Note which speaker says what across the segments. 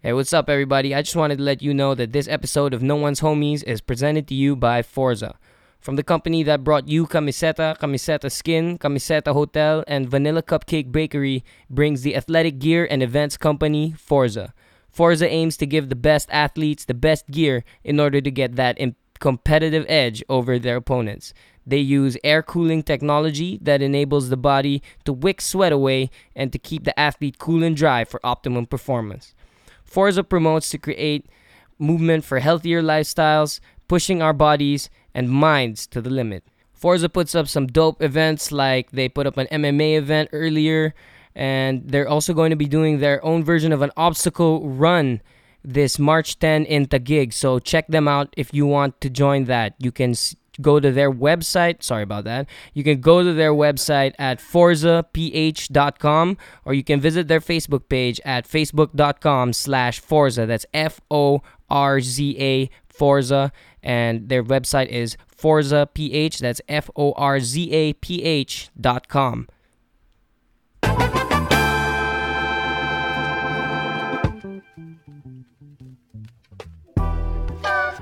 Speaker 1: Hey, what's up, everybody? I just wanted to let you know that this episode of No One's Homies is presented to you by Forza. From the company that brought you Camiseta, Camiseta Skin, Camiseta Hotel, and Vanilla Cupcake Bakery brings the athletic gear and events company Forza. Forza aims to give the best athletes the best gear in order to get that im- competitive edge over their opponents. They use air cooling technology that enables the body to wick sweat away and to keep the athlete cool and dry for optimum performance. Forza promotes to create movement for healthier lifestyles, pushing our bodies and minds to the limit. Forza puts up some dope events like they put up an MMA event earlier, and they're also going to be doing their own version of an obstacle run this March 10 in Taguig. So check them out if you want to join that. You can s- go to their website. Sorry about that. You can go to their website at forzaph.com or you can visit their Facebook page at facebook.com slash forza. That's F-O-R-Z-A Forza. And their website is forzaph. That's F-O-R-Z-A-P-H dot com.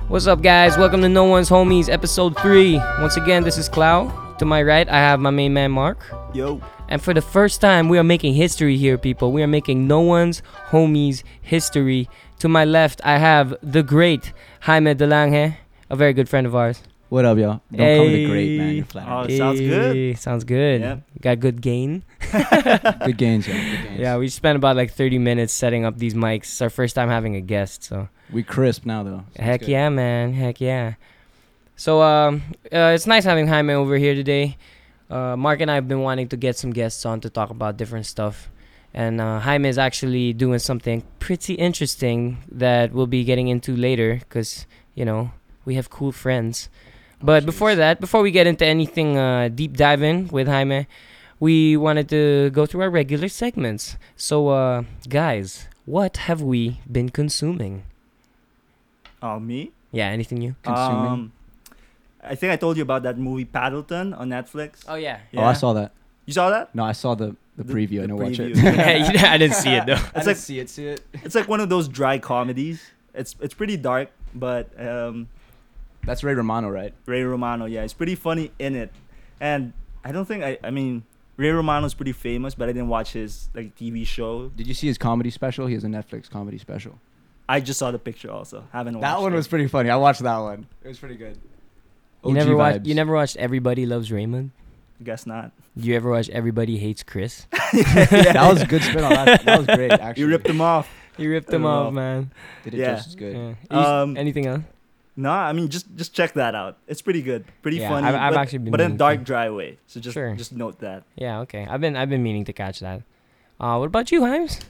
Speaker 1: What's up, guys? Welcome to No One's Homies, episode 3. Once again, this is Clow. To my right, I have my main man, Mark.
Speaker 2: Yo.
Speaker 1: And for the first time, we are making history here, people. We are making No One's Homies history. To my left, I have the great Jaime Delange, a very good friend of ours.
Speaker 3: What up, y'all? Don't call me the great man.
Speaker 2: Hey.
Speaker 3: You're flattering.
Speaker 2: Oh, sounds good.
Speaker 1: Hey, Sounds good.
Speaker 2: Yeah.
Speaker 1: You Got good gain.
Speaker 3: Good gains, y'all. Good gains.
Speaker 1: Yeah, we spent about like 30 minutes setting up these mics. It's our first time having a guest, so.
Speaker 3: we crisp now though. Sounds
Speaker 1: Heck
Speaker 3: good.
Speaker 1: yeah, man. Heck yeah. So um, uh, it's nice having Jaime over here today. Uh, Mark and I have been wanting to get some guests on to talk about different stuff. And uh, Jaime is actually doing something pretty interesting that we'll be getting into later because, you know, we have cool friends.
Speaker 3: Oh,
Speaker 1: But before that, before we get into anything uh, deep diving with Jaime, we wanted to go through our regular segments. So, uh, guys, what have we been consuming?
Speaker 2: Oh, me?
Speaker 1: Yeah, anything new?
Speaker 3: Consuming.
Speaker 2: Um, I think I told you about that movie Paddleton on Netflix.
Speaker 1: Oh yeah.
Speaker 3: Oh, I saw that.
Speaker 2: You saw that?
Speaker 3: No, I saw the the
Speaker 2: The-
Speaker 3: preview.
Speaker 2: the
Speaker 3: I didn't watch it.
Speaker 2: preview.
Speaker 1: yeah, I didn't see it though.
Speaker 2: It's like
Speaker 3: see it. See it.
Speaker 2: it's like one of those dry comedies. It's it's pretty dark, but um,
Speaker 3: That's Ray Romano, right?
Speaker 2: Ray Romano, yeah, it's pretty funny in it. And I don't think I I mean Ray Romano's pretty famous, but I didn't watch his like TV show.
Speaker 3: Did you see his comedy special? He has a Netflix comedy special.
Speaker 2: I just saw the picture also. Haven't watched
Speaker 3: That one
Speaker 2: it.
Speaker 3: was pretty funny. I watched that one. It was pretty good.
Speaker 1: You never watched. You never watched Everybody Loves Raymond.
Speaker 2: guess not.
Speaker 1: You ever watched Everybody Hates Chris?
Speaker 3: that was a good spin on that. That was great. Actually,
Speaker 2: You ripped him off.
Speaker 1: You ripped
Speaker 2: I don't
Speaker 1: him off,
Speaker 2: know.
Speaker 1: man.
Speaker 3: Did it
Speaker 2: Yeah.
Speaker 3: just as good.
Speaker 1: Yeah.
Speaker 2: Um,
Speaker 1: anything else?
Speaker 2: No, I mean just just check that out. It's pretty good, pretty
Speaker 1: Yeah,
Speaker 2: funny.
Speaker 1: I've- I've
Speaker 2: but,
Speaker 1: actually been
Speaker 2: but in a
Speaker 1: meaning
Speaker 2: dark,
Speaker 1: to.
Speaker 2: dry way. So just
Speaker 1: Sure.
Speaker 2: just note that.
Speaker 1: Yeah. Okay. I've been I've been meaning to catch that. Uh, what about you, Himes?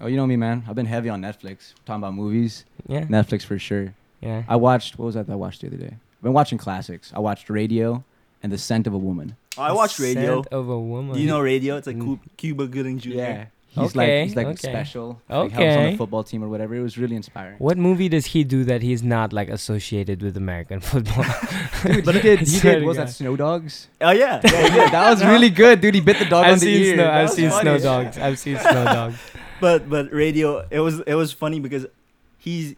Speaker 3: Oh, you know me, man. I've been heavy on Netflix. Talking about movies,
Speaker 1: Yeah.
Speaker 3: Netflix for sure.
Speaker 1: Yeah.
Speaker 3: I watched. What was that? That I watched the other day. I've been watching classics. I watched Radio and The Scent of a Woman.
Speaker 2: Oh, I watched radio.
Speaker 1: Scent of a woman.
Speaker 2: Do you know radio? It's like
Speaker 1: Mm.
Speaker 2: Cu- Cuba Gooding Jr.
Speaker 3: He's
Speaker 1: Okay,
Speaker 3: like he's like
Speaker 1: okay.
Speaker 3: special. Like helps on
Speaker 1: Okay.
Speaker 3: the football team or whatever. It was really inspiring.
Speaker 1: What movie does he do that he's not like associated with American football?
Speaker 3: Dude, he did he
Speaker 1: Swear
Speaker 3: did
Speaker 1: to
Speaker 3: what was that
Speaker 1: God.
Speaker 3: Snow Dogs?
Speaker 2: Oh yeah. yeah,
Speaker 3: Yeah, that was really good, dude. He bit the dog on
Speaker 1: I've
Speaker 3: the
Speaker 1: seen
Speaker 3: ear.
Speaker 1: snow.
Speaker 3: That
Speaker 1: I've
Speaker 3: was
Speaker 1: seen
Speaker 3: funny.
Speaker 1: Snow Dogs. I've seen Snow Dogs.
Speaker 2: but but radio. It was it was funny because he's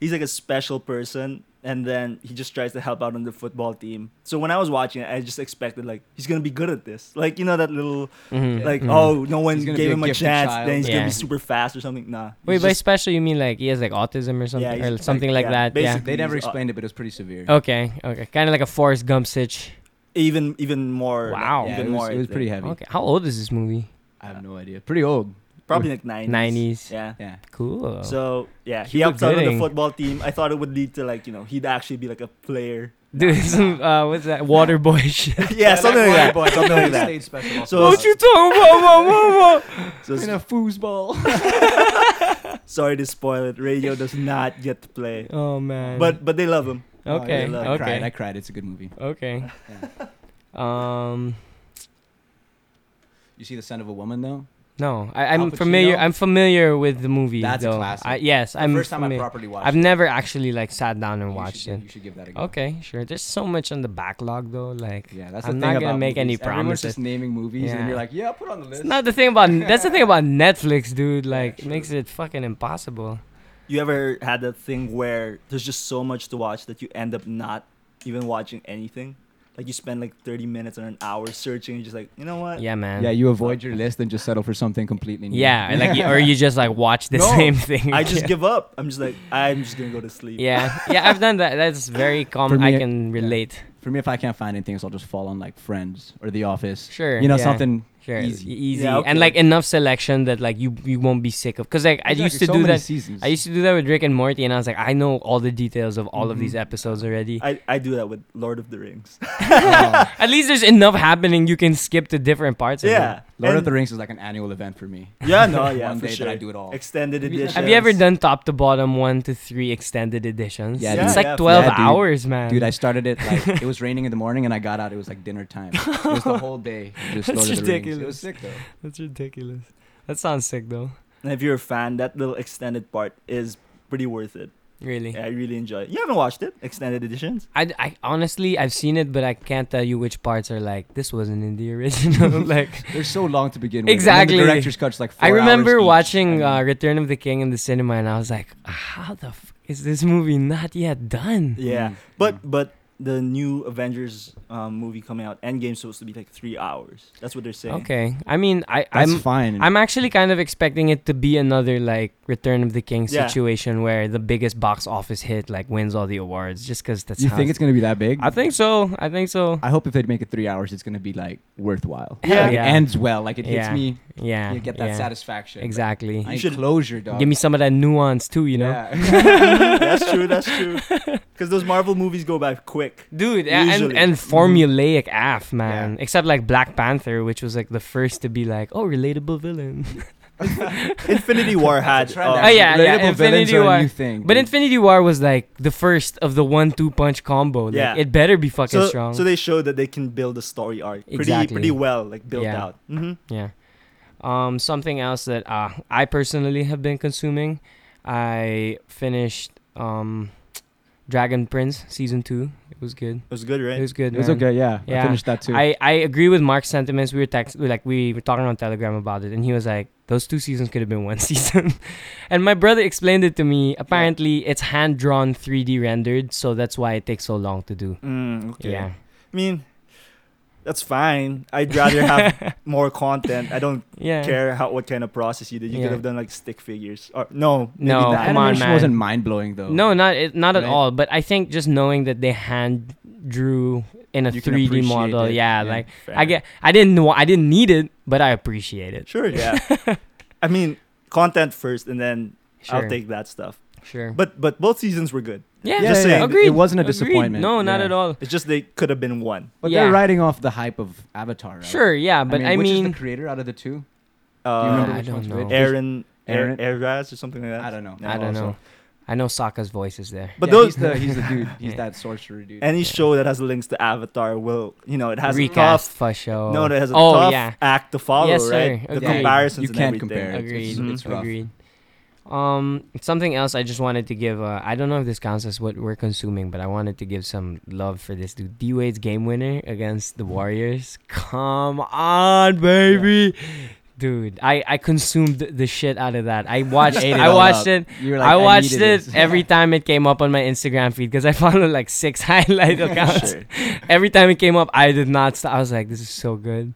Speaker 2: he's like a special person, and then he just tries to help out on the football team. So when I was watching it, I just expected like he's gonna be good at this. Like you know that little
Speaker 1: Mhm,
Speaker 2: like
Speaker 1: mhm.
Speaker 2: oh no one
Speaker 3: He's gonna
Speaker 2: gave
Speaker 3: be a
Speaker 2: him a
Speaker 3: gifted
Speaker 2: chance,
Speaker 3: child.
Speaker 2: then he's gonna
Speaker 1: Yeah.
Speaker 2: be super fast or something. Nah.
Speaker 1: Wait,
Speaker 2: he's
Speaker 1: by
Speaker 2: just-
Speaker 1: special you mean like he has like autism or something
Speaker 2: he's
Speaker 1: or
Speaker 2: like-
Speaker 1: something like,
Speaker 2: yeah,
Speaker 1: that? Yeah.
Speaker 2: basically.
Speaker 3: They never
Speaker 2: He's-
Speaker 3: explained it, but it was pretty severe.
Speaker 1: Okay. Okay. Kind of like a Forrest Gump sitch.
Speaker 2: even even more. like,
Speaker 1: Wow.
Speaker 3: Yeah,
Speaker 2: even
Speaker 3: it was,
Speaker 2: more.
Speaker 3: it was pretty heavy.
Speaker 1: Oh, Okay. How old is this movie?
Speaker 3: I have no idea. Pretty old.
Speaker 2: Probably like nineties.
Speaker 1: 90s.
Speaker 2: Yeah.
Speaker 3: Yeah.
Speaker 1: Cool.
Speaker 2: So yeah, he
Speaker 1: Cuba
Speaker 2: helped out on the
Speaker 1: Gooding.
Speaker 2: football team. I thought it would lead to like you know he'd actually be like a player.
Speaker 1: Dude, some, uh, what's that? Water boy shit.
Speaker 2: yeah, something like that. Something like that.
Speaker 3: Stayed special.
Speaker 2: So- What
Speaker 1: you talking about? Whoa, whoa, whoa.
Speaker 3: Oh,
Speaker 2: So
Speaker 3: in
Speaker 2: s-
Speaker 3: a foosball.
Speaker 2: sorry to spoil it. Radio does not get to play,
Speaker 1: Oh, man.
Speaker 2: but but they love him.
Speaker 1: okay.
Speaker 2: yeah, look,
Speaker 3: I cried. I
Speaker 1: okay.
Speaker 3: cried. It's a good movie.
Speaker 1: Okay. Um,
Speaker 3: You see The Scent of a Woman though?
Speaker 1: No, I, I'm
Speaker 3: Al
Speaker 1: familiar.
Speaker 3: Pacino?
Speaker 1: I'm familiar with the movie.
Speaker 3: That's a
Speaker 1: though.
Speaker 3: classic.
Speaker 1: I, yes,
Speaker 3: The
Speaker 1: I'm.
Speaker 3: first time I
Speaker 1: familiar.
Speaker 3: properly watched
Speaker 1: I've
Speaker 3: it.
Speaker 1: never actually like sat down and
Speaker 3: You should
Speaker 1: watched
Speaker 3: give-
Speaker 1: it.
Speaker 3: You should give that a go.
Speaker 1: Okay, sure. There's so much on the backlog though. Like,
Speaker 3: Yeah, that's the
Speaker 1: I'm
Speaker 3: thing
Speaker 1: not gonna
Speaker 3: about
Speaker 1: make any
Speaker 3: movies. Everyone's
Speaker 1: promises.
Speaker 3: just naming movies, and
Speaker 1: Yeah.
Speaker 3: then you're like, yeah, put on the list.
Speaker 1: It's not the thing about. That's the thing about Netflix, dude. Like, it
Speaker 3: true.
Speaker 1: makes it fucking impossible.
Speaker 2: You ever had that thing where there's just so much to watch that you end up not even watching anything? Like you spend like 30 minutes or an hour searching, you're just like, you know what?
Speaker 1: Yeah, man.
Speaker 3: yeah, you avoid your list and just settle for something completely new.
Speaker 1: Yeah, like, you- or you just like watch the
Speaker 2: No,
Speaker 1: same thing.
Speaker 2: I just
Speaker 1: again.
Speaker 2: give up. I'm just like, I'm just gonna go to sleep.
Speaker 1: Yeah, yeah, I've done that. That's very common. I
Speaker 3: me,
Speaker 1: can relate.
Speaker 3: For me, if I can't find anything, so I'll just fall on like Friends or The Office.
Speaker 1: Sure,
Speaker 3: You know
Speaker 1: yeah.
Speaker 3: something.
Speaker 1: Sure, easy,
Speaker 3: Easy.
Speaker 1: easy.
Speaker 2: Yeah,
Speaker 1: and
Speaker 2: okay.
Speaker 1: like enough selection that like you you won't be sick of. Cause like I
Speaker 3: Exactly,
Speaker 1: used to
Speaker 3: so
Speaker 1: do
Speaker 3: many
Speaker 1: that.
Speaker 3: Seasons.
Speaker 1: I used to do that with Rick and Morty, and I was like, I know all the details of all of these
Speaker 3: Mm-hmm.
Speaker 2: Mhm.
Speaker 1: episodes already.
Speaker 2: I, I do that with Lord of the Rings.
Speaker 3: Oh,
Speaker 1: At least there's enough happening. You can skip the different parts. Of
Speaker 2: yeah.
Speaker 1: it.
Speaker 3: Lord of
Speaker 2: and-
Speaker 3: the Rings is like an annual event for me.
Speaker 2: Yeah, no, yeah,
Speaker 3: One
Speaker 2: for
Speaker 3: day
Speaker 2: sure.
Speaker 3: that I do it all.
Speaker 2: Extended
Speaker 3: Have you-
Speaker 2: edition.
Speaker 1: Have you ever done top to bottom one to three extended editions?
Speaker 3: Yeah,
Speaker 1: it's
Speaker 3: dude.
Speaker 1: like
Speaker 2: Yeah,
Speaker 1: twelve
Speaker 3: yeah, dude.
Speaker 1: hours, man.
Speaker 3: Dude, I started it like it was raining in the morning, and I got out. It was like dinner time. It was the whole day. Just
Speaker 1: That's
Speaker 3: Lord of the Rings. It
Speaker 1: ridiculous.
Speaker 3: was sick though.
Speaker 1: That's ridiculous. That sounds sick though.
Speaker 2: And if you're a fan, that little extended part is pretty worth it.
Speaker 1: Really.
Speaker 2: Yeah, I really enjoy it. You haven't watched it, extended editions?
Speaker 1: I, I honestly I've seen it, but I can't tell you which parts are like this wasn't in the original. like
Speaker 3: They're so long to begin with. and then
Speaker 1: Exactly.
Speaker 3: the director's cut's like. Four
Speaker 1: I remember
Speaker 3: hours each. Mm-hmm.
Speaker 1: watching
Speaker 3: I
Speaker 1: uh,
Speaker 3: mean,
Speaker 1: Return of the King in the cinema, and I was like, how the f- is this movie not yet done?
Speaker 2: Yeah.
Speaker 3: Mm,
Speaker 2: But
Speaker 3: mm.
Speaker 2: but the new Avengers um, movie coming out, Endgame's supposed to be like three hours. That's what they're saying.
Speaker 1: Okay, I mean, I
Speaker 3: that's
Speaker 1: I'm
Speaker 3: fine.
Speaker 1: I'm actually kind of expecting it to be another like Return of the King
Speaker 2: Yeah.
Speaker 1: situation where the biggest box office hit like wins all the awards, just because that's
Speaker 3: you
Speaker 1: how
Speaker 3: think it's gonna be that big?
Speaker 1: I think so. I think so.
Speaker 3: I hope if they make it three hours, it's gonna be like worthwhile.
Speaker 1: Hell
Speaker 3: Like,
Speaker 1: yeah.
Speaker 3: It ends well. Like it hits
Speaker 1: Yeah.
Speaker 3: me.
Speaker 1: Yeah,
Speaker 3: You get that
Speaker 1: yeah,
Speaker 3: satisfaction.
Speaker 1: Exactly.
Speaker 3: I
Speaker 2: You
Speaker 3: need
Speaker 2: should-
Speaker 3: closure, dog.
Speaker 1: Give me some of that nuance too, you know.
Speaker 3: Yeah.
Speaker 2: that's true, that's true. Because those Marvel movies go by quick.
Speaker 1: Dude, a- and,
Speaker 2: Usually. Mm-hmm.
Speaker 1: and formulaic af, man. Except like Black Panther, which was like the first to be like, oh, relatable villain.
Speaker 2: Infinity War had.
Speaker 3: Trend,
Speaker 1: Oh,
Speaker 2: Um,
Speaker 3: actually.
Speaker 1: yeah, yeah,
Speaker 3: Relatable villains
Speaker 1: Infinity
Speaker 3: are
Speaker 1: War.
Speaker 3: a new thing.
Speaker 1: But
Speaker 3: dude.
Speaker 1: Infinity War was like the first of the one-two punch combo. Like,
Speaker 2: Yeah.
Speaker 1: it better be fucking
Speaker 2: so,
Speaker 1: strong.
Speaker 2: so they showed that they can build a story arc pretty
Speaker 1: Exactly.
Speaker 2: pretty well, like built
Speaker 1: Yeah.
Speaker 2: out. hmm
Speaker 1: yeah. Um, something else that uh, I personally have been consuming. I finished um, Dragon Prince season two. It was good.
Speaker 2: It was good, right?
Speaker 1: It was good.
Speaker 3: it was
Speaker 1: man.
Speaker 3: okay. Yeah,
Speaker 1: Yeah.
Speaker 3: I finished that too.
Speaker 1: I, I agree with Mark's sentiments. We were text we, like we were talking on Telegram about it, and he was like, "Those two seasons could have been one season." and my brother explained it to me. Apparently, it's hand drawn, three D rendered, so that's why it takes so long to do.
Speaker 2: Mm, okay.
Speaker 1: Yeah,
Speaker 2: I mean, that's fine. I'd rather have more content. I don't
Speaker 1: yeah.
Speaker 2: care how what kind of process you did. You
Speaker 1: Yeah.
Speaker 2: could have done like stick figures or no, maybe
Speaker 1: No,
Speaker 3: the
Speaker 2: not.
Speaker 1: oh, come on,
Speaker 3: animation
Speaker 1: man.
Speaker 3: wasn't mind blowing though.
Speaker 1: No, not it, not at
Speaker 3: Right?
Speaker 1: all. But I think just knowing that they hand drew in a
Speaker 3: You can
Speaker 1: three D
Speaker 3: appreciate
Speaker 1: model,
Speaker 3: it,
Speaker 1: yeah,
Speaker 3: yeah.
Speaker 1: Like
Speaker 2: Fair.
Speaker 1: I get, I didn't know, I didn't need it, but I appreciate it.
Speaker 2: sure, yeah. I mean, content first, and then
Speaker 1: Sure,
Speaker 2: I'll take that stuff.
Speaker 1: sure.
Speaker 2: But but both seasons were good.
Speaker 1: yeah,
Speaker 2: just saying, it
Speaker 1: agreed.
Speaker 3: wasn't a
Speaker 1: agreed.
Speaker 3: disappointment.
Speaker 1: No, not
Speaker 3: Yeah.
Speaker 1: at all.
Speaker 2: It's just they could have been one.
Speaker 3: But
Speaker 1: Yeah.
Speaker 3: they're riding off the hype of Avatar. Right?
Speaker 1: Sure, yeah, but I mean,
Speaker 3: which is the creator out of the two? Do
Speaker 1: I
Speaker 3: you remember
Speaker 2: Uh,
Speaker 3: which
Speaker 1: don't
Speaker 3: one's
Speaker 1: know.
Speaker 3: which?
Speaker 2: Aaron, Aaron,
Speaker 3: Aaron?
Speaker 2: Eras or something like that.
Speaker 3: I don't know.
Speaker 2: No,
Speaker 1: I don't
Speaker 2: also.
Speaker 1: know. I know Sokka's voice is there.
Speaker 2: But
Speaker 3: Yeah,
Speaker 2: those
Speaker 3: he's the he's the dude. He's
Speaker 1: Yeah.
Speaker 3: that sorcerer dude.
Speaker 2: any
Speaker 1: Yeah.
Speaker 2: show that has links to Avatar will you know it has
Speaker 1: Recast
Speaker 2: a
Speaker 1: for show.
Speaker 2: tough no, it has a
Speaker 1: oh,
Speaker 2: tough
Speaker 1: yeah.
Speaker 2: act to follow,
Speaker 1: Yes, sir.
Speaker 2: right? The
Speaker 1: Agreed.
Speaker 2: comparisons
Speaker 3: You
Speaker 2: and
Speaker 3: can't
Speaker 2: everything.
Speaker 3: compare. It's-
Speaker 1: Agreed.
Speaker 2: it's-
Speaker 3: it's rough.
Speaker 1: Agreed. Um, something else I just wanted to give. Uh, I don't know if this counts as what we're consuming, but I wanted to give some love for this dude. D Wade's game winner against the Warriors. Come on, baby. Dude, I, I consumed the shit out of that. I watched
Speaker 3: ate it
Speaker 1: I
Speaker 3: all
Speaker 1: watched
Speaker 3: up.
Speaker 1: it.
Speaker 3: You're like,
Speaker 1: I watched
Speaker 3: needed
Speaker 1: it
Speaker 3: this."
Speaker 1: every time it came up on my Instagram feed because I followed like six highlight accounts.
Speaker 2: Sure.
Speaker 1: Every time it came up, I did not stop. I was like, "This is so good,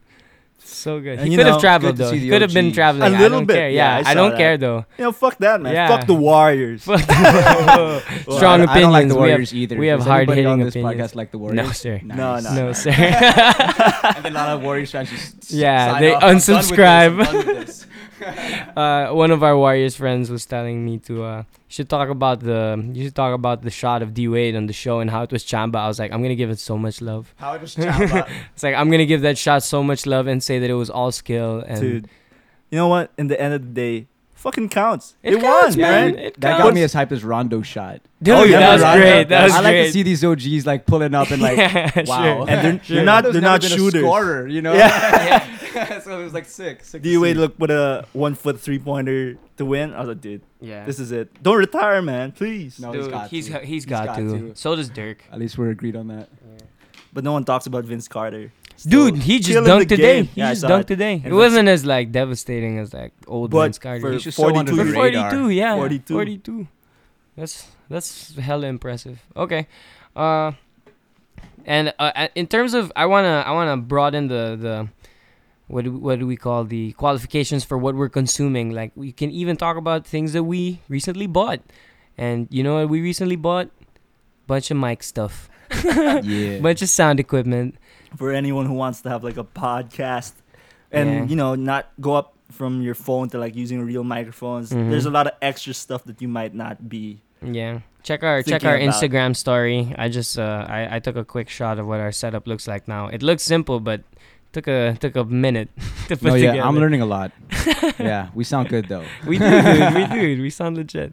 Speaker 1: so good."
Speaker 2: And
Speaker 1: He
Speaker 2: you
Speaker 1: could
Speaker 2: know,
Speaker 1: have
Speaker 2: it's
Speaker 1: traveled
Speaker 3: good to
Speaker 1: though.
Speaker 3: see
Speaker 1: He
Speaker 3: the
Speaker 1: could have been
Speaker 3: OGs.
Speaker 1: traveling.
Speaker 2: A
Speaker 1: I
Speaker 2: little
Speaker 1: don't
Speaker 2: bit,
Speaker 1: care.
Speaker 2: yeah,
Speaker 1: Yeah,
Speaker 2: I
Speaker 1: I don't
Speaker 2: saw
Speaker 1: care though.
Speaker 2: You know, fuck that man.
Speaker 1: Yeah.
Speaker 2: Fuck the Warriors. uh,
Speaker 1: Fuck the-
Speaker 3: Well,
Speaker 1: Strong
Speaker 3: I, I don't like
Speaker 1: opinions.
Speaker 3: the
Speaker 1: We
Speaker 3: Warriors either.
Speaker 1: we have
Speaker 3: Does anybody
Speaker 1: hard-hitting
Speaker 3: on this
Speaker 1: opinions.
Speaker 3: podcast like the Warriors.
Speaker 1: no, sir.
Speaker 2: No,
Speaker 3: Nice.
Speaker 2: no.
Speaker 1: No, sir.
Speaker 3: and then a lot of Warriors fans just s-
Speaker 1: Yeah,
Speaker 3: sign
Speaker 1: they
Speaker 3: off, "I'm done with this, I'm
Speaker 1: unsubscribe."
Speaker 3: done with this."
Speaker 1: uh, one of our Warriors friends was telling me to uh, you should talk about the you should talk about the shot of D Wade on the show and how it was Chamba. I was like, I'm gonna give it so much love.
Speaker 3: How it was Chamba.
Speaker 1: It's like I'm gonna give that shot so much love and say that it was all skill and
Speaker 2: Dude, you know what? In the end of the day, fucking counts.
Speaker 1: It
Speaker 2: It,
Speaker 1: counts,
Speaker 2: won,
Speaker 1: Yeah,
Speaker 2: man.
Speaker 1: man. It
Speaker 3: that
Speaker 1: counts.
Speaker 3: got me as hyped as Rondo shot.
Speaker 1: Dude,
Speaker 2: Oh, yeah,
Speaker 1: that was
Speaker 2: right.
Speaker 1: great. That was
Speaker 3: I like
Speaker 1: great.
Speaker 3: to see these OGs like pulling up and like
Speaker 1: Yeah,
Speaker 3: wow.
Speaker 1: sure.
Speaker 2: And they're-
Speaker 3: Sure.
Speaker 2: they're not-
Speaker 3: Rondo's
Speaker 2: they're
Speaker 3: never
Speaker 2: not
Speaker 3: been a
Speaker 2: shooters.
Speaker 3: scorer, you know.
Speaker 2: Yeah.
Speaker 4: so it was like sick. sick
Speaker 2: D
Speaker 4: to
Speaker 2: Wade
Speaker 4: see.
Speaker 2: look with a one foot three pointer to win. I was like, dude,
Speaker 1: Yeah.
Speaker 2: this is it. Don't retire, man, please.
Speaker 3: No,
Speaker 1: Dude,
Speaker 3: he's got
Speaker 1: he's,
Speaker 3: to.
Speaker 1: he's got,
Speaker 4: got
Speaker 1: to.
Speaker 4: to.
Speaker 1: So does Dirk.
Speaker 2: Uh,
Speaker 3: At least we're agreed on that.
Speaker 2: But no one talks about Vince Carter. Still
Speaker 1: Dude, he just
Speaker 2: killing the
Speaker 1: dunked today.
Speaker 2: game.
Speaker 1: He
Speaker 2: Yeah, I
Speaker 1: just
Speaker 2: saw
Speaker 1: dunked
Speaker 2: it.
Speaker 1: today. It
Speaker 2: Vince-
Speaker 1: wasn't as like devastating as like old
Speaker 2: But
Speaker 1: Vince Carter.
Speaker 2: for
Speaker 3: He's just so
Speaker 2: 42
Speaker 1: For
Speaker 3: under-
Speaker 2: years-
Speaker 3: For radar.
Speaker 1: 42, yeah.
Speaker 2: 42.
Speaker 1: 42. That's that's hella impressive. Okay. Uh and uh, uh, in terms of I want to I want to broaden the the what do, what do we call the qualifications for what we're consuming? Like we can even talk about things that we recently bought. And you know what we recently bought? Bunch of mic stuff.
Speaker 3: yeah.
Speaker 1: Bunch of sound equipment.
Speaker 2: for anyone who wants to have like a podcast and
Speaker 1: Yeah.
Speaker 2: you know not go up from your phone to like using real microphones
Speaker 1: Mhm.
Speaker 2: there's a lot of extra stuff that you might not be
Speaker 1: Yeah. Check our check
Speaker 2: Thinking
Speaker 1: our
Speaker 2: about-
Speaker 1: Instagram story. I just uh, I, I took a quick shot of what our setup looks like now. It looks simple, but took a took a minute to put
Speaker 3: no, Oh, yeah,
Speaker 1: together.
Speaker 3: I'm learning a lot. yeah, we sound good though.
Speaker 1: We do, dude. We do. We sound legit.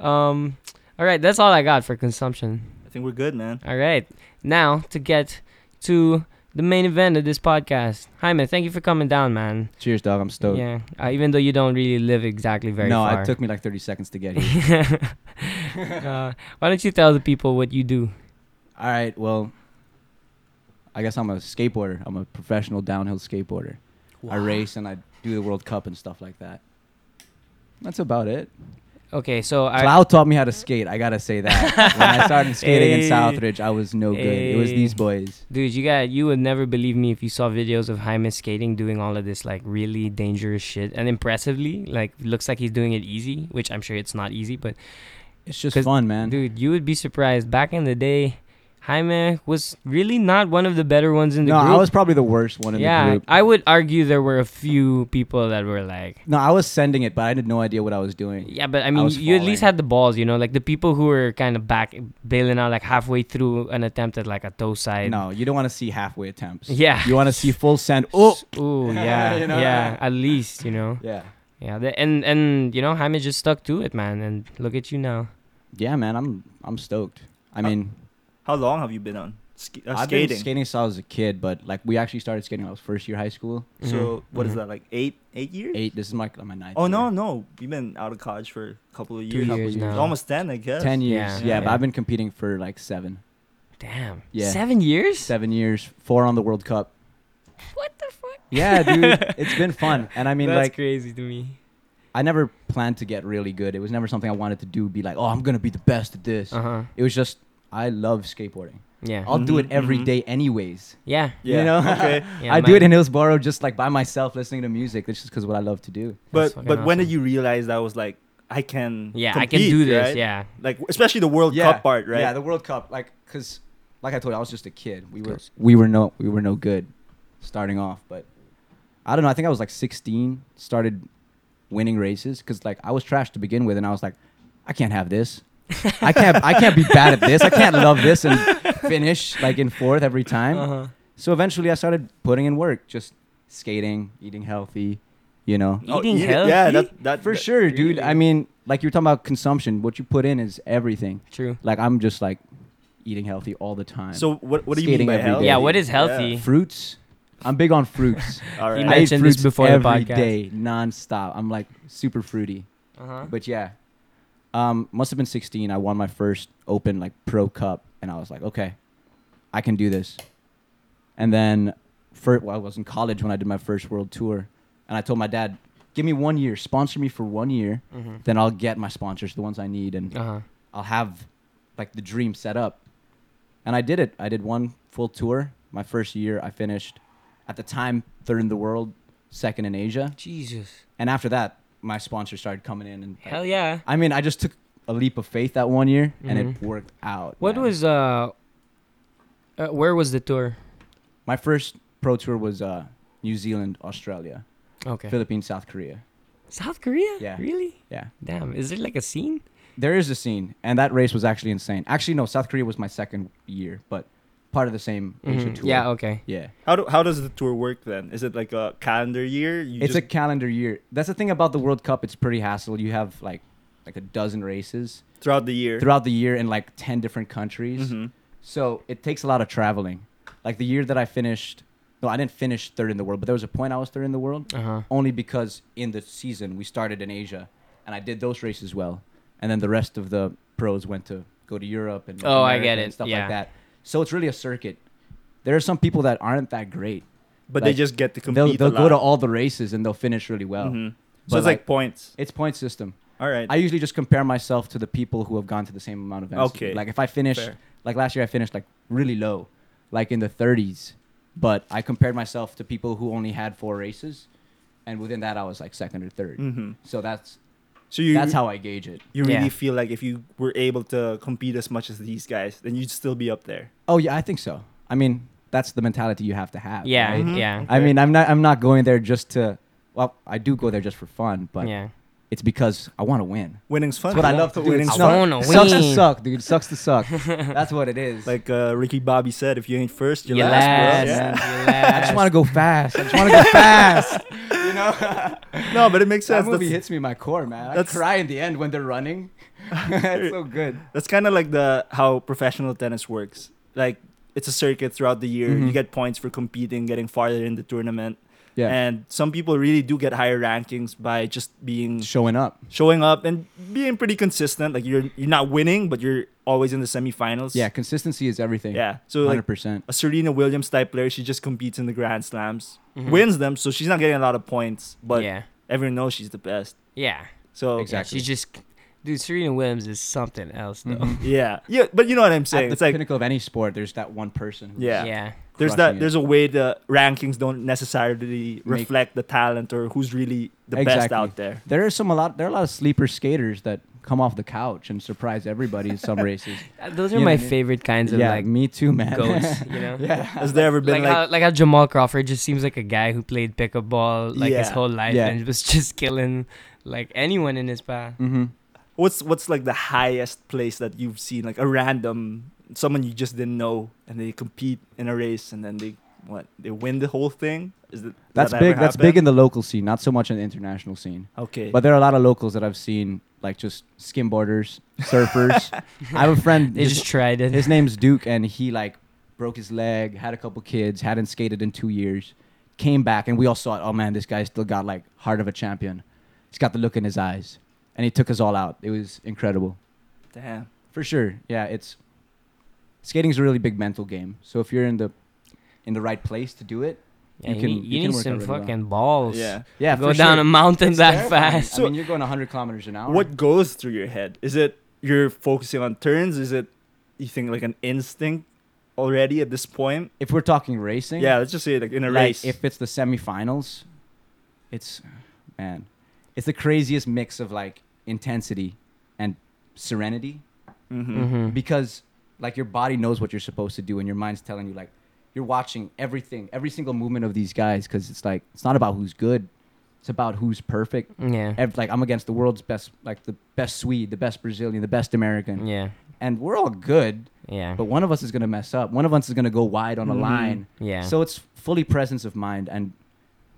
Speaker 1: Um, all right, that's all I got for consumption.
Speaker 2: i think we're good man
Speaker 1: All right, now to get to the main event of this podcast. Hyman, thank you for coming down, man.
Speaker 3: Cheers, dog. I'm stoked.
Speaker 1: Yeah, uh, even though you don't really live exactly very
Speaker 3: no,
Speaker 1: far.
Speaker 3: it took me like 30 seconds to get here.
Speaker 1: uh, why don't you tell the people what you do?
Speaker 3: All right, well, I guess I'm a skateboarder. I'm a professional downhill skateboarder. I race and I do the World Cup and stuff like that. That's about it.
Speaker 1: Okay, so I.
Speaker 3: Cloud taught me how to skate. I gotta say that. when I started skating
Speaker 1: Hey.
Speaker 3: in Southridge, I was no good. It was
Speaker 1: Hey.
Speaker 3: these boys.
Speaker 1: Dude, you got you would never believe me if you saw videos of Jaime skating doing all of this like really dangerous shit and impressively, like looks like he's doing it easy, which I'm sure it's not easy, but
Speaker 3: It's just
Speaker 1: 'Cause,
Speaker 3: fun, man.
Speaker 1: dude, you would be surprised. Back in the day, Jaime was really not one of the better ones in the
Speaker 3: no,
Speaker 1: group.
Speaker 3: I was probably the worst one in
Speaker 1: yeah,
Speaker 3: the group.
Speaker 1: I would argue there were a few people that were like
Speaker 3: No, I was sending it, but I had no idea what I was doing.
Speaker 1: yeah, but I
Speaker 3: I
Speaker 1: mean,
Speaker 3: was
Speaker 1: you at least
Speaker 3: falling.
Speaker 1: had the balls, you know, like the people who were kind of back bailing out like halfway through an attempt at like a toe side.
Speaker 3: No, you don't want to see halfway attempts.
Speaker 1: Yeah.
Speaker 3: You want to see full send. Oh,
Speaker 1: Ooh, yeah,
Speaker 3: You know?
Speaker 1: yeah. At least you know.
Speaker 3: yeah.
Speaker 1: Yeah, the, and and you know, Jaime just stuck to it, man. And look at you now.
Speaker 3: Yeah, man, I'm I'm stoked. I mean,
Speaker 2: how long have you been on Sk- uh,
Speaker 3: I've
Speaker 2: skating
Speaker 3: been skating since I was a kid, but like we actually started skating when I was first year high school.
Speaker 2: so what is
Speaker 1: Mhm.
Speaker 2: that like eight eight years
Speaker 3: Eight. This is my my ninth.
Speaker 2: oh no
Speaker 3: year.
Speaker 2: no you've been out of college for a couple of
Speaker 1: Two
Speaker 2: years,
Speaker 1: years,
Speaker 3: couple years.
Speaker 1: now.
Speaker 2: almost 10 i guess
Speaker 3: ten years.
Speaker 1: Yeah,
Speaker 3: Yeah,
Speaker 1: yeah.
Speaker 3: but I've been competing for like seven,
Speaker 1: Damn.
Speaker 3: Yeah.
Speaker 1: Seven years.
Speaker 3: seven years, four on the World Cup.
Speaker 1: What the fuck?
Speaker 3: Yeah, dude, it's been fun, and I mean,
Speaker 1: That's
Speaker 3: like,
Speaker 1: crazy to me.
Speaker 3: I never planned to get really good. It was never something I wanted to do. Be like, oh, I'm gonna be the best at this.
Speaker 1: Uh huh.
Speaker 3: It was just I love skateboarding.
Speaker 1: Yeah.
Speaker 3: I'll do it
Speaker 2: Mhm,
Speaker 3: every
Speaker 2: mhm.
Speaker 3: day, anyways.
Speaker 1: yeah.
Speaker 2: yeah
Speaker 3: You know?
Speaker 2: okay
Speaker 1: Mm-hmm. Yeah,
Speaker 3: I do
Speaker 1: man.
Speaker 3: it in Hillsboro just like by myself, listening to music. That's just because what I love to do.
Speaker 1: That's
Speaker 2: but
Speaker 1: fucking
Speaker 2: but
Speaker 1: awesome.
Speaker 2: when did you realize that was like i can
Speaker 1: Yeah, I can
Speaker 2: compete,
Speaker 1: do this.
Speaker 2: right?
Speaker 1: Yeah.
Speaker 2: like especially the world cup part right
Speaker 3: Yeah, the World Cup, like, cause like I told you, I was just a kid. We were we were no we were no good starting off, but I don't know. I think I was like 16, started winning races because like I was trash to begin with, and I was like, I can't have this. I can't I can't be bad at this. I can't love this and finish like in fourth every time.
Speaker 1: Uh-huh.
Speaker 3: So eventually, I started putting in work, just skating, eating healthy, you know.
Speaker 1: Eating
Speaker 2: you-
Speaker 1: healthy?
Speaker 2: Oh, yeah that, that
Speaker 3: For
Speaker 2: that-
Speaker 3: sure, dude.
Speaker 1: really?
Speaker 3: I mean, like you were talking about consumption. What you put in is everything.
Speaker 1: True.
Speaker 3: Like I'm just like eating healthy all the time.
Speaker 2: So what what do you mean
Speaker 3: Skating
Speaker 2: by
Speaker 3: every
Speaker 2: healthy?
Speaker 3: day.
Speaker 1: Yeah, what is healthy?
Speaker 3: fruits, I'm big on fruits.
Speaker 2: Yeah. All
Speaker 1: He
Speaker 2: right.
Speaker 3: I eat
Speaker 1: mentioned this
Speaker 3: fruits
Speaker 1: before the
Speaker 3: every
Speaker 1: podcast.
Speaker 3: day, nonstop. I'm like super fruity.
Speaker 1: Uh huh.
Speaker 3: But yeah, um, must have been 16. I won my first open like pro cup, and I was like, okay, I can do this. And then, for well, I was in college when I did my first world tour, and I told my dad, give me one year, sponsor me for one year,
Speaker 1: Mhm.
Speaker 3: then I'll get my sponsors, the ones I need, and
Speaker 1: Uh huh.
Speaker 3: I'll have like the dream set up. And I did it. I did one full tour. My first year, I finished at the time third in the world, second in Asia.
Speaker 1: Jesus.
Speaker 3: And after that, my sponsors started coming in. And
Speaker 1: Hell yeah.
Speaker 3: I mean, I just took a leap of faith that one year, and
Speaker 1: Mhm.
Speaker 3: it worked out.
Speaker 1: What
Speaker 3: man.
Speaker 1: was uh, uh? Where was the tour?
Speaker 3: my first pro tour? Was uh, New Zealand, Australia,
Speaker 1: Okay.
Speaker 3: Philippines, South Korea.
Speaker 1: South Korea.
Speaker 3: Yeah.
Speaker 1: Really?
Speaker 3: Yeah,
Speaker 1: Damn. Is there like a scene?
Speaker 3: there is a scene, and that race was actually insane. Actually, no, South Korea was my second year, but part of the same Asia
Speaker 1: Mhm.
Speaker 3: tour.
Speaker 1: Yeah. Okay.
Speaker 3: yeah.
Speaker 2: How do how does the tour work then? Is it like a calendar year? You
Speaker 3: it's a
Speaker 2: just,
Speaker 3: calendar year. That's the thing about the World Cup. It's pretty hassle. You have like like a dozen races
Speaker 2: throughout the year.
Speaker 3: throughout the year in like ten different countries.
Speaker 2: Mhm.
Speaker 3: So it takes a lot of traveling. Like the year that I finished, No, I didn't finish third in the world, but there was a point I was third in the world
Speaker 1: Uh huh.
Speaker 3: only because in the season we started in Asia, and I did those races well, and then the rest of the pros went to go to Europe and North
Speaker 1: Oh, I
Speaker 3: America
Speaker 1: get
Speaker 3: and
Speaker 1: it.
Speaker 3: stuff
Speaker 1: Yeah.
Speaker 3: like that. So it's really a circuit. There are some people that aren't that great.
Speaker 2: but they
Speaker 3: Like,
Speaker 2: just get to
Speaker 3: They'll
Speaker 2: compete.
Speaker 3: they'll
Speaker 2: a
Speaker 3: go to
Speaker 2: lot.
Speaker 3: all the races and they'll finish really well.
Speaker 2: Mhm. So
Speaker 3: But
Speaker 2: it's like, points.
Speaker 3: It's point system.
Speaker 2: All right.
Speaker 3: I usually just compare myself to the people who have gone to the same amount of events.
Speaker 2: Okay.
Speaker 3: Like if I finish,
Speaker 2: Fair.
Speaker 3: like last year I finished like really low, like in the 30s, but I compared myself to people who only had four races, and within that I was like second or third.
Speaker 2: hmm
Speaker 3: So that's
Speaker 2: So you
Speaker 3: that's how I gauge it.
Speaker 2: you really
Speaker 1: Yeah.
Speaker 2: feel like if you were able to compete as much as these guys, then you'd still be up there.
Speaker 3: Oh yeah, I think so. I mean, that's the mentality you have to have.
Speaker 1: Yeah.
Speaker 3: right?
Speaker 2: Mhm.
Speaker 1: Yeah.
Speaker 3: I mean, I'm not I'm not going there just to. Well, I do go there just for fun, but
Speaker 1: yeah.
Speaker 3: it's because I want to win.
Speaker 2: Winning's fun.
Speaker 3: That's what I love to do.
Speaker 2: Winning's
Speaker 3: It's
Speaker 1: I
Speaker 2: fun.
Speaker 1: wanna
Speaker 3: Sucks to
Speaker 1: win.
Speaker 3: suck, dude. Sucks to suck. that's what it is.
Speaker 2: Like uh, Ricky Bobby said, if you ain't first, you're
Speaker 1: Your
Speaker 2: last.
Speaker 1: last,
Speaker 2: bro.
Speaker 1: man.
Speaker 2: Yeah.
Speaker 1: Your
Speaker 3: I just
Speaker 1: last.
Speaker 3: want to go fast. I just want to go fast. You know,
Speaker 2: No, but it makes sense.
Speaker 3: that movie
Speaker 2: That's,
Speaker 3: hits me in my core, man. I
Speaker 2: that's-
Speaker 3: cry in the end when they're running. it's so good.
Speaker 2: that's kind of like the how professional tennis works. Like it's a circuit throughout the year.
Speaker 3: Mhm.
Speaker 2: You get points for competing, getting farther in the tournament.
Speaker 3: Yeah,
Speaker 2: And some people really do get higher rankings by just being
Speaker 3: showing up.
Speaker 2: showing up and being pretty consistent. Like you're you're not winning, but you're always in the semifinals.
Speaker 3: Yeah, consistency is everything.
Speaker 2: yeah. So
Speaker 3: hundred
Speaker 2: like
Speaker 3: percent.
Speaker 2: a Serena Williams type player, she just competes in the Grand Slams,
Speaker 3: Mm-hmm.
Speaker 1: Mhm.
Speaker 2: wins them, so she's not getting a lot of points, but
Speaker 1: Mm-hmm. yeah.
Speaker 2: everyone knows she's the best.
Speaker 1: Yeah.
Speaker 2: So
Speaker 3: Exact- Exactly. Mm-hmm.
Speaker 1: She's just, dude. Serena Williams is something else, though.
Speaker 2: yeah, yeah, but you know what I'm
Speaker 3: At
Speaker 2: saying.
Speaker 3: the
Speaker 2: Mm-hmm. It's like
Speaker 3: pinnacle of any sport, there's that one person. Who's
Speaker 2: Yeah.
Speaker 1: yeah.
Speaker 2: there's
Speaker 3: crushing
Speaker 2: that
Speaker 3: it.
Speaker 2: there's a way the rankings don't necessarily reflect the talent or who's really the best
Speaker 3: Exactly.
Speaker 2: out there.
Speaker 3: There are some a lot. There are a lot of sleeper skaters that come off the couch and surprise everybody in some races.
Speaker 1: Uh, Those are
Speaker 3: You know
Speaker 1: my
Speaker 3: what I mean?
Speaker 1: favorite kinds of
Speaker 3: yeah,
Speaker 1: like
Speaker 3: me too, man.
Speaker 1: goats. You know.
Speaker 3: yeah,
Speaker 2: Has there ever
Speaker 1: Like,
Speaker 2: been
Speaker 1: how,
Speaker 2: like,
Speaker 1: like how Jamal Crawford just seems like a guy who played pickup ball like his
Speaker 2: Yeah.
Speaker 1: whole life
Speaker 3: Yeah.
Speaker 1: and was just killing like anyone in his path.
Speaker 3: hmm
Speaker 2: what's what's like the highest place that you've seen like a random someone you just didn't know and they compete in a race and then they what they win the whole thing? Is that
Speaker 3: that's
Speaker 2: that ever
Speaker 3: big. That's
Speaker 2: happen?
Speaker 3: big in the local scene, not so much in the international scene.
Speaker 2: Okay.
Speaker 3: But there are a lot of locals that I've seen, like just skimboarders, surfers. I have a friend.
Speaker 1: They
Speaker 3: his-
Speaker 1: just tried it.
Speaker 3: his name's Duke, and he like broke his leg, had a couple kids, hadn't skated in two years, came back, and we all saw it. Oh man, this guy still got like heart of a champion. He's got the look in his eyes, and he took us all out. It was incredible.
Speaker 2: Damn.
Speaker 3: For sure. Yeah, it's skating's a really big mental game. So if you're in the in the right place to do it,
Speaker 1: Yeah, you,
Speaker 3: you can-
Speaker 1: need, you
Speaker 3: you can
Speaker 1: need
Speaker 3: work
Speaker 1: some
Speaker 3: out really well.
Speaker 1: fucking balls.
Speaker 2: Yeah.
Speaker 3: yeah,
Speaker 1: Go
Speaker 3: for
Speaker 1: down
Speaker 3: sure.
Speaker 1: a mountain
Speaker 3: It's
Speaker 1: that
Speaker 3: terrifying.
Speaker 1: fast.
Speaker 3: I mean, you're going 100 kilometers an hour.
Speaker 2: What goes through your head? Is it you're focusing on turns? Is it you think like an instinct already at this point?
Speaker 3: if we're talking racing?
Speaker 2: Yeah, let's just say like in a
Speaker 3: like,
Speaker 2: race.
Speaker 3: If it's the semifinals, it's man, it's the craziest mix of like intensity and serenity Mm-hmm.
Speaker 2: hmm
Speaker 1: hmm
Speaker 3: because like your body knows what you're supposed to do and your mind's telling you like you're watching everything, every single movement of these guys because it's like it's not about who's good, it's about who's perfect.
Speaker 1: Yeah.
Speaker 3: Ev- like I'm against the world's best, like the best Swede, the best Brazilian, the best American,
Speaker 1: Yeah.
Speaker 3: and we're all good,
Speaker 1: Yeah.
Speaker 3: but one of us is gonna mess up. One of us is gonna go wide on a
Speaker 2: Mhm.
Speaker 3: line.
Speaker 1: Yeah.
Speaker 3: So it's fully presence of mind and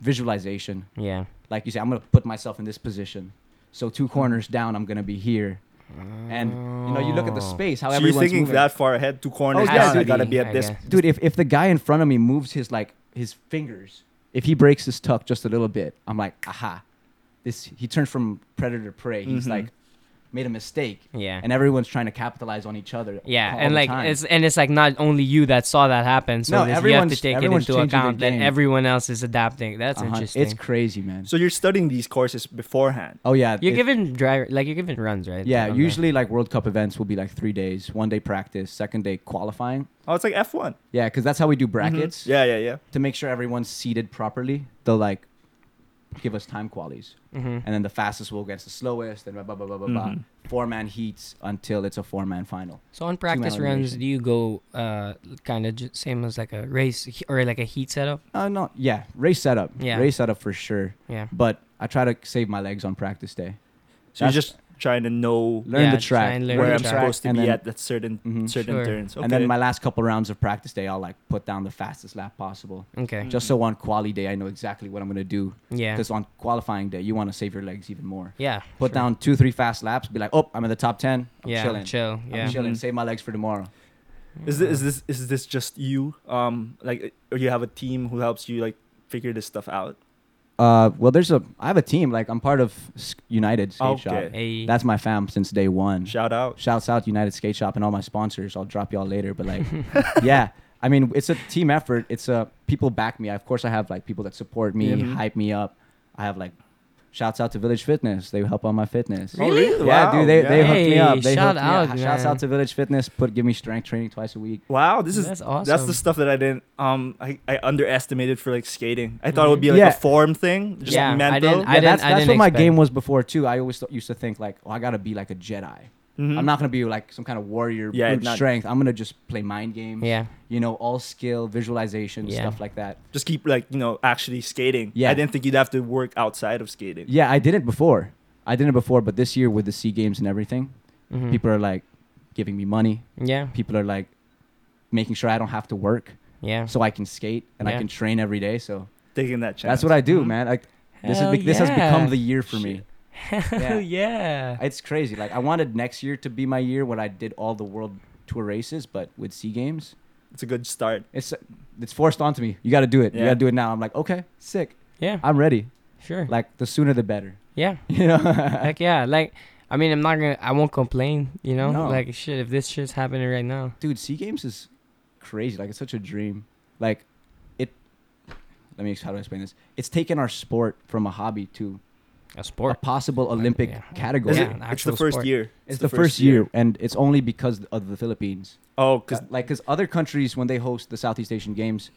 Speaker 3: visualization.
Speaker 1: yeah.
Speaker 3: Like you say, I'm gonna put myself in this position. So two corners down, I'm gonna be here. And you know, you look at the
Speaker 1: Oh.
Speaker 3: space, how
Speaker 2: So you're
Speaker 3: everyone's
Speaker 2: thinking
Speaker 3: moving.
Speaker 2: that far ahead, two corners
Speaker 3: Oh, yeah,
Speaker 2: down. I
Speaker 3: dude.
Speaker 2: gotta be
Speaker 1: I
Speaker 2: at this.
Speaker 1: guess.
Speaker 3: Dude, if, if the guy in front of me moves his like his fingers, if he breaks his tuck just a little bit, I'm like, aha. This he turned from predator to prey. He's
Speaker 1: Mm-hmm.
Speaker 2: Mhm.
Speaker 3: like made a mistake.
Speaker 1: Yeah.
Speaker 3: And everyone's trying to capitalize on each other.
Speaker 1: yeah,
Speaker 3: all
Speaker 1: and
Speaker 3: the
Speaker 1: like
Speaker 3: time.
Speaker 1: it's and it's like not only you that saw that happen, so
Speaker 3: No,
Speaker 1: this- you have to
Speaker 3: everyone's-
Speaker 1: take it
Speaker 3: everyone's
Speaker 1: into
Speaker 3: changing their
Speaker 1: account that
Speaker 3: game.
Speaker 1: everyone else is adapting. That's
Speaker 3: Uh-huh.
Speaker 1: interesting.
Speaker 3: It's crazy, man.
Speaker 2: So you're studying these courses beforehand.
Speaker 3: oh yeah,
Speaker 1: you're
Speaker 3: it-
Speaker 1: giving driver like you're giving runs, right?
Speaker 3: Yeah,
Speaker 1: Okay.
Speaker 3: usually like World Cup events will be like three days: one day practice, second day qualifying.
Speaker 2: Oh, it's like F1.
Speaker 3: Yeah, because that's how we
Speaker 1: Mm-hmm.
Speaker 3: do Mm-hmm. brackets
Speaker 2: Yeah, yeah, yeah.
Speaker 3: to make sure everyone's seated properly. They'll like give us time qualies,
Speaker 1: Mhm.
Speaker 3: and then the fastest will against the slowest, and blah blah blah blah blah. blah.
Speaker 2: Mhm.
Speaker 1: Mm-hmm.
Speaker 3: Four man heats until it's a four man final.
Speaker 1: So on practice runs,
Speaker 3: elimination.
Speaker 1: do you go uh kind of j- same as like a race he- or like a heat setup?
Speaker 3: Uh, no, yeah, race setup,
Speaker 1: Yeah.
Speaker 3: race setup for sure.
Speaker 1: Yeah.
Speaker 3: But I try to save my legs on practice day.
Speaker 2: So you're
Speaker 3: That's-
Speaker 2: just trying to know
Speaker 3: Learn
Speaker 1: Yeah,
Speaker 3: the
Speaker 1: try
Speaker 3: track,
Speaker 1: and learn
Speaker 2: where
Speaker 1: the
Speaker 2: I'm
Speaker 1: track.
Speaker 2: supposed to
Speaker 3: and
Speaker 2: be
Speaker 3: then-
Speaker 2: at that certain
Speaker 3: Mhm.
Speaker 2: certain
Speaker 1: Sure.
Speaker 2: turns. Okay.
Speaker 3: And then my last couple rounds of practice day, I'll like put down the fastest lap possible,
Speaker 1: Okay.
Speaker 3: just so on quali day I know exactly what I'm gonna do.
Speaker 1: Yeah.
Speaker 3: Because on qualifying day, you want to save your legs even more.
Speaker 1: Yeah.
Speaker 3: Put
Speaker 1: sure.
Speaker 3: down two, three fast laps. Be like, oh, I'm in the top ten. I'm
Speaker 1: Yeah.
Speaker 3: chilling.
Speaker 1: Chill.
Speaker 3: I'm
Speaker 1: Yeah. Mm-hmm.
Speaker 3: chilling.
Speaker 2: Mhm.
Speaker 3: Save my legs for tomorrow.
Speaker 2: Is this, is
Speaker 3: Uh-huh.
Speaker 2: this is this just you? Um, like, or you have a team who helps you like figure this stuff out?
Speaker 3: Uh, well, there's a. I have a team. Like I'm part of S- United Skate
Speaker 2: Okay.
Speaker 3: Shop.
Speaker 1: Hey.
Speaker 3: That's my fam since day one.
Speaker 2: Shout out.
Speaker 3: Shouts out United Skate Shop and all my sponsors. I'll drop y'all later, but like, yeah. I mean, it's a team effort. It's a people back me. Of course, I have like people that support me,
Speaker 1: Mm-hmm.
Speaker 2: Mhm.
Speaker 3: hype me up. I have like, shouts out to Village Fitness. They help on my fitness.
Speaker 1: Oh, Really? really?
Speaker 3: Yeah,
Speaker 2: Wow,
Speaker 3: dude. They, they
Speaker 2: yeah.
Speaker 3: hooked me
Speaker 1: Hey,
Speaker 3: up. They
Speaker 1: shout
Speaker 3: hooked me
Speaker 1: out,
Speaker 3: up. Shouts
Speaker 1: man.
Speaker 3: out to Village Fitness. Put give me strength training twice a week.
Speaker 2: Wow, this is
Speaker 1: That's awesome.
Speaker 2: That's the stuff that I didn't. Um, I, I underestimated for like skating. I thought it would be like
Speaker 3: Yeah.
Speaker 2: a form thing, just
Speaker 1: Yeah, I
Speaker 2: mental.
Speaker 1: didn't- I-
Speaker 3: yeah, that's,
Speaker 1: I
Speaker 3: that's
Speaker 1: didn't
Speaker 3: what my
Speaker 1: expect-
Speaker 3: game was before too. I always th- used to think like, oh, I gotta be like a Jedi.
Speaker 2: Mhm.
Speaker 1: Mm-hmm.
Speaker 3: I'm not gonna be like some kind of warrior
Speaker 2: Yeah,
Speaker 3: brute
Speaker 2: not-
Speaker 3: strength. I'm gonna just play mind games.
Speaker 1: Yeah.
Speaker 3: You know, all skill, visualization,
Speaker 1: Yeah.
Speaker 3: stuff like that.
Speaker 2: just keep like you know actually skating.
Speaker 3: Yeah.
Speaker 2: I didn't think you'd have to work outside of skating.
Speaker 3: Yeah, I did it before. I did it before, but this year with the Sea Games and everything,
Speaker 1: Mhm.
Speaker 3: people are like giving me money.
Speaker 1: Yeah.
Speaker 3: People are like making sure I don't have to work
Speaker 1: Yeah.
Speaker 3: so I can skate and I
Speaker 1: Yeah.
Speaker 3: can train every day. So
Speaker 2: Taking that chance.
Speaker 3: that's what I do,
Speaker 1: Mm-hmm.
Speaker 2: Mhm.
Speaker 3: man. Like this
Speaker 1: Hell
Speaker 3: is be- this has
Speaker 1: yeah.
Speaker 3: become the year for me.
Speaker 1: Shit. Hell yeah.
Speaker 3: It's crazy. Like I wanted next year to be my year when I did all the world tour races, but with Sea Games,
Speaker 2: It's a good start.
Speaker 3: it's it's forced onto me. You got to do it. You
Speaker 2: Yeah.
Speaker 3: got to do it now. I'm like, okay, sick.
Speaker 1: Yeah.
Speaker 3: I'm ready.
Speaker 1: Sure.
Speaker 3: Like the sooner the better.
Speaker 1: Yeah.
Speaker 3: You know.
Speaker 1: Heck yeah. Like, I mean, I'm not gonna. I won't complain. You know.
Speaker 3: No.
Speaker 1: Like, shit. If this shit's happening right now.
Speaker 3: dude sea games is crazy like it's such a dream like it let me how do i explain this it's taken our sport from a hobby to
Speaker 1: A
Speaker 3: a
Speaker 1: sport.
Speaker 3: possible olympic
Speaker 1: yeah.
Speaker 3: category
Speaker 2: Is
Speaker 1: Yeah, an
Speaker 2: it- it's the
Speaker 1: actual
Speaker 2: first
Speaker 1: sport.
Speaker 2: year.
Speaker 3: it's, the, first year. and it's only because of the philippines
Speaker 2: Oh, because
Speaker 3: because like because other countries when they host the southeast asian games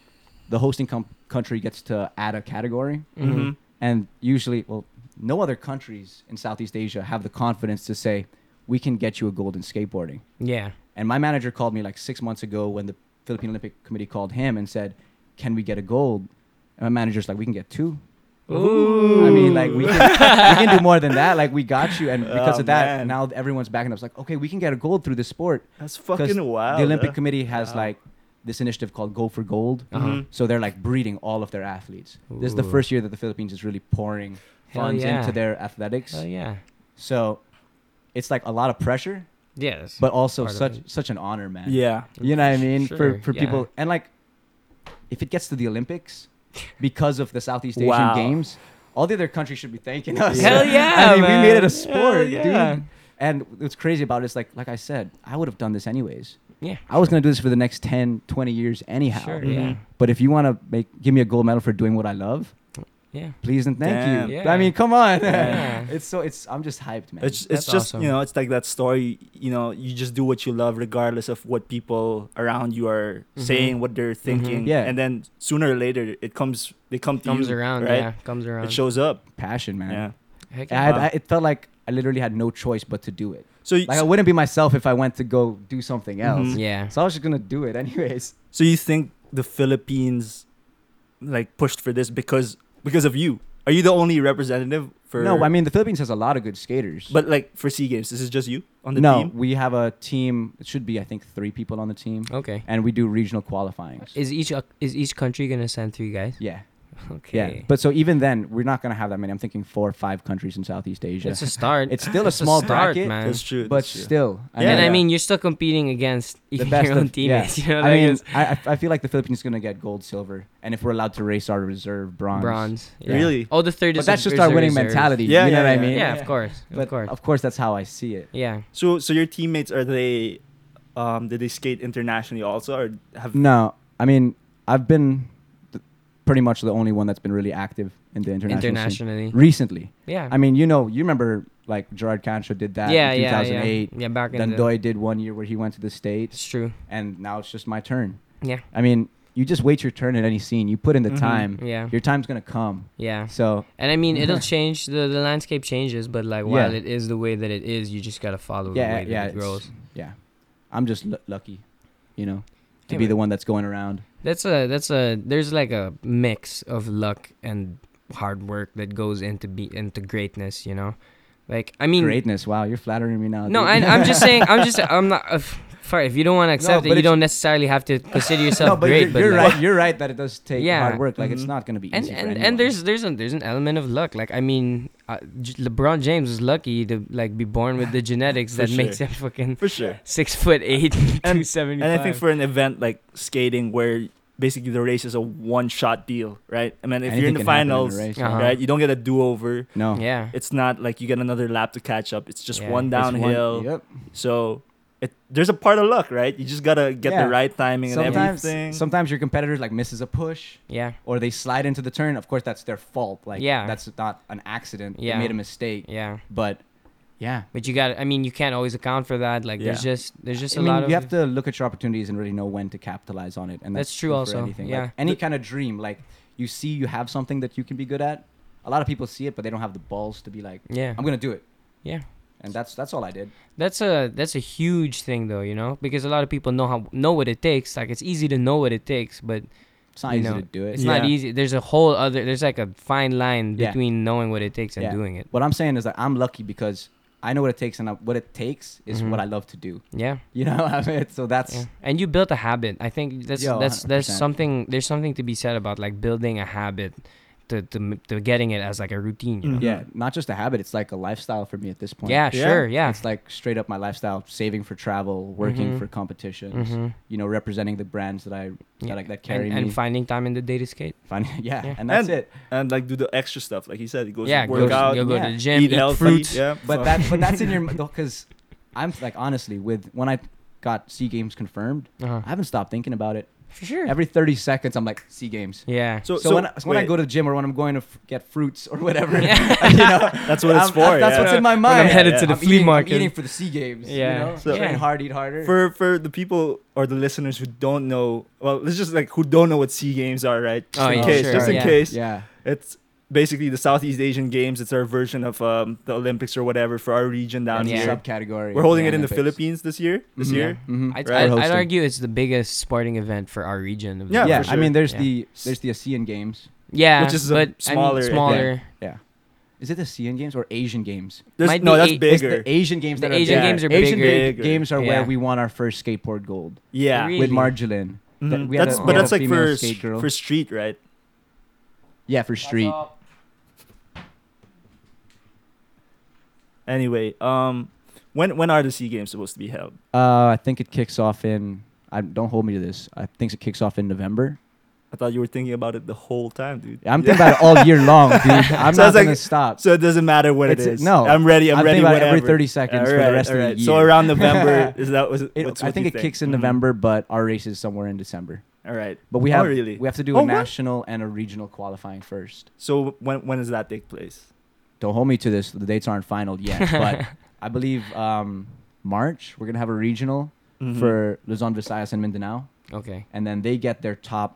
Speaker 3: the hosting com- country gets to add a category
Speaker 1: Mm-hmm.
Speaker 2: hmm
Speaker 3: and usually well no other countries in southeast asia have the confidence to say we can get you a gold in skateboarding
Speaker 1: Yeah.
Speaker 3: And my manager called me like six months ago when the Philippine Olympic Committee called him and said, "Can we get a gold?" And my manager's like, "We can get two.
Speaker 1: Ooh.
Speaker 3: I mean, like we can, we can do more than that. Like we got you." And because
Speaker 2: Oh,
Speaker 3: of that,
Speaker 2: man.
Speaker 3: now everyone's backing up. It's like, okay, we can get a gold through the sport.
Speaker 2: that's
Speaker 3: Mm-hmm. 'Cause
Speaker 2: fucking wild.
Speaker 3: The Olympic
Speaker 2: huh?
Speaker 3: Committee has
Speaker 2: Oh, Wow.
Speaker 3: like this initiative called Go for Gold.
Speaker 1: Uh-huh.
Speaker 2: Mhm.
Speaker 3: So they're like breeding all of their athletes. This is the
Speaker 1: Ooh.
Speaker 3: first year that the Philippines is really pouring
Speaker 1: Hell
Speaker 3: funds
Speaker 1: yeah.
Speaker 3: into their athletics.
Speaker 1: Hell yeah.
Speaker 3: So it's like a lot of pressure,
Speaker 1: Yes.
Speaker 3: but also
Speaker 1: Part of
Speaker 3: such
Speaker 1: it.
Speaker 3: such an honor, man.
Speaker 2: Yeah.
Speaker 3: You know what
Speaker 1: For
Speaker 3: I mean?
Speaker 1: sure,
Speaker 3: for for
Speaker 1: yeah.
Speaker 3: people and like if it gets to the Olympics because of the Southeast Asian
Speaker 2: Wow.
Speaker 3: games, all the other countries should be thanking us.
Speaker 1: Hell yeah,
Speaker 3: I mean,
Speaker 1: man.
Speaker 3: we made it
Speaker 1: Hell
Speaker 3: a sport,
Speaker 1: yeah.
Speaker 3: dude. And what's crazy about it is like like I said, I would have done this anyways.
Speaker 1: yeah.
Speaker 3: I was going to do this for the next 10, 20 years anyhow.
Speaker 1: Sure.
Speaker 2: Mhm.
Speaker 3: But if you want to make give me a gold medal for doing what I love,
Speaker 1: Yeah. Yeah.
Speaker 3: please and thank you.
Speaker 1: Damn. Yeah.
Speaker 3: I mean, come on.
Speaker 1: Yeah.
Speaker 3: it's so it's I'm just hyped, man.
Speaker 2: It's it's
Speaker 1: That's
Speaker 2: just
Speaker 1: awesome.
Speaker 2: you know it's like that story you know you just do what you love regardless of what people around you are
Speaker 1: Mhm.
Speaker 2: saying what they're thinking
Speaker 3: Yeah.
Speaker 2: and then sooner or later it comes they come to
Speaker 1: Comes
Speaker 2: you
Speaker 1: around.
Speaker 2: right
Speaker 1: Yeah. Comes around.
Speaker 2: it shows up
Speaker 3: passion, man.
Speaker 2: yeah
Speaker 1: Heck
Speaker 3: I
Speaker 1: yeah.
Speaker 3: had,
Speaker 2: Wow.
Speaker 3: I, it felt like I literally had no choice but to do it.
Speaker 2: so you,
Speaker 3: Like I wouldn't be myself if I went to go do something else.
Speaker 2: Mhm.
Speaker 1: yeah.
Speaker 3: So I was just gonna do it anyways.
Speaker 2: so you think the Philippines like pushed for this because because of you are you the only representative for
Speaker 3: no, I mean the Philippines has a lot of good skaters.
Speaker 2: but like for Sea Games this is just you on the
Speaker 3: no,
Speaker 2: team
Speaker 3: we have a team. It should be I think three people on the team,
Speaker 1: Okay.
Speaker 3: and we do regional qualifying.
Speaker 1: Is each uh, is each country gonna send three guys?
Speaker 3: Yeah,
Speaker 1: Okay.
Speaker 3: yeah. But so even then, we're not gonna have that many. I'm thinking four or five countries in Southeast Asia.
Speaker 1: it's a start.
Speaker 3: It's still a small
Speaker 1: start,
Speaker 3: bracket,
Speaker 1: man.
Speaker 2: that's true
Speaker 3: but
Speaker 2: that's true.
Speaker 3: still,
Speaker 2: Yeah,
Speaker 1: and I
Speaker 2: yeah.
Speaker 1: mean, you're still competing against
Speaker 3: the
Speaker 1: your
Speaker 3: best
Speaker 1: own
Speaker 3: of- yeah.
Speaker 1: teammates. You know,
Speaker 3: I
Speaker 1: like
Speaker 3: mean,
Speaker 1: it's
Speaker 3: I, I- I feel like the Philippines is gonna get gold, silver, and if we're allowed to race our reserve, bronze.
Speaker 1: bronze. yeah.
Speaker 2: Really?
Speaker 1: Oh, the third
Speaker 3: But
Speaker 1: is.
Speaker 3: that's
Speaker 1: the-
Speaker 3: just
Speaker 1: is
Speaker 3: our
Speaker 1: the
Speaker 3: winning
Speaker 1: reserve.
Speaker 3: mentality.
Speaker 2: Yeah,
Speaker 3: you know
Speaker 2: yeah,
Speaker 3: what I
Speaker 2: yeah.
Speaker 3: mean?
Speaker 1: Yeah, of course.
Speaker 3: But
Speaker 1: of course.
Speaker 3: of course, that's how I see it.
Speaker 1: Yeah.
Speaker 2: so so your teammates are they um did they skate internationally also or have
Speaker 3: No, I mean I've been th- pretty much the only one that's been really active in the international scene
Speaker 1: Internationally.
Speaker 3: recently.
Speaker 1: Yeah.
Speaker 3: I mean, you know, you remember like Gerard Cancho did that
Speaker 1: yeah,
Speaker 3: in
Speaker 1: yeah,
Speaker 3: 2008.
Speaker 1: yeah. Yeah, back in the.
Speaker 3: Dandoy did one year where he went to the
Speaker 1: It's
Speaker 3: states,
Speaker 1: true.
Speaker 3: and now it's just my turn.
Speaker 1: Yeah.
Speaker 3: I mean, you just wait your turn in any scene. You put in the
Speaker 2: Mhm.
Speaker 3: time.
Speaker 1: Mm-hmm. Yeah.
Speaker 3: Your time's gonna come.
Speaker 1: Yeah.
Speaker 3: So
Speaker 1: And I mean, it'll
Speaker 3: Yeah.
Speaker 1: change. The, the landscape changes, but like
Speaker 3: Yeah.
Speaker 1: while it is the way that it is, you just gotta follow the
Speaker 3: yeah,
Speaker 1: way that
Speaker 3: yeah,
Speaker 1: it
Speaker 3: it's-
Speaker 1: grows.
Speaker 3: yeah. I'm just l- lucky, you know, to
Speaker 1: Hey,
Speaker 3: be
Speaker 1: man.
Speaker 3: the one that's going around.
Speaker 1: That's a that's a there's like a mix of luck and hard work that goes into be into greatness. You know, like I mean,
Speaker 3: Greatness. Wow, you're flattering me now.
Speaker 1: no, I,
Speaker 3: dude.
Speaker 1: I'm just saying. I'm just. I'm not. Uh, f- Fair. If you don't want to accept
Speaker 3: but
Speaker 1: it, you
Speaker 3: it's-
Speaker 1: don't necessarily have to consider yourself
Speaker 3: no, but
Speaker 1: great.
Speaker 3: you're,
Speaker 1: but
Speaker 3: you're
Speaker 1: like-
Speaker 3: right. You're right that it does take
Speaker 1: Yeah. Mm-hmm.
Speaker 3: hard work. Like it's
Speaker 2: Mhm.
Speaker 3: not gonna be easy.
Speaker 1: And
Speaker 3: for
Speaker 1: and,
Speaker 3: anyone.
Speaker 1: and there's there's an there's an element of luck. Like I mean, uh, J- LeBron James was lucky to like be born with the genetics
Speaker 2: For
Speaker 1: that makes
Speaker 2: sure.
Speaker 1: him fucking
Speaker 2: for sure.
Speaker 1: six foot eight, two
Speaker 2: And-
Speaker 1: seventy
Speaker 2: And
Speaker 1: five.
Speaker 2: I think for an event like skating, where basically the race is a one-shot deal, right? I mean, if you're in
Speaker 3: Anything
Speaker 2: the
Speaker 3: can happen in a
Speaker 2: finals,
Speaker 3: race,
Speaker 1: Uh-huh.
Speaker 3: yeah.
Speaker 2: right, you don't get a do-over.
Speaker 3: No.
Speaker 1: yeah,
Speaker 2: It's not like you get another lap to catch up. It's just
Speaker 1: Yeah.
Speaker 2: one
Speaker 3: It's one-
Speaker 2: downhill.
Speaker 3: yep.
Speaker 2: So it, there's a part of luck, right? You just gotta get
Speaker 3: Yeah.
Speaker 2: the right timing and everything.
Speaker 3: Sometimes, sometimes your competitor like misses a push
Speaker 1: yeah,
Speaker 3: or they slide into the turn. Of course, that's their fault. Like
Speaker 1: Yeah.
Speaker 3: that's not an accident.
Speaker 1: Yeah.
Speaker 3: They made a mistake.
Speaker 1: yeah.
Speaker 3: But yeah,
Speaker 1: But you got. I mean, you can't always account for that. Like there's
Speaker 2: Yeah.
Speaker 1: just there's just
Speaker 3: I
Speaker 1: a lot
Speaker 3: mean,
Speaker 1: of
Speaker 3: you have to look at your opportunities and really know when to capitalize on it. And that's,
Speaker 1: That's true
Speaker 3: good for
Speaker 1: also,
Speaker 3: anything. Like,
Speaker 1: yeah.
Speaker 3: any
Speaker 2: The-
Speaker 3: kind of dream, like you see, you have something that you can be good at. A lot of people see it, but they don't have the balls to be like,
Speaker 1: yeah.
Speaker 3: I'm gonna do it.
Speaker 1: Yeah.
Speaker 3: And that's that's all I did.
Speaker 1: That's a that's a huge thing though, you know, because a lot of people know how know what it takes. Like it's easy to know what it takes, but
Speaker 3: It's not
Speaker 1: You
Speaker 3: easy
Speaker 1: know,
Speaker 3: to do it.
Speaker 1: it's not
Speaker 2: Yeah.
Speaker 1: easy. There's a whole other. There's like a fine line
Speaker 3: Yeah.
Speaker 1: between knowing what it takes and
Speaker 3: Yeah.
Speaker 1: doing it.
Speaker 3: What I'm saying is that I'm lucky because I know what it takes, and I, what it takes is
Speaker 1: Mhm.
Speaker 3: what I love to do.
Speaker 1: Yeah.
Speaker 3: You know, I mean, so that's
Speaker 1: Yeah. And you built a habit. I think that's
Speaker 3: Yo,
Speaker 1: that's that's
Speaker 3: 100%.
Speaker 1: something. There's something to be said about like building a habit, to to, m- to getting it as like a routine. You know?
Speaker 2: Mhm.
Speaker 3: yeah, not just a habit. It's like a lifestyle for me at this point.
Speaker 1: Mm-hmm. Yeah,
Speaker 2: Yeah.
Speaker 1: Sure. Yeah.
Speaker 3: it's like straight up my lifestyle, saving for travel, working
Speaker 1: Mhm.
Speaker 3: for competitions,
Speaker 1: Mm-hmm.
Speaker 3: you know, representing the brands that I that, I, that carry
Speaker 1: and,
Speaker 3: me.
Speaker 1: and finding time in the day to skate.
Speaker 3: Find- yeah,
Speaker 1: Yeah.
Speaker 3: and that's
Speaker 2: And-
Speaker 3: it.
Speaker 2: and like do the extra stuff, like he said, he goes
Speaker 1: yeah.
Speaker 2: yeah,
Speaker 1: Go,
Speaker 2: work out,
Speaker 1: go, go to
Speaker 3: yeah.
Speaker 1: the gym. Eat,
Speaker 2: eat healthy.
Speaker 1: fruits.
Speaker 2: Yeah,
Speaker 3: But that but that's in your because I'm like honestly with when I got Sea Games confirmed,
Speaker 1: Uh-huh.
Speaker 3: I haven't stopped thinking about it.
Speaker 1: For sure.
Speaker 3: Every 30 seconds, I'm like Sea Games.
Speaker 1: yeah.
Speaker 3: So, when, I, so when I go to the gym or when I'm going to f- get fruits or whatever,
Speaker 1: Yeah.
Speaker 3: you know,
Speaker 2: that's what it's
Speaker 3: I'm-
Speaker 2: for.
Speaker 3: That's
Speaker 2: yeah.
Speaker 3: what's in my
Speaker 1: When
Speaker 3: mind.
Speaker 1: I'm headed to
Speaker 2: yeah.
Speaker 1: the
Speaker 3: I'm
Speaker 1: flea
Speaker 3: eating, I'm
Speaker 1: market.
Speaker 3: eating for the Sea Games.
Speaker 1: Yeah.
Speaker 3: You know?
Speaker 2: So-
Speaker 3: Train hard, eat harder.
Speaker 2: for for the people or the listeners who don't know. Well, let's just like who don't know what sea games are, right? Just
Speaker 1: Oh,
Speaker 2: in
Speaker 1: yeah,
Speaker 2: case,
Speaker 1: sure,
Speaker 2: just in
Speaker 1: yeah.
Speaker 2: case,
Speaker 3: yeah.
Speaker 2: it's basically the Southeast Asian Games. It's our version of um, the Olympics or whatever for our region
Speaker 1: Yeah.
Speaker 2: down
Speaker 3: yeah.
Speaker 2: here.
Speaker 3: subcategory.
Speaker 2: We're holding it in the Philippines this year. This
Speaker 1: Mhm.
Speaker 2: year,
Speaker 3: hmm
Speaker 1: I'd,
Speaker 2: Right.
Speaker 1: I'd, I'd
Speaker 3: Hosting.
Speaker 1: argue it's the biggest sporting event for our region. of the
Speaker 2: Yeah,
Speaker 3: Yeah,
Speaker 1: world.
Speaker 2: for
Speaker 3: I
Speaker 2: sure.
Speaker 3: mean, there's
Speaker 1: Yeah.
Speaker 3: the there's the ASEAN Games.
Speaker 1: yeah,
Speaker 2: Which is a
Speaker 1: but, I mean,
Speaker 2: smaller event.
Speaker 1: smaller.
Speaker 3: Is it the ASEAN Games or Asian Games?
Speaker 2: there's,
Speaker 1: Might
Speaker 2: no,
Speaker 1: be
Speaker 2: that's
Speaker 1: eight-
Speaker 3: It's
Speaker 2: bigger.
Speaker 3: the Asian Games.
Speaker 1: The
Speaker 3: that
Speaker 1: Asian
Speaker 3: are big.
Speaker 1: games are
Speaker 3: Asian
Speaker 1: bigger.
Speaker 3: big games are
Speaker 1: Yeah.
Speaker 3: where we won our first skateboard gold
Speaker 2: yeah,
Speaker 1: Really?
Speaker 3: with Marjolin.
Speaker 2: Mhm.
Speaker 3: That- we had
Speaker 2: that's
Speaker 1: a- we
Speaker 2: but
Speaker 1: had
Speaker 2: that's
Speaker 1: a
Speaker 2: like
Speaker 3: female
Speaker 2: for
Speaker 3: skate
Speaker 2: s-
Speaker 3: girl.
Speaker 2: for street, right?
Speaker 3: Yeah, for street.
Speaker 2: Anyway, um, when when are the sea games supposed to be held?
Speaker 3: Uh, I think it kicks off in. I don't hold me to this. I think it kicks off in November.
Speaker 2: I thought you were thinking about it the whole time, dude.
Speaker 3: I'm thinking about it all year long, dude. I'm
Speaker 2: So I
Speaker 3: not
Speaker 2: was like-
Speaker 3: gonna stop.
Speaker 2: So it doesn't matter when it
Speaker 3: It's-
Speaker 2: is.
Speaker 3: no.
Speaker 2: I'm ready. I'm,
Speaker 3: I'm
Speaker 2: ready.
Speaker 3: thinking about it
Speaker 2: whenever.
Speaker 3: every 30 seconds for the
Speaker 2: Alright,
Speaker 3: rest of the
Speaker 2: alright. So
Speaker 3: year.
Speaker 2: around November is that was.
Speaker 3: It-
Speaker 2: what's,
Speaker 3: I
Speaker 2: what
Speaker 3: think
Speaker 2: you
Speaker 3: it kicks in
Speaker 2: Mhm.
Speaker 3: November, but our race is somewhere in December.
Speaker 2: All right.
Speaker 3: But we
Speaker 2: Oh,
Speaker 3: have
Speaker 2: really?
Speaker 3: we have to do
Speaker 2: Oh,
Speaker 3: a
Speaker 2: what?
Speaker 3: national and a regional qualifying first.
Speaker 2: So when when does that take place?
Speaker 3: Don't hold me to this. The dates aren't final yet, but I believe um, March we're gonna have a regional
Speaker 2: Mhm.
Speaker 3: for Luzon, Visayas, and Mindanao,
Speaker 1: Okay.
Speaker 3: and then they get their top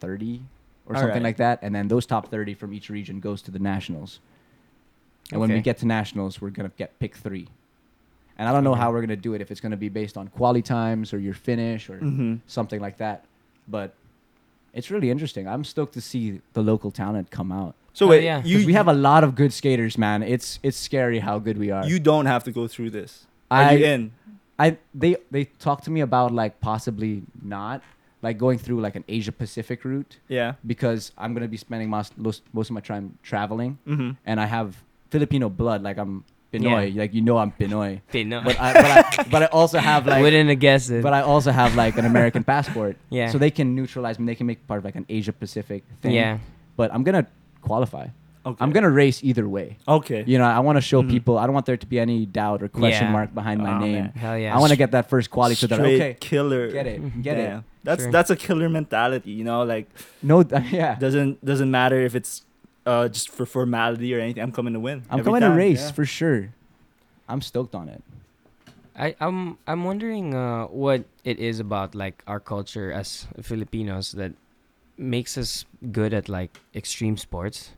Speaker 3: thirty or
Speaker 2: All
Speaker 3: something
Speaker 2: right.
Speaker 3: like that, and then those top thirty from each region goes to the nationals. And when
Speaker 1: Okay.
Speaker 3: we get to nationals, we're gonna get pick three. And I don't know
Speaker 1: Okay.
Speaker 3: how we're gonna do it if it's gonna be based on quality times or your finish or
Speaker 1: Mm-hmm.
Speaker 2: Mhm.
Speaker 3: something like that. But it's really interesting. I'm stoked to see the local talent come out.
Speaker 2: So
Speaker 1: Oh,
Speaker 2: wait,
Speaker 1: yeah.
Speaker 3: 'Cause
Speaker 2: you
Speaker 3: we have a lot of good skaters, man. It's it's scary how good we are.
Speaker 2: you don't have to go through this. Are
Speaker 3: I
Speaker 2: you in?
Speaker 3: I they they talked to me about like possibly not like going through like an Asia Pacific route
Speaker 2: Yeah.
Speaker 3: because I'm gonna be spending most most most of my time traveling
Speaker 2: hmm
Speaker 3: and I have Filipino blood. Like I'm Pinoy. Like you know I'm Pinoy.
Speaker 1: They know.
Speaker 3: But I but I, but I also have like
Speaker 1: Wouldn't have guessed it.
Speaker 3: but I also have like an American passport.
Speaker 1: Yeah.
Speaker 3: So they can neutralize me. They can make part of like an Asia Pacific thing.
Speaker 1: yeah.
Speaker 3: But I'm gonna qualify.
Speaker 2: Okay.
Speaker 3: I'm gonna race either way.
Speaker 2: Okay.
Speaker 3: You know, I want to show
Speaker 2: Mhm.
Speaker 3: people. I don't want there to be any doubt or question
Speaker 1: Mm-hmm. Yeah.
Speaker 3: mark behind my
Speaker 2: Aw,
Speaker 3: name.
Speaker 2: man.
Speaker 1: Hell yeah.
Speaker 3: I want to get that first quality so that
Speaker 2: Straight
Speaker 3: okay,
Speaker 2: killer.
Speaker 3: get it, get
Speaker 2: yeah.
Speaker 3: it.
Speaker 2: That's
Speaker 1: Sure.
Speaker 2: that's a killer mentality. You know, like
Speaker 3: No, th- yeah,
Speaker 2: doesn't doesn't matter if it's uh just for formality or anything. I'm coming to win.
Speaker 3: I'm
Speaker 2: every
Speaker 3: coming to
Speaker 2: time,
Speaker 3: race
Speaker 2: yeah.
Speaker 3: for sure. I'm stoked on it.
Speaker 1: I, I'm I'm wondering uh, what it is about like our culture as Filipinos that makes us good at like extreme sports.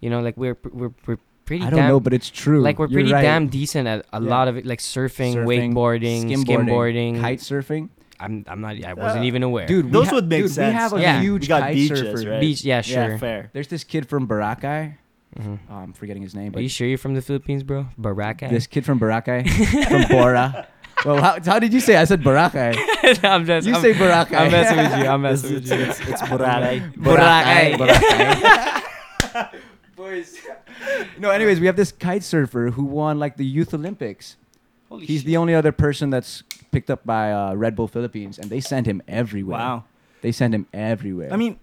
Speaker 1: You know, like we're pr- we're we're pretty.
Speaker 3: I don't
Speaker 1: damn,
Speaker 3: know, but it's true.
Speaker 1: like we're
Speaker 3: You're
Speaker 1: pretty
Speaker 3: right.
Speaker 1: damn decent at a
Speaker 3: Yeah.
Speaker 1: lot of it, like surfing,
Speaker 3: Surfing,
Speaker 1: wakeboarding, skimboarding.
Speaker 3: kite surfing,
Speaker 1: I'm I'm not. I wasn't
Speaker 2: Uh,
Speaker 1: even aware.
Speaker 3: dude. we
Speaker 2: Those
Speaker 3: ha-
Speaker 2: would make
Speaker 3: dude,
Speaker 2: sense.
Speaker 3: We have a
Speaker 1: Yeah.
Speaker 3: huge
Speaker 2: We got
Speaker 3: kite
Speaker 2: beaches,
Speaker 3: surfer.
Speaker 2: right?
Speaker 1: beach. Yeah, sure.
Speaker 2: Yeah, fair.
Speaker 3: There's this kid from Boracay.
Speaker 1: Mhm.
Speaker 3: Oh, I'm forgetting his name,
Speaker 1: Are
Speaker 3: but
Speaker 1: you sure you're from the Philippines, bro? Baraka.
Speaker 3: this kid from Boracay, from Bora, Well, how, how did you say? I said Barakai.
Speaker 1: I'm just,
Speaker 3: You
Speaker 1: I'm,
Speaker 3: say Barakai.
Speaker 1: I'm messing with you. I'm messing with you.
Speaker 2: It's, it's Boracay.
Speaker 1: Boracay.
Speaker 3: Boracay. Boys. No, anyways, we have this kite surfer who won like the Youth Olympics.
Speaker 1: Holy
Speaker 3: He's the only other person that's picked up by uh, Red Bull Philippines, and they send him
Speaker 2: Wow.
Speaker 3: everywhere. They send him everywhere.
Speaker 2: I mean,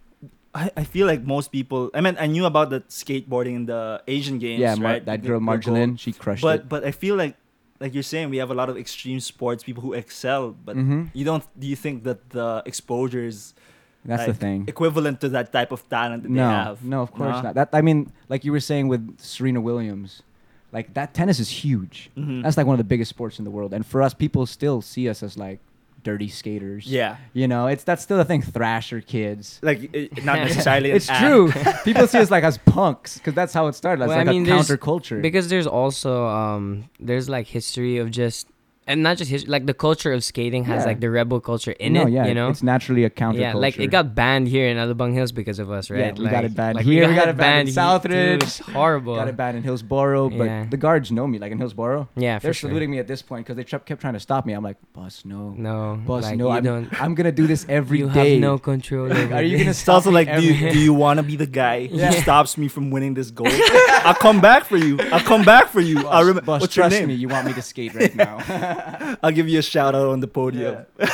Speaker 2: I, I feel like most people. I mean, I knew about the skateboarding in the Asian Games,
Speaker 3: yeah, Mar-
Speaker 2: right?
Speaker 3: that
Speaker 2: The-
Speaker 3: girl
Speaker 2: the
Speaker 3: Marjolin, she crushed
Speaker 2: But
Speaker 3: it.
Speaker 2: but I feel like, like you're saying, we have a lot of extreme sports people who excel. But
Speaker 3: Mhm.
Speaker 2: you don't. Do you think that the exposure is
Speaker 3: That's
Speaker 2: like,
Speaker 3: the thing.
Speaker 2: equivalent to that type of talent that
Speaker 3: no,
Speaker 2: they have?
Speaker 3: no, of course
Speaker 2: Nah?
Speaker 3: not. That I mean, like you were saying with Serena Williams, like that tennis is huge.
Speaker 2: Mhm.
Speaker 3: That's like one of the biggest sports in the world, and for us, people still see us as like dirty skaters.
Speaker 2: Yeah,
Speaker 3: You know, it's that's still a thing. Thrasher kids.
Speaker 2: like it, not necessarily. an
Speaker 3: It's
Speaker 2: act.
Speaker 3: true. People see us like as punks because that's how it started. That's
Speaker 1: Well, I
Speaker 3: like
Speaker 1: mean,
Speaker 3: a
Speaker 1: there's-
Speaker 3: counterculture.
Speaker 1: because there's also um there's like history of just and not just history like the culture of skating has
Speaker 3: Yeah.
Speaker 1: like the rebel culture in
Speaker 3: no,
Speaker 1: it
Speaker 3: yeah,
Speaker 1: you know
Speaker 3: it's naturally a counterculture.
Speaker 1: yeah like it got banned here in Alabang Hills because of us right
Speaker 3: Yeah, we
Speaker 1: like,
Speaker 3: got it banned here, we got it banned in
Speaker 1: here, dude,
Speaker 3: Southridge.
Speaker 1: it's horrible
Speaker 3: got it bad in Hillsboro, but
Speaker 1: Yeah.
Speaker 3: the guards know me. Like in Hillsboro,
Speaker 1: yeah for
Speaker 3: they're
Speaker 1: sure
Speaker 3: saluting me at this point because they kept kept trying to stop me. I'm like, boss, no,
Speaker 1: no
Speaker 3: boss,
Speaker 1: like,
Speaker 3: no,
Speaker 1: you
Speaker 3: I'm,
Speaker 1: don't
Speaker 3: I'm gonna do this every day.
Speaker 1: you have no control
Speaker 3: Like,
Speaker 1: over
Speaker 3: are you gonna
Speaker 1: this.
Speaker 2: It's also
Speaker 3: stop me
Speaker 2: like, do you,
Speaker 3: every-
Speaker 2: do you want to be the guy who
Speaker 1: Yeah.
Speaker 2: stops me from winning this gold? I'll come back for you. I'll come back for you. I'll
Speaker 3: Boss,
Speaker 2: remember.
Speaker 3: boss,
Speaker 2: What's your
Speaker 3: trust
Speaker 2: name?
Speaker 3: me, you want me to skate right now.
Speaker 2: I'll give you a shout out on the podium.
Speaker 3: That's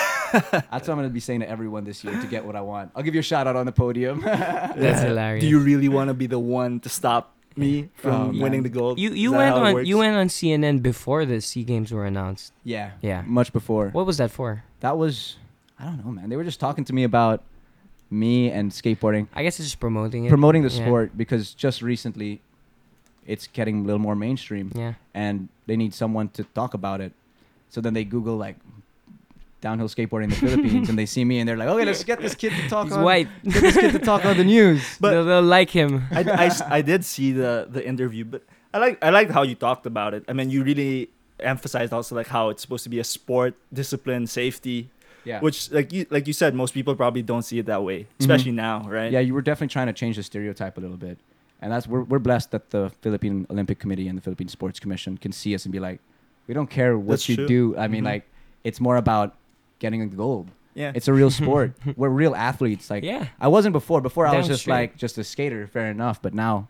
Speaker 3: what I'm gonna be saying to everyone this year to get what I want. I'll give you a shout out on the podium.
Speaker 1: that's hilarious
Speaker 2: Do you really want to be the one to stop me from
Speaker 3: Oh,
Speaker 2: winning
Speaker 3: man.
Speaker 2: the gold?
Speaker 1: you,
Speaker 2: Is
Speaker 1: you
Speaker 2: that
Speaker 1: went
Speaker 2: how it
Speaker 1: on
Speaker 2: works?
Speaker 1: you went on CNN before the Sea Games were announced
Speaker 3: yeah,
Speaker 1: yeah
Speaker 3: much before.
Speaker 1: what was that for
Speaker 3: That was, I don't know, man. They were just talking to me about me and skateboarding,
Speaker 1: I guess it's just promoting it
Speaker 3: promoting the
Speaker 1: Yeah.
Speaker 3: sport because just recently, it's getting a little more mainstream,
Speaker 1: yeah
Speaker 3: and they need someone to talk about it. So then they Google like downhill skateboarding in the Philippines, and they see me, and they're like, "Okay, let's get this kid to talk
Speaker 1: he's
Speaker 3: on
Speaker 1: white
Speaker 3: get this kid to talk on the news."
Speaker 2: But-
Speaker 1: they'll, they'll like him
Speaker 2: I, I s- I did see the the interview, but I like I liked how you talked about it. I mean, you really emphasized also like how it's supposed to be a sport, discipline, safety,
Speaker 3: Yeah,
Speaker 2: which like you like you said, most people probably don't see it that way,
Speaker 1: Mm-hmm.
Speaker 2: especially now, right?
Speaker 3: yeah, you were definitely trying to change the stereotype a little bit, and that's we're we're blessed that the Philippine Olympic Committee and the Philippine Sports Commission can see us and be like, we don't care what
Speaker 2: That's
Speaker 3: you
Speaker 2: true.
Speaker 3: do. I
Speaker 1: Mm-hmm.
Speaker 3: mean,
Speaker 2: Mhm.
Speaker 3: like, it's more about getting a gold.
Speaker 2: yeah.
Speaker 3: It's a real sport. we're real athletes. Like,
Speaker 1: yeah
Speaker 3: I wasn't before. Before I was
Speaker 1: Damn
Speaker 3: just
Speaker 1: straight.
Speaker 3: like just a skater. Fair enough, but now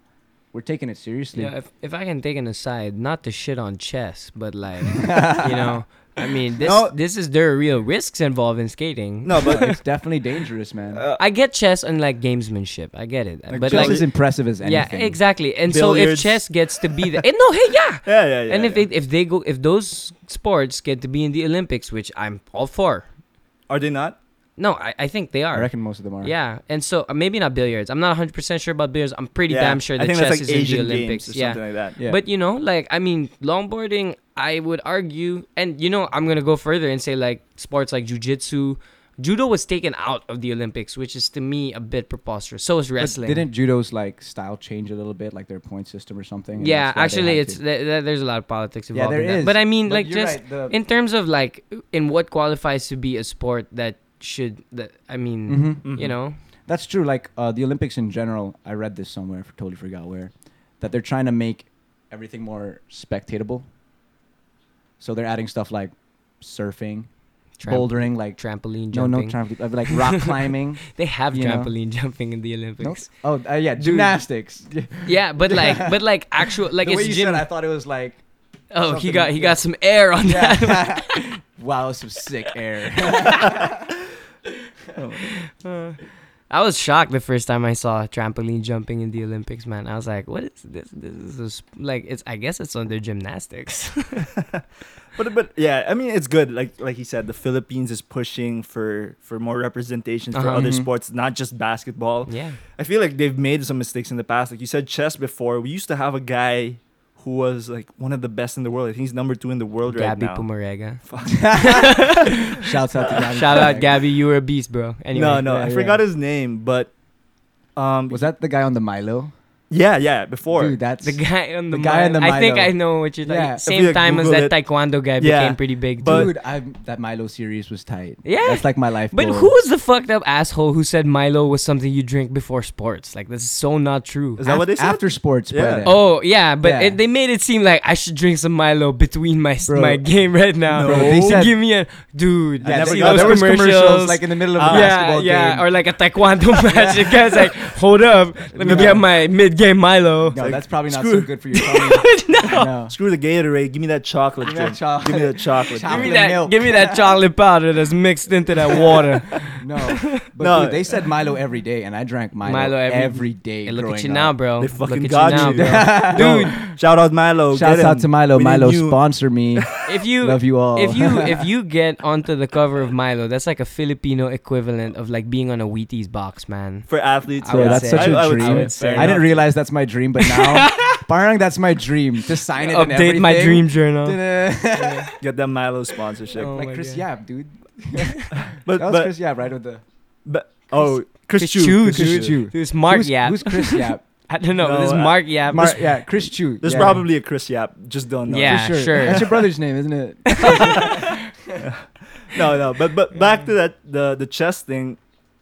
Speaker 3: we're taking it seriously.
Speaker 1: Yeah, if, if I can take an aside, not to shit on chess, but like, you know, I mean, this
Speaker 2: No.
Speaker 1: this is there are real risks involved in skating.
Speaker 2: no, but
Speaker 3: it's definitely dangerous, man.
Speaker 2: Uh,
Speaker 1: I get chess and like gamesmanship. I get it,
Speaker 2: Like
Speaker 1: but
Speaker 3: Just
Speaker 1: like,
Speaker 2: Billi-
Speaker 3: as impressive as
Speaker 1: yeah,
Speaker 3: anything.
Speaker 1: exactly. And so if
Speaker 2: Billiards.
Speaker 1: chess gets to be the, and no, hey, yeah.
Speaker 2: yeah, yeah, yeah.
Speaker 1: and if
Speaker 2: yeah.
Speaker 1: they if they go if those sports get to be in the Olympics, which I'm all for.
Speaker 2: are they not?
Speaker 1: No, I, I think they are.
Speaker 3: I reckon most of them are.
Speaker 1: Yeah, and so uh, maybe not billiards. I'm not 100 percent sure about billiards. I'm pretty
Speaker 2: Yeah.
Speaker 1: damn sure that
Speaker 2: I think
Speaker 1: chess
Speaker 2: that's
Speaker 1: is
Speaker 2: like Asian
Speaker 1: in the Olympics.
Speaker 2: Games or
Speaker 1: yeah,
Speaker 2: something like that.
Speaker 3: yeah.
Speaker 1: But you know, like I mean, longboarding, I would argue, and you know, I'm gonna go further and say like sports like jujitsu, judo was taken out of the Olympics, which is to me a bit preposterous. So is
Speaker 3: But
Speaker 1: wrestling.
Speaker 3: didn't judo's like style change a little bit, like their point system or something? and
Speaker 1: yeah,
Speaker 3: that's why
Speaker 1: actually,
Speaker 3: they had
Speaker 1: it's
Speaker 3: to?
Speaker 1: th- th- there's a lot of politics
Speaker 3: Yeah,
Speaker 1: involved.
Speaker 3: there
Speaker 1: in that.
Speaker 3: is.
Speaker 1: But I mean,
Speaker 3: But
Speaker 1: like
Speaker 3: you're
Speaker 1: just
Speaker 3: right, the-
Speaker 1: in terms of like in what qualifies to be a sport that should that I mean,
Speaker 3: Mhm.
Speaker 1: you know,
Speaker 3: That's true. Like uh, the Olympics in general, I read this somewhere, f- totally forgot where, that they're trying to make everything more spectatable. So they're adding stuff like surfing,
Speaker 1: tram-
Speaker 3: bouldering, like
Speaker 1: trampoline
Speaker 3: no,
Speaker 1: jumping.
Speaker 3: no, trampoline, uh, like rock climbing.
Speaker 1: they have
Speaker 3: you know.
Speaker 1: trampoline jumping in the
Speaker 3: no?
Speaker 1: Olympics.
Speaker 3: Oh uh, yeah, gymnastics.
Speaker 1: Yeah, but like, but like actual like
Speaker 3: the way
Speaker 1: it's
Speaker 3: you
Speaker 1: gym.
Speaker 3: said, I thought it was like
Speaker 1: Oh, he
Speaker 3: Something
Speaker 1: got
Speaker 3: like-
Speaker 1: he
Speaker 3: yeah.
Speaker 1: got some air on that. one.
Speaker 3: yeah. wow, some sick air.
Speaker 1: I was shocked the first time I saw trampoline jumping in the Olympics, man. I was like, "What is this? This is a sp- like it's. I guess it's under gymnastics."
Speaker 2: But but yeah, I mean it's good. Like like he said, the Philippines is pushing for for more representation for
Speaker 1: Uh-huh.
Speaker 2: other
Speaker 3: Mhm.
Speaker 2: sports, not just basketball.
Speaker 1: yeah,
Speaker 2: I feel like they've made some mistakes in the past. Like you said, chess before. We used to have a guy who was like one of the best in the world. I think he's number two in the world right
Speaker 1: Gabby
Speaker 2: now.
Speaker 1: Pumarega.
Speaker 3: Shouts out to Gabby.
Speaker 1: Shout out,
Speaker 3: Patek.
Speaker 1: Gabby. You were a beast, bro. Anyway,
Speaker 2: no, no,
Speaker 3: yeah,
Speaker 2: I
Speaker 3: yeah.
Speaker 2: forgot his name, but um,
Speaker 3: Was that the guy on the Milo?
Speaker 2: Yeah, yeah. Before
Speaker 3: Dude, that's
Speaker 1: The guy on the,
Speaker 3: The guy on
Speaker 1: Milo-
Speaker 3: the
Speaker 1: I think
Speaker 3: Milo.
Speaker 1: I know what you're talking.
Speaker 3: Yeah.
Speaker 1: about.
Speaker 3: If
Speaker 1: Same
Speaker 2: you, like,
Speaker 1: time as
Speaker 2: Google
Speaker 1: that
Speaker 2: it-
Speaker 1: taekwondo guy
Speaker 2: Yeah.
Speaker 1: became pretty big.
Speaker 2: But-
Speaker 1: too.
Speaker 3: dude. I that Milo series was tight.
Speaker 1: Yeah.
Speaker 3: that's like my life.
Speaker 1: But
Speaker 3: goal.
Speaker 1: who was the fucked up asshole who said Milo was something you drink before sports? Like this is so not true.
Speaker 2: Is that what they said?
Speaker 3: After sports,
Speaker 2: Yeah.
Speaker 3: brother.
Speaker 1: Oh yeah, but
Speaker 3: Yeah.
Speaker 1: It, they made it seem like I should drink some Milo between my
Speaker 3: Bro.
Speaker 1: my game right now.
Speaker 2: Bro,
Speaker 3: they said-
Speaker 1: give me a dude.
Speaker 2: I
Speaker 1: I
Speaker 3: yeah,
Speaker 2: never
Speaker 1: see
Speaker 2: got-
Speaker 1: those
Speaker 3: there was
Speaker 1: commercials,
Speaker 3: like in the middle of a
Speaker 2: Ah.
Speaker 1: yeah,
Speaker 3: basketball
Speaker 1: yeah,
Speaker 3: game.
Speaker 1: or like a taekwondo match. The guy's like, hold up, let me
Speaker 3: No.
Speaker 1: get my mid game Milo.
Speaker 3: no,
Speaker 2: like,
Speaker 3: that's probably not
Speaker 2: screw-
Speaker 3: so good for your tummy. no.
Speaker 2: Screw the Gatorade. Give me that chocolate
Speaker 3: Give me
Speaker 2: drink.
Speaker 3: that chocolate.
Speaker 2: Give me that chocolate.
Speaker 3: Chocolate.
Speaker 1: Give me
Speaker 2: drink.
Speaker 3: the
Speaker 1: that,
Speaker 3: milk.
Speaker 1: give me that chocolate powder that's mixed into that water.
Speaker 3: No, but
Speaker 2: No.
Speaker 3: dude, they said Milo every day, and I drank Milo,
Speaker 1: Milo every-
Speaker 3: every day.
Speaker 1: Hey, look at
Speaker 3: growing
Speaker 1: you now,
Speaker 3: up.
Speaker 1: bro.
Speaker 2: They
Speaker 1: look at
Speaker 2: fucking
Speaker 1: you
Speaker 2: got
Speaker 1: now,
Speaker 2: you,
Speaker 1: bro.
Speaker 2: dude. Shout out Milo.
Speaker 3: Shouts
Speaker 2: Get
Speaker 3: out
Speaker 2: him.
Speaker 3: to Milo.
Speaker 2: We need
Speaker 3: Milo,
Speaker 2: you.
Speaker 3: sponsor me.
Speaker 1: If you
Speaker 3: Love you all.
Speaker 1: if you if you get onto the cover of Milo, that's like a Filipino equivalent of like being on a Wheaties box, man.
Speaker 2: for athletes.
Speaker 3: I would
Speaker 2: yeah.
Speaker 3: that's say- such a
Speaker 2: I- I would
Speaker 3: dream.
Speaker 2: say-
Speaker 3: I
Speaker 1: would say-
Speaker 2: fair
Speaker 3: I didn't
Speaker 2: enough.
Speaker 3: realize that's my dream, but now, Barang, that's my dream to sign it. and
Speaker 1: Update my
Speaker 3: everything.
Speaker 1: dream journal.
Speaker 3: Da-da.
Speaker 2: get that Milo sponsorship.
Speaker 1: Oh
Speaker 3: like
Speaker 1: my
Speaker 3: Chris
Speaker 1: God.
Speaker 3: Yap, dude.
Speaker 2: but
Speaker 3: That was
Speaker 2: but,
Speaker 3: Chris Yap, right? With the
Speaker 2: but oh, Chris,
Speaker 1: Chris
Speaker 2: Chu.
Speaker 1: Chu,
Speaker 2: Chris
Speaker 1: dude.
Speaker 2: Chu.
Speaker 1: Dude, it's Mark
Speaker 3: who's,
Speaker 1: Yap.
Speaker 3: Who's Chris Yap?
Speaker 1: I don't know.
Speaker 2: No, uh,
Speaker 1: this is
Speaker 2: I-
Speaker 1: Mark Yap.
Speaker 3: Mar- yeah, Chris Chu.
Speaker 2: There's
Speaker 3: yeah.
Speaker 2: probably a Chris Yap. Just don't know.
Speaker 1: Yeah,
Speaker 3: For
Speaker 1: sure.
Speaker 3: That's your brother's name, isn't it?
Speaker 2: no, no. But but back to that the the chess thing.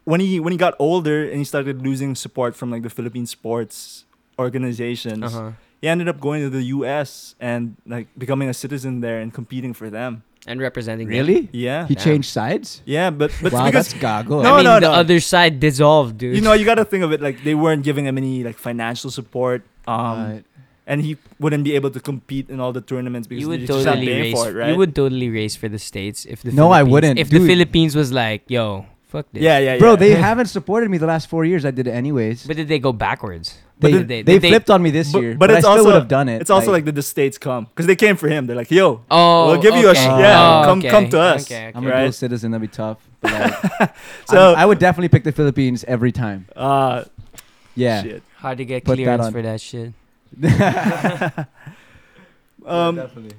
Speaker 2: When he when he got older and he started losing support from like the Philippine sports organizations,
Speaker 1: uh-huh.
Speaker 2: he ended up going to the U.S. and like becoming a citizen there and competing for them.
Speaker 1: And representing them.
Speaker 3: Really?
Speaker 2: Yeah,
Speaker 3: He
Speaker 1: Damn.
Speaker 3: changed sides.
Speaker 2: yeah. But but
Speaker 3: wow,
Speaker 2: because
Speaker 3: that's gago.
Speaker 1: I
Speaker 2: No,
Speaker 1: mean,
Speaker 2: no,
Speaker 1: the
Speaker 2: no.
Speaker 1: other side dissolved, dude.
Speaker 2: you know you got to think of it like they weren't giving him any like financial support. Um,
Speaker 3: Right.
Speaker 2: and he wouldn't be able to compete in all the tournaments because
Speaker 1: you would
Speaker 2: he's just not
Speaker 1: totally
Speaker 2: paying
Speaker 1: race.
Speaker 2: for it, right?
Speaker 1: You would totally race for the states if the
Speaker 3: No, I
Speaker 1: Philippines-
Speaker 3: wouldn't,
Speaker 1: If the
Speaker 3: dude.
Speaker 1: Philippines was like, yo, fuck this.
Speaker 2: yeah, yeah, yeah.
Speaker 3: Bro, they haven't supported me the last four years. I did it anyways.
Speaker 1: But did they go backwards?
Speaker 3: they,
Speaker 1: Did
Speaker 3: they, flipped on me this
Speaker 2: But-
Speaker 3: year,
Speaker 2: but it's
Speaker 3: but, I still
Speaker 2: also-
Speaker 3: would have done it.
Speaker 2: It's also like, did the states come because they came for him. They're like, yo,
Speaker 1: Oh,
Speaker 2: we'll give you a sh-
Speaker 1: okay.
Speaker 2: yeah.
Speaker 1: Oh,
Speaker 2: come
Speaker 1: okay.
Speaker 2: come to us.
Speaker 1: Okay, okay.
Speaker 3: I'm a
Speaker 2: right?
Speaker 3: dual citizen. That'd be tough. But like,
Speaker 2: So-
Speaker 3: so I would definitely pick the Philippines every time.
Speaker 2: Uh,
Speaker 3: Yeah.
Speaker 2: shit.
Speaker 1: Hard to get
Speaker 3: Put that
Speaker 1: clearance
Speaker 3: on.
Speaker 1: for that shit.
Speaker 2: Um,
Speaker 3: definitely.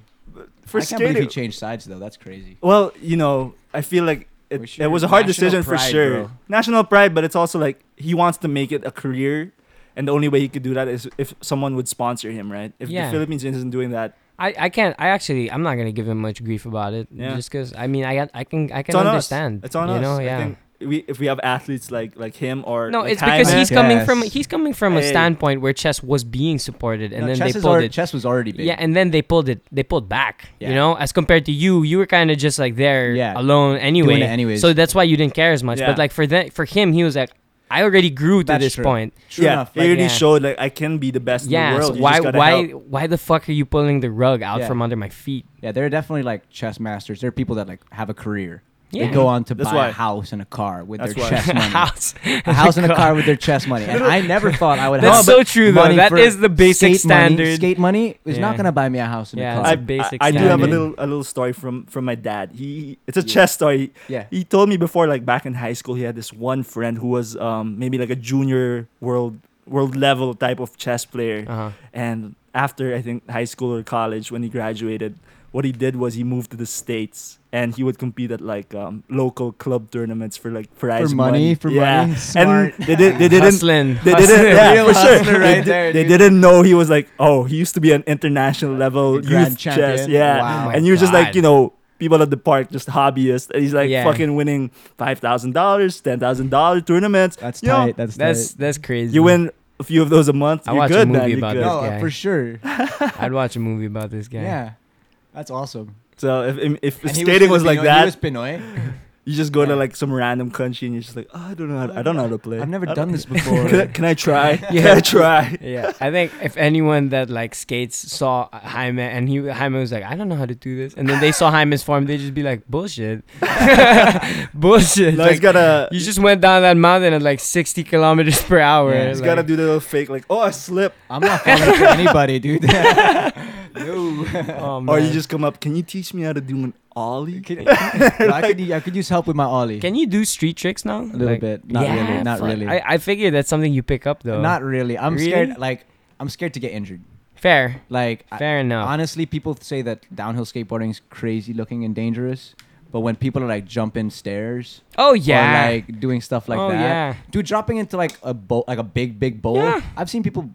Speaker 2: for
Speaker 3: I can't believe
Speaker 2: skating,
Speaker 3: he changed sides though. That's crazy.
Speaker 2: well, you know, I feel like
Speaker 3: We
Speaker 2: it,
Speaker 3: should-
Speaker 2: it was a hard
Speaker 3: national
Speaker 2: decision for
Speaker 3: pride,
Speaker 2: sure.
Speaker 3: bro.
Speaker 2: National pride, but it's also like he wants to make it a career, and the only way he could do that is if someone would sponsor him, right? If
Speaker 1: Yeah.
Speaker 2: the Philippines isn't doing that,
Speaker 1: I, I can't. I actually I'm not gonna give him much grief about it.
Speaker 2: Yeah.
Speaker 1: Just because I mean I got I can I
Speaker 2: it's
Speaker 1: can
Speaker 2: on
Speaker 1: understand.
Speaker 2: us. It's on
Speaker 1: you
Speaker 2: us.
Speaker 1: know,
Speaker 2: I
Speaker 1: yeah.
Speaker 2: think we if we have athletes like like him or
Speaker 1: no,
Speaker 2: like
Speaker 1: it's because
Speaker 2: Hyman-
Speaker 1: he's coming from
Speaker 3: Yes.
Speaker 1: he's coming from a
Speaker 2: Hey.
Speaker 1: standpoint where chess was being supported, and
Speaker 3: No,
Speaker 1: then
Speaker 3: chess,
Speaker 1: they
Speaker 3: is
Speaker 1: pulled
Speaker 3: alre-
Speaker 1: it.
Speaker 3: chess was already big.
Speaker 1: Yeah, and then they pulled it. They pulled back. You
Speaker 3: Yeah.
Speaker 1: know, as compared to you, you were kind of just like there
Speaker 3: Yeah.
Speaker 1: alone anyway.
Speaker 3: Doing it anyways.
Speaker 1: So that's why you didn't care as much.
Speaker 2: Yeah.
Speaker 1: But like for that, for him, he was like, I already grew to
Speaker 3: That's
Speaker 1: this
Speaker 3: true.
Speaker 1: point.
Speaker 3: True
Speaker 2: yeah,
Speaker 3: enough.
Speaker 2: he
Speaker 3: like,
Speaker 2: already
Speaker 1: yeah.
Speaker 2: showed like I can be the best in
Speaker 1: yeah.
Speaker 2: the
Speaker 1: so
Speaker 2: world. You
Speaker 1: why
Speaker 2: just gotta
Speaker 1: why
Speaker 2: help.
Speaker 1: why the fuck are you pulling the rug out
Speaker 3: Yeah.
Speaker 1: from under my feet?
Speaker 3: yeah, there are definitely like chess masters. There are people that like have a career.
Speaker 1: Yeah.
Speaker 3: They go on to
Speaker 2: That's
Speaker 3: buy
Speaker 2: why.
Speaker 3: a house and a car with
Speaker 2: That's
Speaker 3: their
Speaker 2: why.
Speaker 3: chess money.
Speaker 1: House.
Speaker 3: a house and a car with their chess money. And I never thought I would
Speaker 1: That's
Speaker 3: have
Speaker 1: so true, though.
Speaker 3: money
Speaker 1: That
Speaker 3: for
Speaker 1: is the basic
Speaker 3: skate money.
Speaker 1: standard.
Speaker 3: Skate money is
Speaker 1: Yeah.
Speaker 3: not gonna buy me a house and
Speaker 1: Yeah,
Speaker 3: a car.
Speaker 1: it's
Speaker 2: I,
Speaker 1: a basic
Speaker 2: I, I do have a
Speaker 3: standard.
Speaker 2: little a little story from from my dad. He it's a chess story.
Speaker 3: yeah.
Speaker 2: He told me before, like back in high school, he had this one friend who was um, maybe like a junior world world level type of chess player.
Speaker 3: Uh.
Speaker 1: Uh-huh.
Speaker 2: And after I think high school or college, when he graduated, what he did was he moved to the states and he would compete at like um, local club tournaments for like prize
Speaker 3: For money, for
Speaker 2: yeah.
Speaker 3: money.
Speaker 2: And
Speaker 3: Smart.
Speaker 2: they, did, they didn't
Speaker 1: Hustling.
Speaker 2: they
Speaker 1: Hustling.
Speaker 2: didn't, yeah,
Speaker 3: Real
Speaker 2: for sure.
Speaker 3: hustler
Speaker 2: they,
Speaker 3: right
Speaker 2: di-
Speaker 3: there,
Speaker 2: they
Speaker 3: dude.
Speaker 2: didn't know he was like, oh, he used to be an international level
Speaker 3: Grand
Speaker 2: youth
Speaker 3: champion.
Speaker 2: chess, yeah.
Speaker 3: Wow. Oh my
Speaker 2: and you're just like,
Speaker 1: God.
Speaker 2: you know, people at the park, just hobbyists. And he's like
Speaker 1: Yeah.
Speaker 2: fucking winning five thousand dollars, ten thousand dollar tournaments.
Speaker 3: That's
Speaker 2: You know,
Speaker 3: tight. that's
Speaker 1: That's
Speaker 3: tight.
Speaker 1: that's crazy.
Speaker 2: You win a few of those a month.
Speaker 1: Mm-hmm. I
Speaker 2: you're
Speaker 1: watched a
Speaker 2: good,
Speaker 1: movie
Speaker 2: man. You're
Speaker 1: about
Speaker 2: good.
Speaker 1: this
Speaker 3: no,
Speaker 1: guy.
Speaker 3: uh, for sure.
Speaker 1: I'd watch a movie about this guy.
Speaker 3: Yeah, that's awesome.
Speaker 2: So if if, if
Speaker 3: And he
Speaker 2: skating was, like
Speaker 3: Filipino-
Speaker 2: that,
Speaker 3: He was Pinoy.
Speaker 2: you just go to
Speaker 3: Yeah.
Speaker 2: like some random country and you're just like, oh, I don't know, how, I don't know how to play.
Speaker 3: I've never
Speaker 2: I don't-
Speaker 3: done this before.
Speaker 2: Can I, can I try?
Speaker 1: Yeah.
Speaker 2: Can I try?
Speaker 1: Yeah, I think if anyone that like skates saw Jaime and he Jaime was like, I don't know how to do this, and then they saw Jaime's form, they'd just be like, bullshit, bullshit.
Speaker 2: No, he's
Speaker 1: Like,
Speaker 2: gotta
Speaker 1: you just went down that mountain at like 60 kilometers per hour.
Speaker 3: Yeah,
Speaker 2: he's
Speaker 1: like-
Speaker 2: gotta do the little fake like, oh, I slip,
Speaker 3: I'm not falling for anybody, dude. no.
Speaker 1: Oh,
Speaker 2: or you
Speaker 1: man.
Speaker 2: just come up. Can you teach me how to do an ollie?
Speaker 3: Can- Bro, I, could, I could use help with my ollie.
Speaker 1: Can you do street tricks now? A
Speaker 3: little bit. Not really, not really.
Speaker 1: I, I figure that's something you pick up though.
Speaker 3: not really. I'm scared.
Speaker 1: Really?
Speaker 3: Like I'm scared to get injured.
Speaker 1: fair.
Speaker 3: Like I-
Speaker 1: Fair enough.
Speaker 3: honestly, people say that downhill skateboarding is crazy looking and dangerous. But when people are like jumping stairs
Speaker 1: oh yeah.
Speaker 3: or like doing stuff like
Speaker 1: oh
Speaker 3: that,
Speaker 1: yeah.
Speaker 3: dude, dropping into like a bowl, like a big, big bowl.
Speaker 1: Yeah.
Speaker 3: I've seen people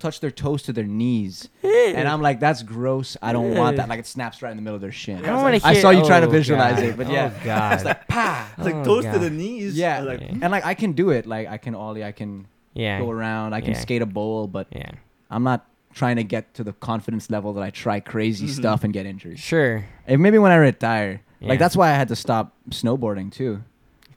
Speaker 3: touch their toes to their knees, and I'm like, that's gross. I don't want that. Like it snaps right in the middle of their shin.
Speaker 1: I don't want to
Speaker 3: I
Speaker 1: hear.
Speaker 3: saw you trying to
Speaker 1: oh,
Speaker 3: visualize
Speaker 1: God.
Speaker 3: it, but yeah.
Speaker 1: Oh God.
Speaker 3: It's like pa.
Speaker 2: It's like
Speaker 1: Oh,
Speaker 2: toes to
Speaker 1: God.
Speaker 2: the knees.
Speaker 3: Yeah.
Speaker 2: I was
Speaker 1: Yeah.
Speaker 2: Like,
Speaker 3: And like I can do it. Like I can ollie. I can
Speaker 1: yeah.
Speaker 3: go around. I can
Speaker 1: Yeah.
Speaker 3: skate a bowl, but
Speaker 1: Yeah.
Speaker 3: I'm not trying to get to the confidence level that I try crazy
Speaker 2: Mhm.
Speaker 3: stuff and get injured.
Speaker 1: Sure.
Speaker 3: And maybe when I retire,
Speaker 1: Yeah.
Speaker 3: like that's why I had to stop snowboarding too.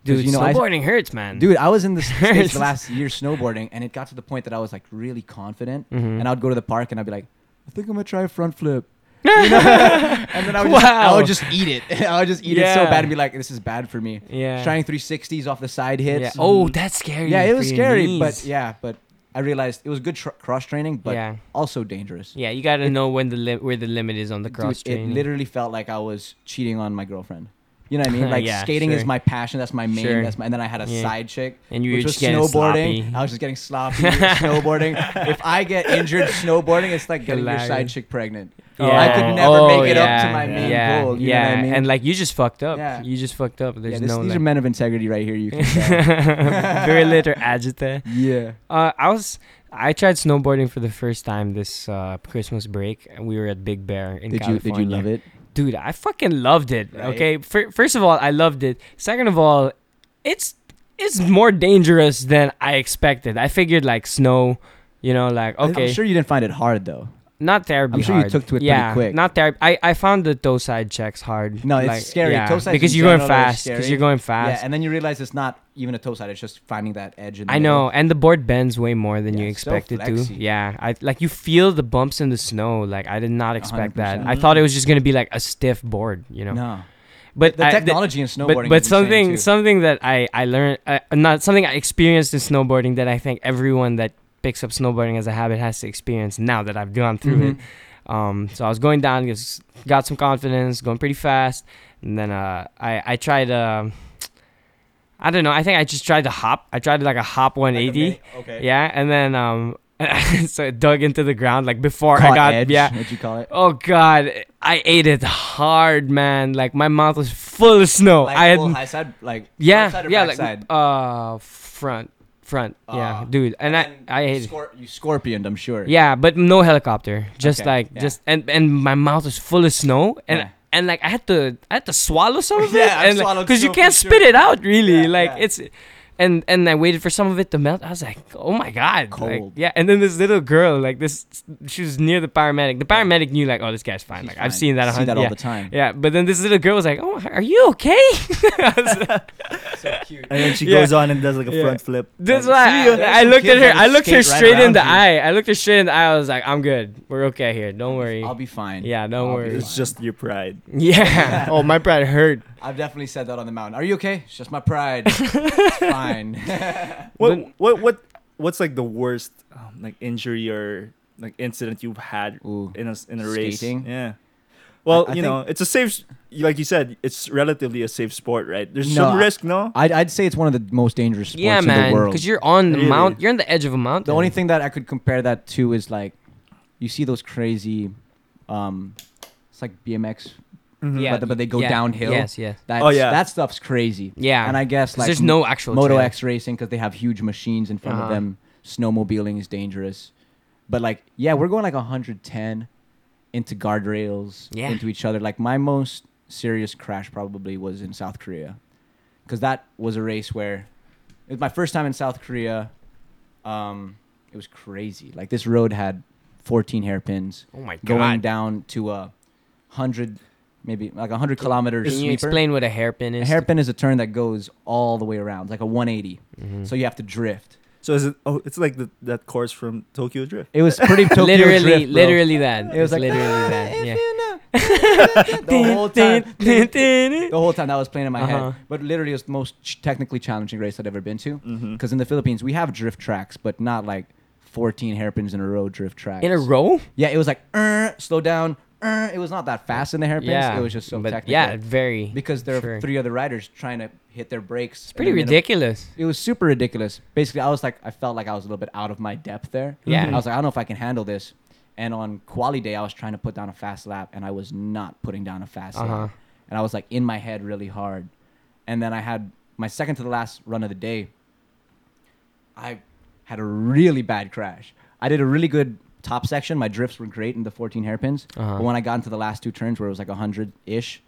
Speaker 3: 'Cause,
Speaker 1: Dude,
Speaker 3: you know, I-
Speaker 1: snowboarding hurts, man.
Speaker 3: Dude, I was in the States
Speaker 1: Hurts.
Speaker 3: the last year snowboarding, and it got to the point that I was like really confident,
Speaker 1: Mhm.
Speaker 3: and I would go to the park and I'd be like, I think I'm gonna try a front flip. You know? and then I would, just, I would
Speaker 1: Wow.
Speaker 3: just eat it. I would just eat it so
Speaker 1: Yeah.
Speaker 3: bad and be like, this is bad for me.
Speaker 1: Yeah.
Speaker 3: Trying 360s off the side hits. Mm.
Speaker 1: Yeah. Oh, that's scary.
Speaker 3: Yeah, it
Speaker 1: for
Speaker 3: was
Speaker 1: your
Speaker 3: scary,
Speaker 1: knees.
Speaker 3: but yeah, but I realized it was good tr- cross training, but
Speaker 1: Yeah.
Speaker 3: also dangerous.
Speaker 1: Yeah, you gotta know when the li- where the limit is on the
Speaker 3: Dude,
Speaker 1: cross
Speaker 3: it
Speaker 1: training.
Speaker 3: literally felt like I was cheating on my girlfriend. You know what I mean? Like
Speaker 1: Yeah,
Speaker 3: skating is
Speaker 1: sure.
Speaker 3: my passion. That's my main.
Speaker 1: Sure.
Speaker 3: That's my. And then I had a
Speaker 1: Yeah.
Speaker 3: side chick,
Speaker 1: And you were
Speaker 3: which was
Speaker 1: just getting
Speaker 3: snowboarding.
Speaker 1: sloppy.
Speaker 3: I was just getting sloppy snowboarding. If I get injured snowboarding, it's like getting your side
Speaker 1: Hilarious.
Speaker 3: chick pregnant.
Speaker 1: yeah. Oh,
Speaker 3: I could never make it up to my
Speaker 2: yeah,
Speaker 3: main
Speaker 1: yeah,
Speaker 3: goal. You
Speaker 1: yeah,
Speaker 3: know what I mean?
Speaker 1: and like you just fucked up.
Speaker 3: Yeah.
Speaker 1: You just fucked up. There's
Speaker 3: yeah, this-
Speaker 1: no
Speaker 3: these
Speaker 1: like,
Speaker 3: are men of integrity right here. You can tell.
Speaker 1: very little agita.
Speaker 3: yeah.
Speaker 1: Uh, I was I tried snowboarding for the first time this uh, Christmas break, and we were at Big Bear in
Speaker 3: Did you
Speaker 1: California.
Speaker 3: did you love it?
Speaker 1: dude? I fucking loved it.
Speaker 3: Right.
Speaker 1: Okay, Fir first of all, I loved it. Second of all, it's it's more dangerous than I expected. I figured like snow, you know, like
Speaker 3: I-
Speaker 1: okay,
Speaker 3: I'm sure you didn't find it hard though.
Speaker 1: not terribly.
Speaker 3: I'm sure you
Speaker 1: hard.
Speaker 3: took to it pretty
Speaker 1: yeah,
Speaker 3: quick.
Speaker 1: Not terrible. I, I found the toe side checks hard.
Speaker 3: No, it's
Speaker 1: Like,
Speaker 3: scary.
Speaker 1: yeah,
Speaker 3: Toe sides
Speaker 1: because
Speaker 3: in
Speaker 1: you're going
Speaker 3: general are
Speaker 1: fast. Because
Speaker 3: scary.
Speaker 1: you're going
Speaker 3: Yeah,
Speaker 1: fast.
Speaker 3: and then you realize it's not even a toe side. It's just finding that edge. In the
Speaker 1: I know,
Speaker 3: middle.
Speaker 1: and the board bends way more than
Speaker 3: Yeah,
Speaker 1: you
Speaker 3: it's so
Speaker 1: expect it to.
Speaker 3: flexy.
Speaker 1: Yeah, I like you feel the bumps in the snow. Like I did not expect that.
Speaker 3: 100%.
Speaker 1: I thought it was just gonna be like a stiff board, you know.
Speaker 3: No.
Speaker 1: But
Speaker 3: the
Speaker 1: I- th-
Speaker 3: technology in snowboarding.
Speaker 1: but, but
Speaker 3: is insane,
Speaker 1: something
Speaker 3: too.
Speaker 1: something that I I learned uh, not something I experienced in snowboarding that I think everyone that picks up snowboarding as a habit has to experience now that I've gone through it.
Speaker 3: Mm-hmm.
Speaker 1: Um, so I was going down, just got some confidence, going pretty fast, and then uh, I I tried um I don't know. I think I just tried to hop. I tried like a hop 180.
Speaker 3: Okay.
Speaker 1: Yeah, and then um, so it dug into the ground like before I got
Speaker 3: edge,
Speaker 1: yeah.
Speaker 3: What you call it?
Speaker 1: Oh god, I ate it hard, man. Like my mouth was full of snow. I had
Speaker 3: full high side, like
Speaker 1: yeah,
Speaker 3: front side or
Speaker 1: yeah,
Speaker 3: back
Speaker 1: like
Speaker 3: side?
Speaker 1: uh front, front. yeah,
Speaker 3: Uh,
Speaker 1: dude, and,
Speaker 3: then
Speaker 1: I I
Speaker 3: you
Speaker 1: ate it.
Speaker 3: scor- you scorpioned, I'm sure.
Speaker 1: Yeah, but no helicopter. Just
Speaker 3: Okay,
Speaker 1: like
Speaker 3: yeah.
Speaker 1: just and and my mouth was full of snow and.
Speaker 3: Yeah.
Speaker 1: And like I had to, I had to swallow some of it,
Speaker 3: Yeah, I've
Speaker 1: and
Speaker 3: swallowed
Speaker 1: because you
Speaker 3: snow
Speaker 1: can't
Speaker 3: for
Speaker 1: spit
Speaker 3: sure.
Speaker 1: it out, really.
Speaker 3: Yeah,
Speaker 1: like
Speaker 3: yeah.
Speaker 1: it's, and and I waited for some of it to melt. I was like, oh my god, like,
Speaker 3: Cold.
Speaker 1: yeah. And then this little girl, like this, she was near the paramedic. The paramedic knew, like, oh, this guy's fine.
Speaker 3: She's
Speaker 1: like
Speaker 3: fine.
Speaker 1: I've seen that. a
Speaker 3: See
Speaker 1: hun-
Speaker 3: that
Speaker 1: yeah.
Speaker 3: all the time.
Speaker 1: Yeah, but then this little girl was like, "Oh, are you okay?" I was like-
Speaker 3: So cute.
Speaker 2: and then she
Speaker 1: Yeah.
Speaker 2: goes on and does like a
Speaker 1: Yeah.
Speaker 2: front flip.
Speaker 1: That's
Speaker 2: Like,
Speaker 1: why
Speaker 2: "See
Speaker 1: I,
Speaker 2: ya."
Speaker 1: I
Speaker 3: There's some
Speaker 1: looked at her.
Speaker 3: kids that'll
Speaker 1: I looked her
Speaker 3: skate right
Speaker 1: straight in
Speaker 3: around
Speaker 1: the
Speaker 3: you.
Speaker 1: eye. I looked her straight in the eye. I was like, "I'm good. We're okay here. Don't worry."
Speaker 3: I'll be fine.
Speaker 1: Yeah, don't
Speaker 3: I'll be
Speaker 1: worry.
Speaker 2: It's just your pride.
Speaker 1: yeah. oh, my pride hurt.
Speaker 3: I've definitely said that on the mountain. Are you okay? It's just my pride. It's fine.
Speaker 2: What
Speaker 1: But-
Speaker 2: what what what's like the worst um, like injury or like incident you've had
Speaker 3: Ooh.
Speaker 2: in a s- in a race?
Speaker 3: Skating?
Speaker 2: Yeah. Well,
Speaker 3: I
Speaker 2: you know, it's a safe, s- like you said, it's relatively a safe sport, right? There's
Speaker 3: No,
Speaker 2: some
Speaker 3: I-
Speaker 2: risk, no?
Speaker 3: I'd, I'd say it's one of the most dangerous sports
Speaker 1: Yeah,
Speaker 3: in
Speaker 1: man.
Speaker 3: the world.
Speaker 1: Because you're on the
Speaker 2: Really?
Speaker 1: mount. You're on the edge of a mountain.
Speaker 3: The only thing that I could compare that to is like, you see those crazy, um, it's like BMX,
Speaker 1: Yeah.
Speaker 3: but, but they go
Speaker 1: yeah,
Speaker 3: downhill.
Speaker 1: Yes. Yes.
Speaker 3: That's,
Speaker 2: Oh, yeah.
Speaker 3: that stuff's crazy.
Speaker 1: Yeah.
Speaker 3: and I guess
Speaker 1: 'Cause
Speaker 3: like
Speaker 1: there's no actual
Speaker 3: Moto
Speaker 1: trail.
Speaker 3: X racing because they have huge machines in front
Speaker 1: Uh-huh.
Speaker 3: of them. Snowmobiling is dangerous, but like yeah, we're going like 110 into guardrails,
Speaker 1: Yeah.
Speaker 3: into each other. Like my most serious crash probably was in South Korea, because that was a race where it was my first time in South Korea. Um, it was crazy. Like this road had 14 hairpins
Speaker 1: Oh my god.
Speaker 3: going down to a hundred, maybe like a hundred kilometers.
Speaker 1: Can you explain what a hairpin
Speaker 3: A
Speaker 1: is?
Speaker 3: hairpin is a turn that goes all the way around, like a 180.
Speaker 1: Mhm.
Speaker 3: So you have to drift.
Speaker 2: So is it? Oh, it's like the, that course from Tokyo Drift.
Speaker 3: It was pretty Tokyo
Speaker 1: literally,
Speaker 3: drift, bro.
Speaker 1: literally that.
Speaker 3: It was like
Speaker 1: literally
Speaker 3: "Ah,
Speaker 1: that.
Speaker 3: if
Speaker 1: Yeah.
Speaker 3: you know." the whole time. The whole time that was playing in my
Speaker 1: Uh-huh.
Speaker 3: head, but literally it was the most ch- technically challenging race I'd ever been to.
Speaker 2: Mm-hmm.
Speaker 3: Because in the Philippines we have drift tracks, but not like 14 hairpins in a row drift tracks.
Speaker 1: In a row?
Speaker 3: Yeah, it was like "Er, slow down. er." It was not that fast in the hairpins.
Speaker 1: Yeah.
Speaker 3: It was just so
Speaker 1: but
Speaker 3: technical.
Speaker 1: Yeah. Very.
Speaker 3: because there
Speaker 1: Sure.
Speaker 3: are three other riders trying to hit their brakes.
Speaker 1: It's pretty ridiculous.
Speaker 3: It was super ridiculous. Basically, I was like, I felt like I was a little bit out of my depth there.
Speaker 1: Yeah.
Speaker 3: I was like, I don't know if I can handle this. And on quali day, I was trying to put down a fast lap, and I was not putting down a fast
Speaker 1: Uh-huh.
Speaker 3: lap. And I was like in my head really hard. And then I had my second to the last run of the day. I had a really bad crash. I did a really good top section. My drifts were great in the 14 hairpins.
Speaker 1: Uh-huh.
Speaker 3: But when I got into the last two turns where it was like 100 ish,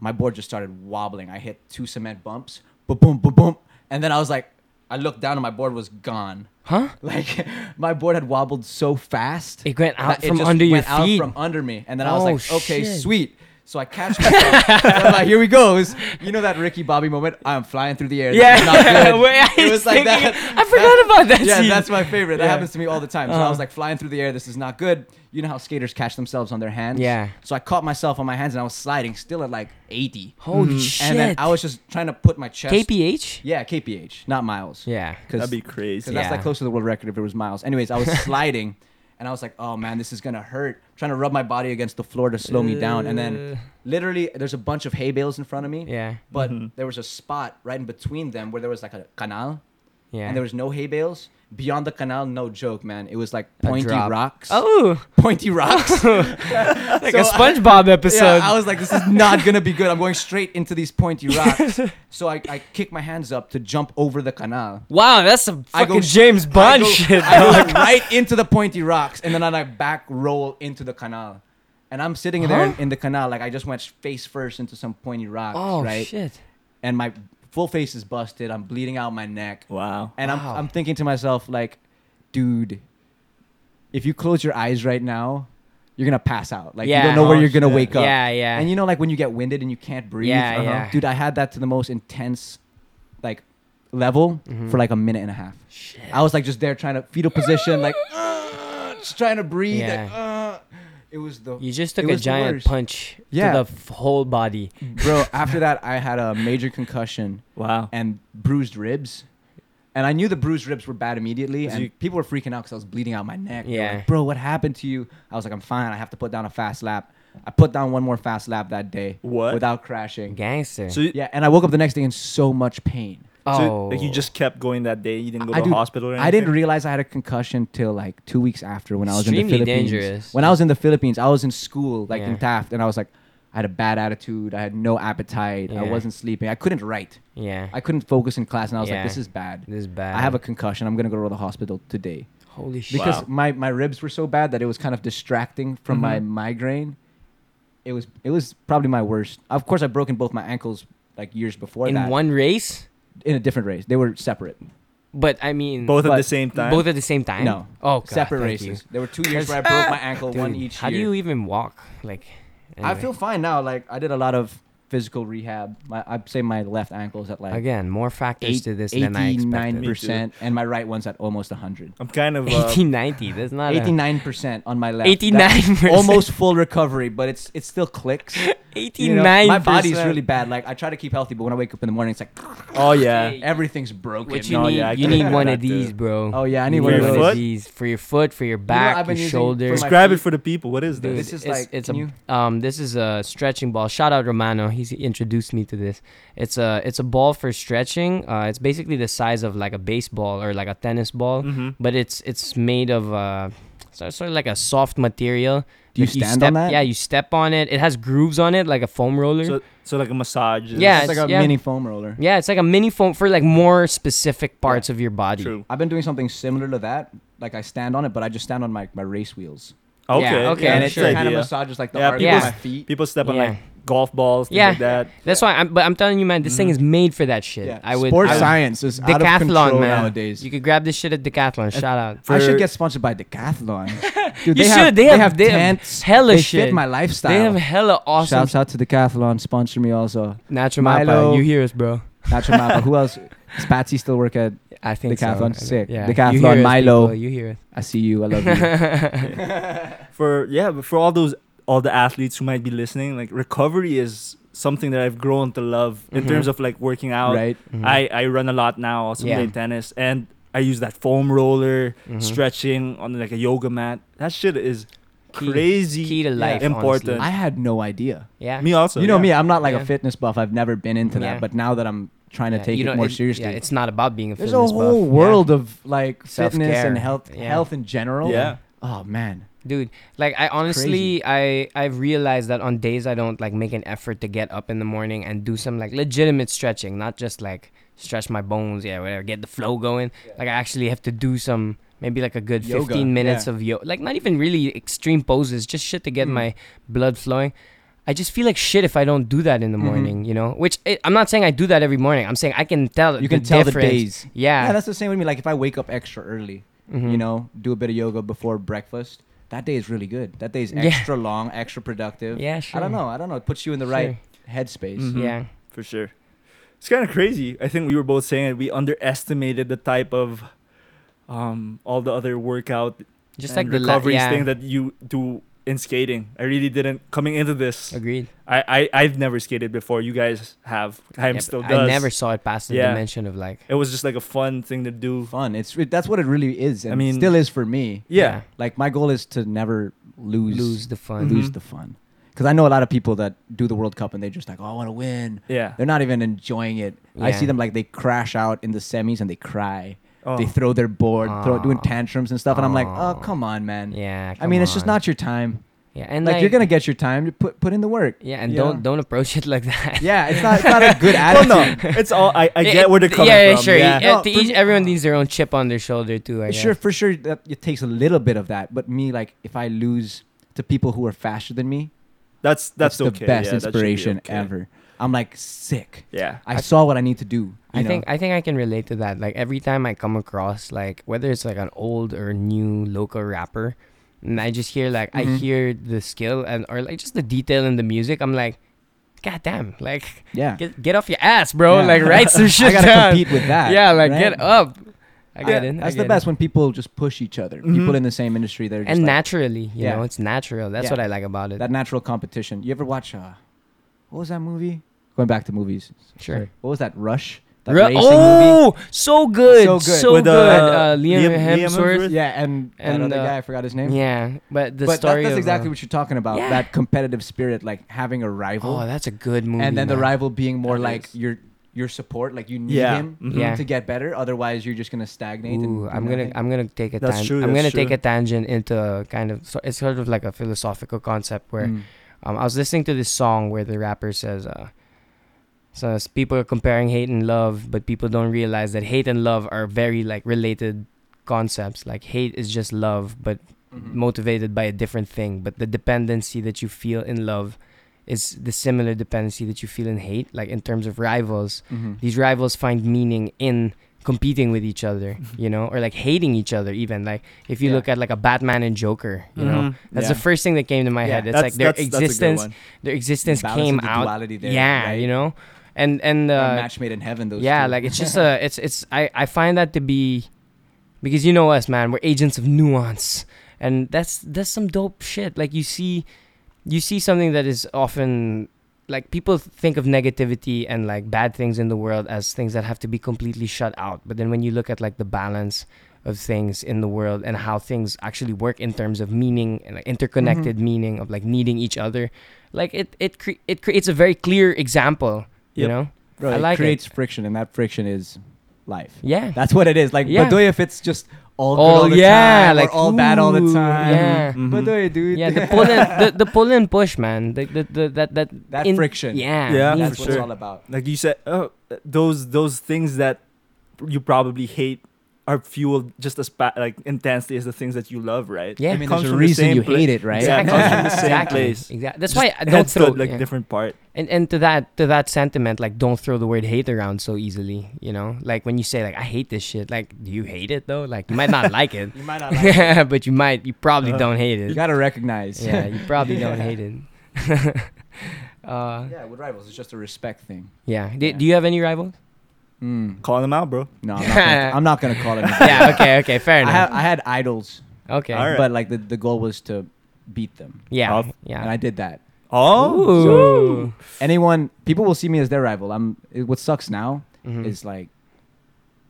Speaker 3: my board just started wobbling. I hit two cement bumps, boom, boom, boom, boom. And then I was like, I looked down and my board was gone.
Speaker 1: Huh?
Speaker 3: Like my board had wobbled so fast.
Speaker 1: It went out
Speaker 3: that it
Speaker 1: from
Speaker 3: just
Speaker 1: under your
Speaker 3: went out
Speaker 1: feet.
Speaker 3: from under me. And then I was
Speaker 1: Oh,
Speaker 3: like, okay,
Speaker 1: shit.
Speaker 3: sweet. So I catch myself. and I'm like, here we goes. You know that Ricky Bobby moment? I'm flying through the air. This is not good.
Speaker 1: Wait, I
Speaker 3: it
Speaker 1: was
Speaker 3: was like
Speaker 1: thinking-
Speaker 3: that.
Speaker 1: I forgot about that
Speaker 3: Yeah,
Speaker 1: scene.
Speaker 3: that's my favorite. That
Speaker 1: Yeah.
Speaker 3: happens to me all the time. So I
Speaker 1: Uh-huh.
Speaker 3: was like flying through the air. This is not good. You know how skaters catch themselves on their hands?
Speaker 1: Yeah.
Speaker 3: So I caught myself on my hands and I was sliding still at like 80.
Speaker 1: Holy
Speaker 3: Mm-hmm. And then
Speaker 1: shit.
Speaker 3: I was just trying to put my chest.
Speaker 1: KPH?
Speaker 3: Yeah, KPH, not miles.
Speaker 1: Yeah.
Speaker 3: Cause,
Speaker 2: That'd be
Speaker 3: 'cause
Speaker 2: crazy.
Speaker 3: that's
Speaker 1: Yeah.
Speaker 3: like close to the world record if it was miles. Anyways, I was sliding and I was like, oh man, this is going to hurt. Trying to rub my body against the floor to slow me down. And then literally, there's a bunch of hay bales in front of me.
Speaker 1: Uh. Yeah.
Speaker 3: But there was a spot right in between them where there was like a canal
Speaker 1: Yeah.
Speaker 3: and there was no hay bales. Beyond the canal, no joke, man. It was like pointy
Speaker 1: drop.
Speaker 3: rocks.
Speaker 1: oh,
Speaker 3: Pointy rocks.
Speaker 1: like
Speaker 3: So
Speaker 1: a
Speaker 3: I-
Speaker 1: SpongeBob episode.
Speaker 3: Yeah, I was like, this is not gonna be good. I'm going straight into these pointy rocks. so I, I kick my hands up to jump over the canal.
Speaker 1: wow, that's some
Speaker 3: I
Speaker 1: fucking
Speaker 3: go-
Speaker 1: James Bond
Speaker 3: I go,
Speaker 1: shit.
Speaker 3: I go
Speaker 1: dog.
Speaker 3: right into the pointy rocks, and then I like back roll into the canal. And I'm sitting there in,
Speaker 1: Huh?
Speaker 3: in the canal, like I just went face first into some pointy rocks,
Speaker 1: oh
Speaker 3: right?
Speaker 1: shit.
Speaker 3: And my full face is busted. I'm bleeding out my neck.
Speaker 2: Wow.
Speaker 3: And
Speaker 1: Oh, Wow.
Speaker 3: I'm, I'm thinking to myself, like, dude, if you close your eyes right now, you're gonna pass out. Like,
Speaker 1: Yeah.
Speaker 3: you don't know
Speaker 2: Oh,
Speaker 3: where you're gonna
Speaker 2: shit.
Speaker 3: wake up.
Speaker 1: Yeah, yeah.
Speaker 3: And you know, like when you get winded and you can't breathe. uh-huh.
Speaker 1: Yeah, yeah.
Speaker 3: Dude, I had that to the most intense, like, level
Speaker 1: Mm-hmm.
Speaker 3: for like a minute and a half.
Speaker 1: Shit.
Speaker 3: I was like just there trying to fetal position, like, uh, just trying to breathe. like,
Speaker 1: Yeah.
Speaker 3: uh. it was the
Speaker 1: You just
Speaker 3: it
Speaker 1: took a
Speaker 3: was the
Speaker 1: giant
Speaker 3: worst.
Speaker 1: punch
Speaker 3: Yeah.
Speaker 1: to the f- whole body.
Speaker 3: bro. After that, I had a major concussion
Speaker 2: Wow.
Speaker 3: and bruised ribs. And I knew the bruised ribs were bad immediately.
Speaker 2: So
Speaker 3: And
Speaker 2: you-
Speaker 3: people were freaking out because I was bleeding out my neck. They were
Speaker 1: Yeah.
Speaker 3: like, Bro, what happened to you? I was like, I'm fine. I have to put down a fast lap. I put down one more fast lap that day.
Speaker 2: What?
Speaker 3: Without crashing.
Speaker 1: Gangster.
Speaker 2: So, you-
Speaker 3: Yeah. And I woke up the next day in so much pain.
Speaker 2: so
Speaker 1: oh.
Speaker 2: like, you just kept going that day. You didn't go
Speaker 3: I-
Speaker 2: to
Speaker 3: dude,
Speaker 2: hospital or anything.
Speaker 3: I didn't realize I had a concussion till like two weeks after when I was in
Speaker 1: Extremely
Speaker 3: the Philippines.
Speaker 1: dangerous.
Speaker 3: When I was in the Philippines, I was in school, like
Speaker 1: Yeah.
Speaker 3: in Taft, and I was like, I had a bad attitude. I had no appetite. I
Speaker 1: Yeah.
Speaker 3: wasn't sleeping. I couldn't write.
Speaker 1: yeah.
Speaker 3: I couldn't focus in class, and I was
Speaker 1: Yeah.
Speaker 3: like, this is bad.
Speaker 1: this is bad.
Speaker 3: I have a concussion. I'm gonna go to the hospital today
Speaker 1: holy shit.
Speaker 3: because
Speaker 2: Wow.
Speaker 3: my, my ribs were so bad that it was kind of distracting from my
Speaker 1: Mm-hmm.
Speaker 3: migraine. It was it was probably my worst. Of course, I've broken both my ankles like years before
Speaker 1: in
Speaker 3: that
Speaker 1: one race,
Speaker 3: in a different race. They were separate.
Speaker 1: but I mean
Speaker 2: both at
Speaker 3: but-
Speaker 2: the same time.
Speaker 1: both at the same time.
Speaker 3: No,
Speaker 1: Oh, God,
Speaker 3: separate
Speaker 1: thank
Speaker 3: races.
Speaker 1: you.
Speaker 3: There were two years
Speaker 1: Because-
Speaker 3: where I broke my ankle, one
Speaker 1: Dude,
Speaker 3: each
Speaker 1: How
Speaker 3: year.
Speaker 1: do you even walk? Like,
Speaker 3: I
Speaker 1: anyway.
Speaker 3: feel fine now. Like I did a lot of physical rehab. My I'd say my left ankle's at like
Speaker 1: again more factors
Speaker 3: eight,
Speaker 1: to this than I expected.
Speaker 3: 89%, and my right one's at almost 100.
Speaker 2: I'm kind of. Uh,
Speaker 1: 1890. That's not a-
Speaker 3: 89% on my left.
Speaker 1: 89%.
Speaker 3: That's Almost full recovery, but it's it still clicks. You
Speaker 1: 89.
Speaker 3: know, my body's really bad. Like I try to keep healthy, but when I wake up in the morning, it's like
Speaker 2: oh yeah.
Speaker 1: Hey.
Speaker 3: everything's broken.
Speaker 1: What you
Speaker 2: No,
Speaker 1: need?
Speaker 2: yeah, I
Speaker 1: you
Speaker 2: can
Speaker 1: need
Speaker 2: get
Speaker 1: one of
Speaker 2: that, dude.
Speaker 1: these, bro.
Speaker 3: Oh yeah, I need
Speaker 1: You
Speaker 2: For
Speaker 3: one of
Speaker 2: your
Speaker 3: those.
Speaker 2: foot?
Speaker 1: these for your foot, for your
Speaker 3: I've
Speaker 1: back,
Speaker 3: been
Speaker 1: your
Speaker 3: using for
Speaker 1: shoulder.
Speaker 3: my
Speaker 2: Describe it
Speaker 3: feet.
Speaker 2: for the people. What is
Speaker 1: Dude,
Speaker 2: this?
Speaker 3: This is
Speaker 1: it's,
Speaker 3: like-
Speaker 1: it's
Speaker 3: can
Speaker 1: a
Speaker 3: you-
Speaker 1: um this is a stretching ball. Shout out Romano, he's he introduced me to this. It's a it's a ball for stretching. Uh, it's basically the size of like a baseball or like a tennis ball,
Speaker 3: Mm.
Speaker 2: Mhm.
Speaker 1: but it's it's made of uh sort sort of like a soft material.
Speaker 3: Do you
Speaker 1: that
Speaker 3: stand
Speaker 1: step,
Speaker 3: on that?
Speaker 1: Yeah, you step on it. It has grooves on it like a foam roller.
Speaker 2: So, so like a massage. Is,
Speaker 1: Yeah,
Speaker 3: It's
Speaker 1: it's-
Speaker 3: like a
Speaker 1: yeah.
Speaker 3: mini foam roller.
Speaker 1: yeah, it's like a mini foam for like more specific parts of your body.
Speaker 2: True.
Speaker 3: I've been doing something similar to that. Like I stand on it, but I just stand on my, my race wheels.
Speaker 2: Okay.
Speaker 1: okay,
Speaker 2: Yeah,
Speaker 1: that's
Speaker 3: and it
Speaker 2: it's
Speaker 1: sure.
Speaker 2: an
Speaker 3: kind of
Speaker 2: idea.
Speaker 3: massages like the
Speaker 2: Yeah,
Speaker 3: arch
Speaker 1: people's-
Speaker 3: of my feet.
Speaker 2: People step on
Speaker 1: Yeah.
Speaker 2: like golf balls, things
Speaker 1: Yeah.
Speaker 2: like that.
Speaker 1: That's why I'm but I'm telling you man, this thing is made for that shit. I would
Speaker 3: Mm-hmm. Sports
Speaker 1: I would-
Speaker 3: science is out of
Speaker 1: Decathlon,
Speaker 3: control
Speaker 1: man.
Speaker 3: nowadays.
Speaker 1: You could grab this shit at Decathlon. Shout out.
Speaker 3: I should
Speaker 2: for-
Speaker 3: get sponsored by Decathlon. Dude,
Speaker 1: You
Speaker 3: they
Speaker 1: should.
Speaker 3: Have,
Speaker 1: They
Speaker 3: they,
Speaker 1: have-
Speaker 3: have
Speaker 1: they have
Speaker 3: tents.
Speaker 1: hella
Speaker 3: they
Speaker 1: shit.
Speaker 3: fit my lifestyle.
Speaker 1: They have hella awesome
Speaker 3: Shouts out to Decathlon. Sponsor me also.
Speaker 1: Natural
Speaker 3: Milo.
Speaker 1: Mappa. You hear us, bro.
Speaker 3: Nacho Mapa. Who else? Does Patsy still work at?
Speaker 1: I think so.
Speaker 3: Decathlon,
Speaker 1: I-
Speaker 3: sick.
Speaker 1: Yeah.
Speaker 3: Decathlon,
Speaker 1: You hear us,
Speaker 3: Milo.
Speaker 1: people, You hear
Speaker 3: I see you. I love you.
Speaker 1: it.
Speaker 2: for yeah, but for all those all the athletes who might be listening, like recovery is something that I've grown to love in
Speaker 1: Mhm.
Speaker 2: terms of like working out.
Speaker 3: right?
Speaker 1: Mm-hmm.
Speaker 2: I I run a lot now. Also
Speaker 1: Yeah.
Speaker 2: play tennis and. I use that foam roller,
Speaker 1: Mhm.
Speaker 2: stretching on like a yoga mat. That shit is
Speaker 1: Key-
Speaker 2: crazy.
Speaker 1: key to life.
Speaker 2: important.
Speaker 1: honestly.
Speaker 3: I had no idea.
Speaker 1: Yeah.
Speaker 2: Me also.
Speaker 3: you know
Speaker 2: yeah.
Speaker 3: me. I'm not like
Speaker 1: Yeah.
Speaker 3: a fitness buff. I've never been into
Speaker 1: Yeah.
Speaker 3: that. But now that I'm trying to
Speaker 1: Yeah,
Speaker 3: take
Speaker 1: you
Speaker 3: it
Speaker 1: don't-
Speaker 3: more
Speaker 1: it-
Speaker 3: seriously,
Speaker 1: Yeah, it's not about being a
Speaker 3: there's a
Speaker 1: fitness
Speaker 3: whole
Speaker 1: buff. Yeah.
Speaker 3: world of like fitness
Speaker 1: Self-care.
Speaker 3: and health,
Speaker 1: Yeah.
Speaker 3: health in general.
Speaker 2: Yeah.
Speaker 3: Oh man.
Speaker 1: dude like i honestly i i've realized that on days i don't like make an effort to get up in the morning and do some like legitimate stretching not just like stretch my bones yeah whatever get the flow going like i actually have to do some Maybe like a good
Speaker 3: Yoga,
Speaker 1: 15 minutes
Speaker 3: yeah.
Speaker 1: of yoga. Like not even really extreme poses, just shit to get
Speaker 3: Mm.
Speaker 1: my blood flowing. I just feel like shit if I don't do that in the
Speaker 3: Mhm.
Speaker 1: morning, you know? Which it, I'm not saying I do that every morning. I'm saying I can tell
Speaker 3: You can tell
Speaker 1: difference.
Speaker 3: the days.
Speaker 1: Yeah.
Speaker 3: that's the same with me. Like if I wake up extra early,
Speaker 1: Mhm.
Speaker 3: you know, do a bit of yoga before breakfast. That day is really good. That day is
Speaker 1: Yeah.
Speaker 3: extra long, extra productive.
Speaker 1: Yeah, sure.
Speaker 3: I don't know. I don't know. It puts you in the right headspace.
Speaker 2: Mhm.
Speaker 1: Sure. Mm-hmm. Yeah.
Speaker 2: for sure. It's kind of crazy. I think we were both saying it. We underestimated the type of um, all the other workout
Speaker 3: mm.
Speaker 1: Just like
Speaker 2: and
Speaker 1: the la-
Speaker 2: recovery
Speaker 1: yeah.
Speaker 2: thing that you do in skating. I really didn't coming into this.
Speaker 1: Agreed.
Speaker 2: I, I I've never skated before. You guys have. I'm
Speaker 1: Yeah,
Speaker 2: still
Speaker 1: but
Speaker 2: does.
Speaker 1: I never saw it past the
Speaker 2: Yeah.
Speaker 1: dimension of like.
Speaker 2: It was just like a fun thing to do.
Speaker 3: Fun. It's it, that's what it really is, and
Speaker 2: I mean-
Speaker 3: still is for me.
Speaker 2: Yeah.
Speaker 3: Like my goal is to never lose
Speaker 1: lose the Mm-hmm. fun.
Speaker 3: lose
Speaker 2: Mhm.
Speaker 3: the fun. Because I know a lot of people that do the World Cup and they just like, oh, I want to win.
Speaker 2: Yeah.
Speaker 3: They're not even enjoying it. I
Speaker 1: Yeah.
Speaker 3: see them like they crash out in the semis and they cry.
Speaker 2: Oh.
Speaker 3: They throw their board, throw, doing
Speaker 1: Aw.
Speaker 3: tantrums and stuff. And I'm like, oh,
Speaker 1: Aw.
Speaker 3: come on, man.
Speaker 1: Yeah.
Speaker 3: I mean,
Speaker 1: come
Speaker 3: it's just
Speaker 1: on.
Speaker 3: not your time.
Speaker 1: Yeah, and
Speaker 3: like, you're gonna get your time. You put put in the work.
Speaker 1: Yeah, and
Speaker 3: you
Speaker 1: don't
Speaker 3: know?
Speaker 1: don't approach it like that.
Speaker 3: Yeah, it's not, it's not a good
Speaker 2: well,
Speaker 3: attitude.
Speaker 2: no, it's all. I, I
Speaker 1: It-
Speaker 2: get where they're
Speaker 1: it-
Speaker 2: coming
Speaker 1: yeah,
Speaker 2: from.
Speaker 1: Sure.
Speaker 2: Yeah,
Speaker 1: Yeah,
Speaker 3: No,
Speaker 1: to
Speaker 3: for
Speaker 1: each-
Speaker 3: me-
Speaker 1: everyone needs their own chip on their shoulder too. I guess.
Speaker 3: sure, for sure, that it takes a little bit of that. But me, like, if I lose to people who are faster than me,
Speaker 2: that's that's
Speaker 3: it's
Speaker 2: okay.
Speaker 3: the best
Speaker 2: yeah, that should be
Speaker 3: inspiration
Speaker 2: okay.
Speaker 3: ever. I'm like sick.
Speaker 2: Yeah,
Speaker 3: I, saw what I need to do.
Speaker 1: I think I think I can relate to that. Like every time I come across like whether it's like an old or new local rapper, and I just hear like I
Speaker 3: Mhm.
Speaker 1: hear the skill and or like just the detail in the music. I'm like, god damn, like
Speaker 3: yeah.
Speaker 1: get get off your ass, bro.
Speaker 3: Yeah.
Speaker 1: Like write some shit
Speaker 3: I gotta
Speaker 1: down.
Speaker 3: compete with that.
Speaker 1: yeah, like
Speaker 3: right?
Speaker 1: get up. I get
Speaker 2: Yeah,
Speaker 1: it. I get it.
Speaker 3: That's the
Speaker 1: Mm-hmm.
Speaker 3: best when people just push each other. People
Speaker 2: Mhm.
Speaker 3: in the same industry, they're just
Speaker 1: And
Speaker 3: like,
Speaker 1: naturally, you
Speaker 3: Yeah.
Speaker 1: know, it's natural. That's what
Speaker 3: Yeah.
Speaker 1: I like about it.
Speaker 3: that natural competition. You ever watch uh, what was that movie? Going back to movies.
Speaker 1: sure.
Speaker 3: What was that Rush? That
Speaker 1: Re-
Speaker 3: racing movie.
Speaker 1: oh, so good, so good,
Speaker 3: So good.
Speaker 1: so
Speaker 2: With, uh,
Speaker 1: good. Uh, Liam,
Speaker 2: Liam- Liam
Speaker 1: Hemsworth.
Speaker 2: Hemsworth?
Speaker 3: Yeah, and and
Speaker 1: And,
Speaker 3: another
Speaker 1: uh,
Speaker 3: guy I forgot his name.
Speaker 1: Yeah, but the
Speaker 3: but that-
Speaker 1: story.
Speaker 3: that's
Speaker 1: of,
Speaker 3: exactly
Speaker 1: uh,
Speaker 3: what you're talking about.
Speaker 1: yeah.
Speaker 3: That competitive spirit, like having a rival,
Speaker 1: Oh, that's a good movie.
Speaker 3: and then the
Speaker 1: man.
Speaker 3: rival being more
Speaker 2: That
Speaker 3: like
Speaker 2: is.
Speaker 3: your your support. Like you need
Speaker 2: Yeah.
Speaker 3: him
Speaker 2: Mhm.
Speaker 1: Mm-hmm. Yeah.
Speaker 3: to get better. Otherwise, you're just gonna stagnate. and
Speaker 1: Ooh,
Speaker 3: do
Speaker 1: I'm gonna
Speaker 3: nothing.
Speaker 1: I'm gonna take a
Speaker 2: That's
Speaker 1: tan-
Speaker 2: true,
Speaker 1: I'm gonna
Speaker 2: that's
Speaker 1: take
Speaker 2: true.
Speaker 1: a tangent into uh, kind of so it's sort of like a philosophical concept where
Speaker 3: Mm.
Speaker 1: um, I was listening to this song where the rapper says, uh, so it's people are comparing hate and love, but people don't realize that hate and love are very like related concepts. Like hate is just love, but
Speaker 3: Mhm.
Speaker 1: motivated by a different thing. But the dependency that you feel in love is the similar dependency that you feel in hate. Like in terms of rivals,
Speaker 3: Mhm.
Speaker 1: these rivals find meaning in competing with each other, you know, or like hating each other even. Like if you
Speaker 3: Yeah.
Speaker 1: look at like a Batman and Joker, you know,
Speaker 2: Mhm.
Speaker 1: that's
Speaker 3: Yeah.
Speaker 1: the first thing that came to my
Speaker 3: Yeah,
Speaker 1: head. It's Mm-hmm.
Speaker 2: That's-
Speaker 1: like their
Speaker 2: that's- that's a good
Speaker 1: existence,
Speaker 2: one.
Speaker 1: their existence
Speaker 3: Balancing
Speaker 1: came
Speaker 3: the
Speaker 1: out.
Speaker 3: duality there,
Speaker 1: yeah,
Speaker 3: right?
Speaker 1: you know, and and
Speaker 3: Or a
Speaker 1: uh,
Speaker 3: match made in heaven. Those
Speaker 1: yeah,
Speaker 3: two.
Speaker 1: like it's just a it's it's I I find that to be because you know us, man, we're agents of nuance, and that's that's some dope shit. Like you see, you see something that is often like people think of negativity and like bad things in the world as things that have to be completely shut out. But then when you look at like the balance of things in the world and how things actually work in terms of meaning and like interconnected
Speaker 3: Mm-hmm.
Speaker 1: meaning of like needing each other, like it it cre- it creates a very clear example. You
Speaker 2: Yep.
Speaker 1: know,
Speaker 3: Bro,
Speaker 1: I
Speaker 3: it
Speaker 1: like it.
Speaker 3: creates friction, and that friction is life.
Speaker 1: yeah.
Speaker 3: That's what it is. Like,
Speaker 1: Yeah.
Speaker 3: but do if it's just all good
Speaker 1: Oh,
Speaker 3: all the
Speaker 1: yeah,
Speaker 3: time,
Speaker 1: like,
Speaker 3: or all bad all
Speaker 1: ooh,
Speaker 3: the time. Mm-hmm.
Speaker 1: yeah.
Speaker 2: Mhm.
Speaker 3: But do dude?
Speaker 1: Yeah, the pull and the, the pull and push, man. The, the, the, that that
Speaker 3: that
Speaker 1: in-
Speaker 3: friction.
Speaker 1: Yeah,
Speaker 2: Yeah,
Speaker 1: being-
Speaker 3: that's
Speaker 2: for
Speaker 3: what it's
Speaker 2: sure.
Speaker 3: all about.
Speaker 2: like you said, oh, those those things that you probably hate are fueled just as ba- like intensely as the things that you love, right?
Speaker 1: Yeah.
Speaker 3: I
Speaker 1: It
Speaker 3: mean,
Speaker 2: comes
Speaker 3: there's a
Speaker 2: from the
Speaker 3: reason
Speaker 2: same
Speaker 3: you
Speaker 2: place.
Speaker 3: hate it, right?
Speaker 2: Exactly. Yeah, it comes from the same
Speaker 1: exactly.
Speaker 2: place.
Speaker 1: Exactly. That's
Speaker 2: Just
Speaker 1: why I don't
Speaker 2: adds to,
Speaker 1: throw
Speaker 2: like
Speaker 1: yeah.
Speaker 2: different part.
Speaker 1: and and to that to that sentiment, like don't throw the word hate around so easily. You know, like when you say like I hate this shit, like do you hate it though? Like you might not like it,
Speaker 3: You might not. Like it.
Speaker 1: but you might you probably
Speaker 2: Uh,
Speaker 1: don't hate it.
Speaker 3: You gotta recognize.
Speaker 1: Yeah, you probably don't hate it. uh,
Speaker 3: yeah, with rivals, it's just a respect thing.
Speaker 1: yeah. Do,
Speaker 3: Yeah.
Speaker 1: do you have any rivals?
Speaker 3: Mm.
Speaker 2: Calling them out, bro.
Speaker 3: No, I'm not, gonna, I'm not gonna call it.
Speaker 1: yeah. Okay. Okay. Fair
Speaker 3: I,
Speaker 1: enough.
Speaker 3: ha- I had idols,
Speaker 1: okay.
Speaker 2: All right.
Speaker 3: but like the, the goal was to beat them,
Speaker 1: Yeah.
Speaker 2: I'll-
Speaker 1: yeah.
Speaker 3: and I did that.
Speaker 2: Oh,
Speaker 1: Ooh.
Speaker 3: Anyone, people will see me as their rival. I'm. It, what sucks now
Speaker 1: Mhm.
Speaker 3: is like,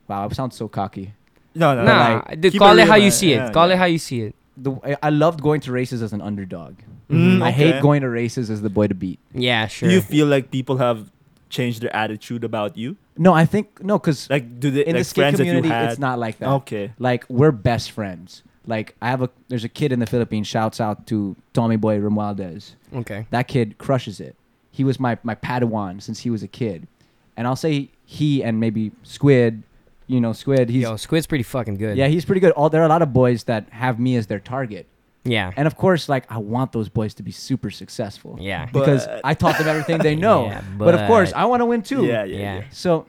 Speaker 3: wow, I sound so cocky.
Speaker 2: no, no, no.
Speaker 1: Nah,
Speaker 2: Uh, like,
Speaker 1: dude,
Speaker 2: keep
Speaker 1: call it
Speaker 2: real,
Speaker 1: how you
Speaker 2: man.
Speaker 1: see it.
Speaker 2: Yeah,
Speaker 1: call
Speaker 2: yeah.
Speaker 1: it how you see it.
Speaker 3: The, I, I loved going to races as an underdog.
Speaker 2: Mm,
Speaker 3: I
Speaker 2: okay.
Speaker 3: hate going to races as the boy to beat.
Speaker 1: Yeah, sure.
Speaker 2: Do you feel like people have changed their attitude about you?
Speaker 3: No, I think no, because
Speaker 2: Like, do they
Speaker 3: in
Speaker 2: like
Speaker 3: the skate
Speaker 2: friends that you
Speaker 3: community,
Speaker 2: had?
Speaker 3: it's not like that.
Speaker 2: okay.
Speaker 3: Like we're best friends. Like I have a there's a kid in the Philippines. Shouts out to Tommy Boy Romualdez.
Speaker 1: okay.
Speaker 3: That kid crushes it. He was my my Padawan since he was a kid, and I'll say he and maybe Squid you know, Squid. He's
Speaker 1: Yo, Squid's pretty fucking good.
Speaker 3: yeah, he's pretty good. All there are a lot of boys that have me as their target,
Speaker 1: yeah,
Speaker 3: and of course, like I want those boys to be super successful.
Speaker 1: yeah,
Speaker 2: But-
Speaker 3: because I taught them everything they know.
Speaker 1: Yeah,
Speaker 3: but, of course,
Speaker 1: but-
Speaker 3: I want to win too.
Speaker 2: Yeah, yeah,
Speaker 1: Yeah.
Speaker 2: yeah.
Speaker 3: So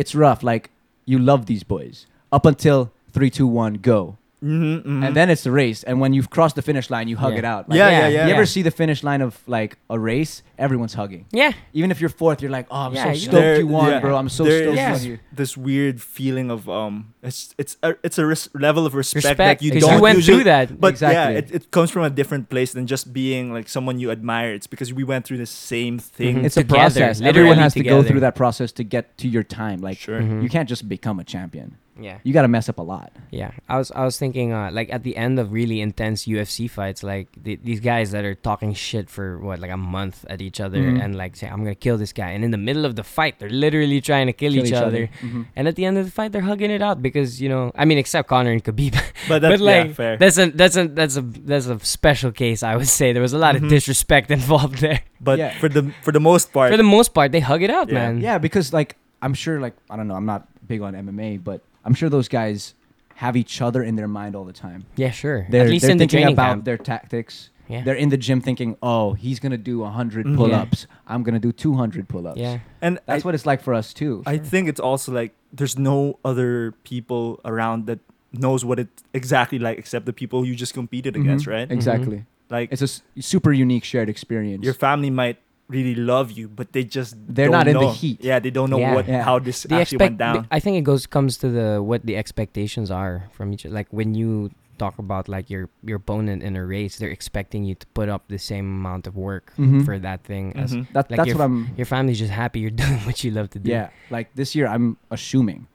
Speaker 3: it's rough. Like you love these boys up until three, two, one, go,
Speaker 2: Mhm, mhm.
Speaker 3: and then it's the race. And when you've crossed the finish line, you hug
Speaker 1: Mm-hmm. Yeah.
Speaker 3: it out. Like,
Speaker 2: yeah,
Speaker 1: yeah,
Speaker 2: yeah, yeah,
Speaker 3: You ever see the finish line of like a race? Everyone's hugging.
Speaker 1: yeah.
Speaker 3: Even if you're fourth, you're like, oh, I'm
Speaker 1: Yeah,
Speaker 3: so
Speaker 1: you-
Speaker 3: stoked
Speaker 2: There-
Speaker 3: you won,
Speaker 2: yeah.
Speaker 3: bro. I'm so
Speaker 2: There
Speaker 3: stoked
Speaker 1: is-
Speaker 3: you won.
Speaker 2: This weird feeling of um, it's it's a it's a res- level of respect, that you
Speaker 1: 'cause
Speaker 2: don't
Speaker 1: you went
Speaker 2: usually,
Speaker 1: through that.
Speaker 2: But
Speaker 3: Exactly.
Speaker 2: yeah, it, it comes from a different place than just being like someone you admire. It's because we went through the same thing.
Speaker 1: Mhm.
Speaker 3: Mm-hmm. It's a
Speaker 1: Together,
Speaker 3: process. Everyone
Speaker 1: literally
Speaker 3: has to go
Speaker 1: together.
Speaker 3: through that process to get to your time. Like, mm-hmm.
Speaker 2: Sure.
Speaker 1: Mhm.
Speaker 3: you can't just become a champion.
Speaker 1: Yeah,
Speaker 3: You got to mess up a lot.
Speaker 1: yeah. I was I was thinking uh, like at the end of really intense UFC fights, like the, these guys that are talking shit for what like a month at each other
Speaker 2: Mm-hmm.
Speaker 3: Mhm.
Speaker 1: and like say I'm gonna kill this guy, and in the middle of the fight they're literally trying to kill,
Speaker 3: Kill
Speaker 1: each, other.
Speaker 3: Mhm.
Speaker 1: and at the end of the fight they're hugging it out because you know I mean except Connor and Khabib,
Speaker 2: But that's
Speaker 1: but like
Speaker 2: yeah, fair.
Speaker 1: that's a that's a that's a that's a special case I would say. There was a lot
Speaker 2: Mhm.
Speaker 1: of disrespect involved there.
Speaker 2: but
Speaker 3: Yeah.
Speaker 2: for the for the most part,
Speaker 1: For the most part, they hug it out,
Speaker 2: Yeah.
Speaker 1: man.
Speaker 3: Yeah, because like I'm sure like I don't know, I'm not big on MMA, but I'm sure those guys have each other in their mind all the time.
Speaker 1: yeah, sure.
Speaker 3: They're,
Speaker 1: at least
Speaker 3: they're
Speaker 1: in the
Speaker 3: thinking
Speaker 1: training
Speaker 3: about
Speaker 1: camp.
Speaker 3: their tactics.
Speaker 1: Yeah.
Speaker 3: They're in the gym thinking, "Oh, he's going to do 100
Speaker 2: Mhm.
Speaker 3: pull-ups. I'm going to do 200 pull-ups."
Speaker 1: yeah,
Speaker 2: and
Speaker 3: That's
Speaker 2: I,
Speaker 3: what it's like for us too.
Speaker 2: I think it's also like there's no other people around that knows what it's exactly like except the people you just competed
Speaker 3: Mhm.
Speaker 2: against, right?
Speaker 3: Exactly.
Speaker 1: Mm-hmm.
Speaker 2: Like
Speaker 3: It's a s- super unique shared experience.
Speaker 2: your family might really love you, but they just
Speaker 3: They're
Speaker 2: don't
Speaker 3: not in the
Speaker 2: know.
Speaker 3: heat.
Speaker 2: Yeah, they don't know
Speaker 1: Yeah.
Speaker 2: what
Speaker 3: Yeah.
Speaker 2: how this
Speaker 1: the
Speaker 2: actually
Speaker 1: expect.
Speaker 2: went down.
Speaker 1: I think it goes comes to the what the expectations are from each. Like when you talk about like your your opponent in a race, they're expecting you to put up the same amount of work
Speaker 3: Mhm.
Speaker 1: for that thing. As
Speaker 2: Mhm.
Speaker 3: that,
Speaker 1: like
Speaker 3: that's
Speaker 1: your
Speaker 3: what I'm
Speaker 1: your family's just happy you're doing what you love to do.
Speaker 3: Yeah, like this year I'm assuming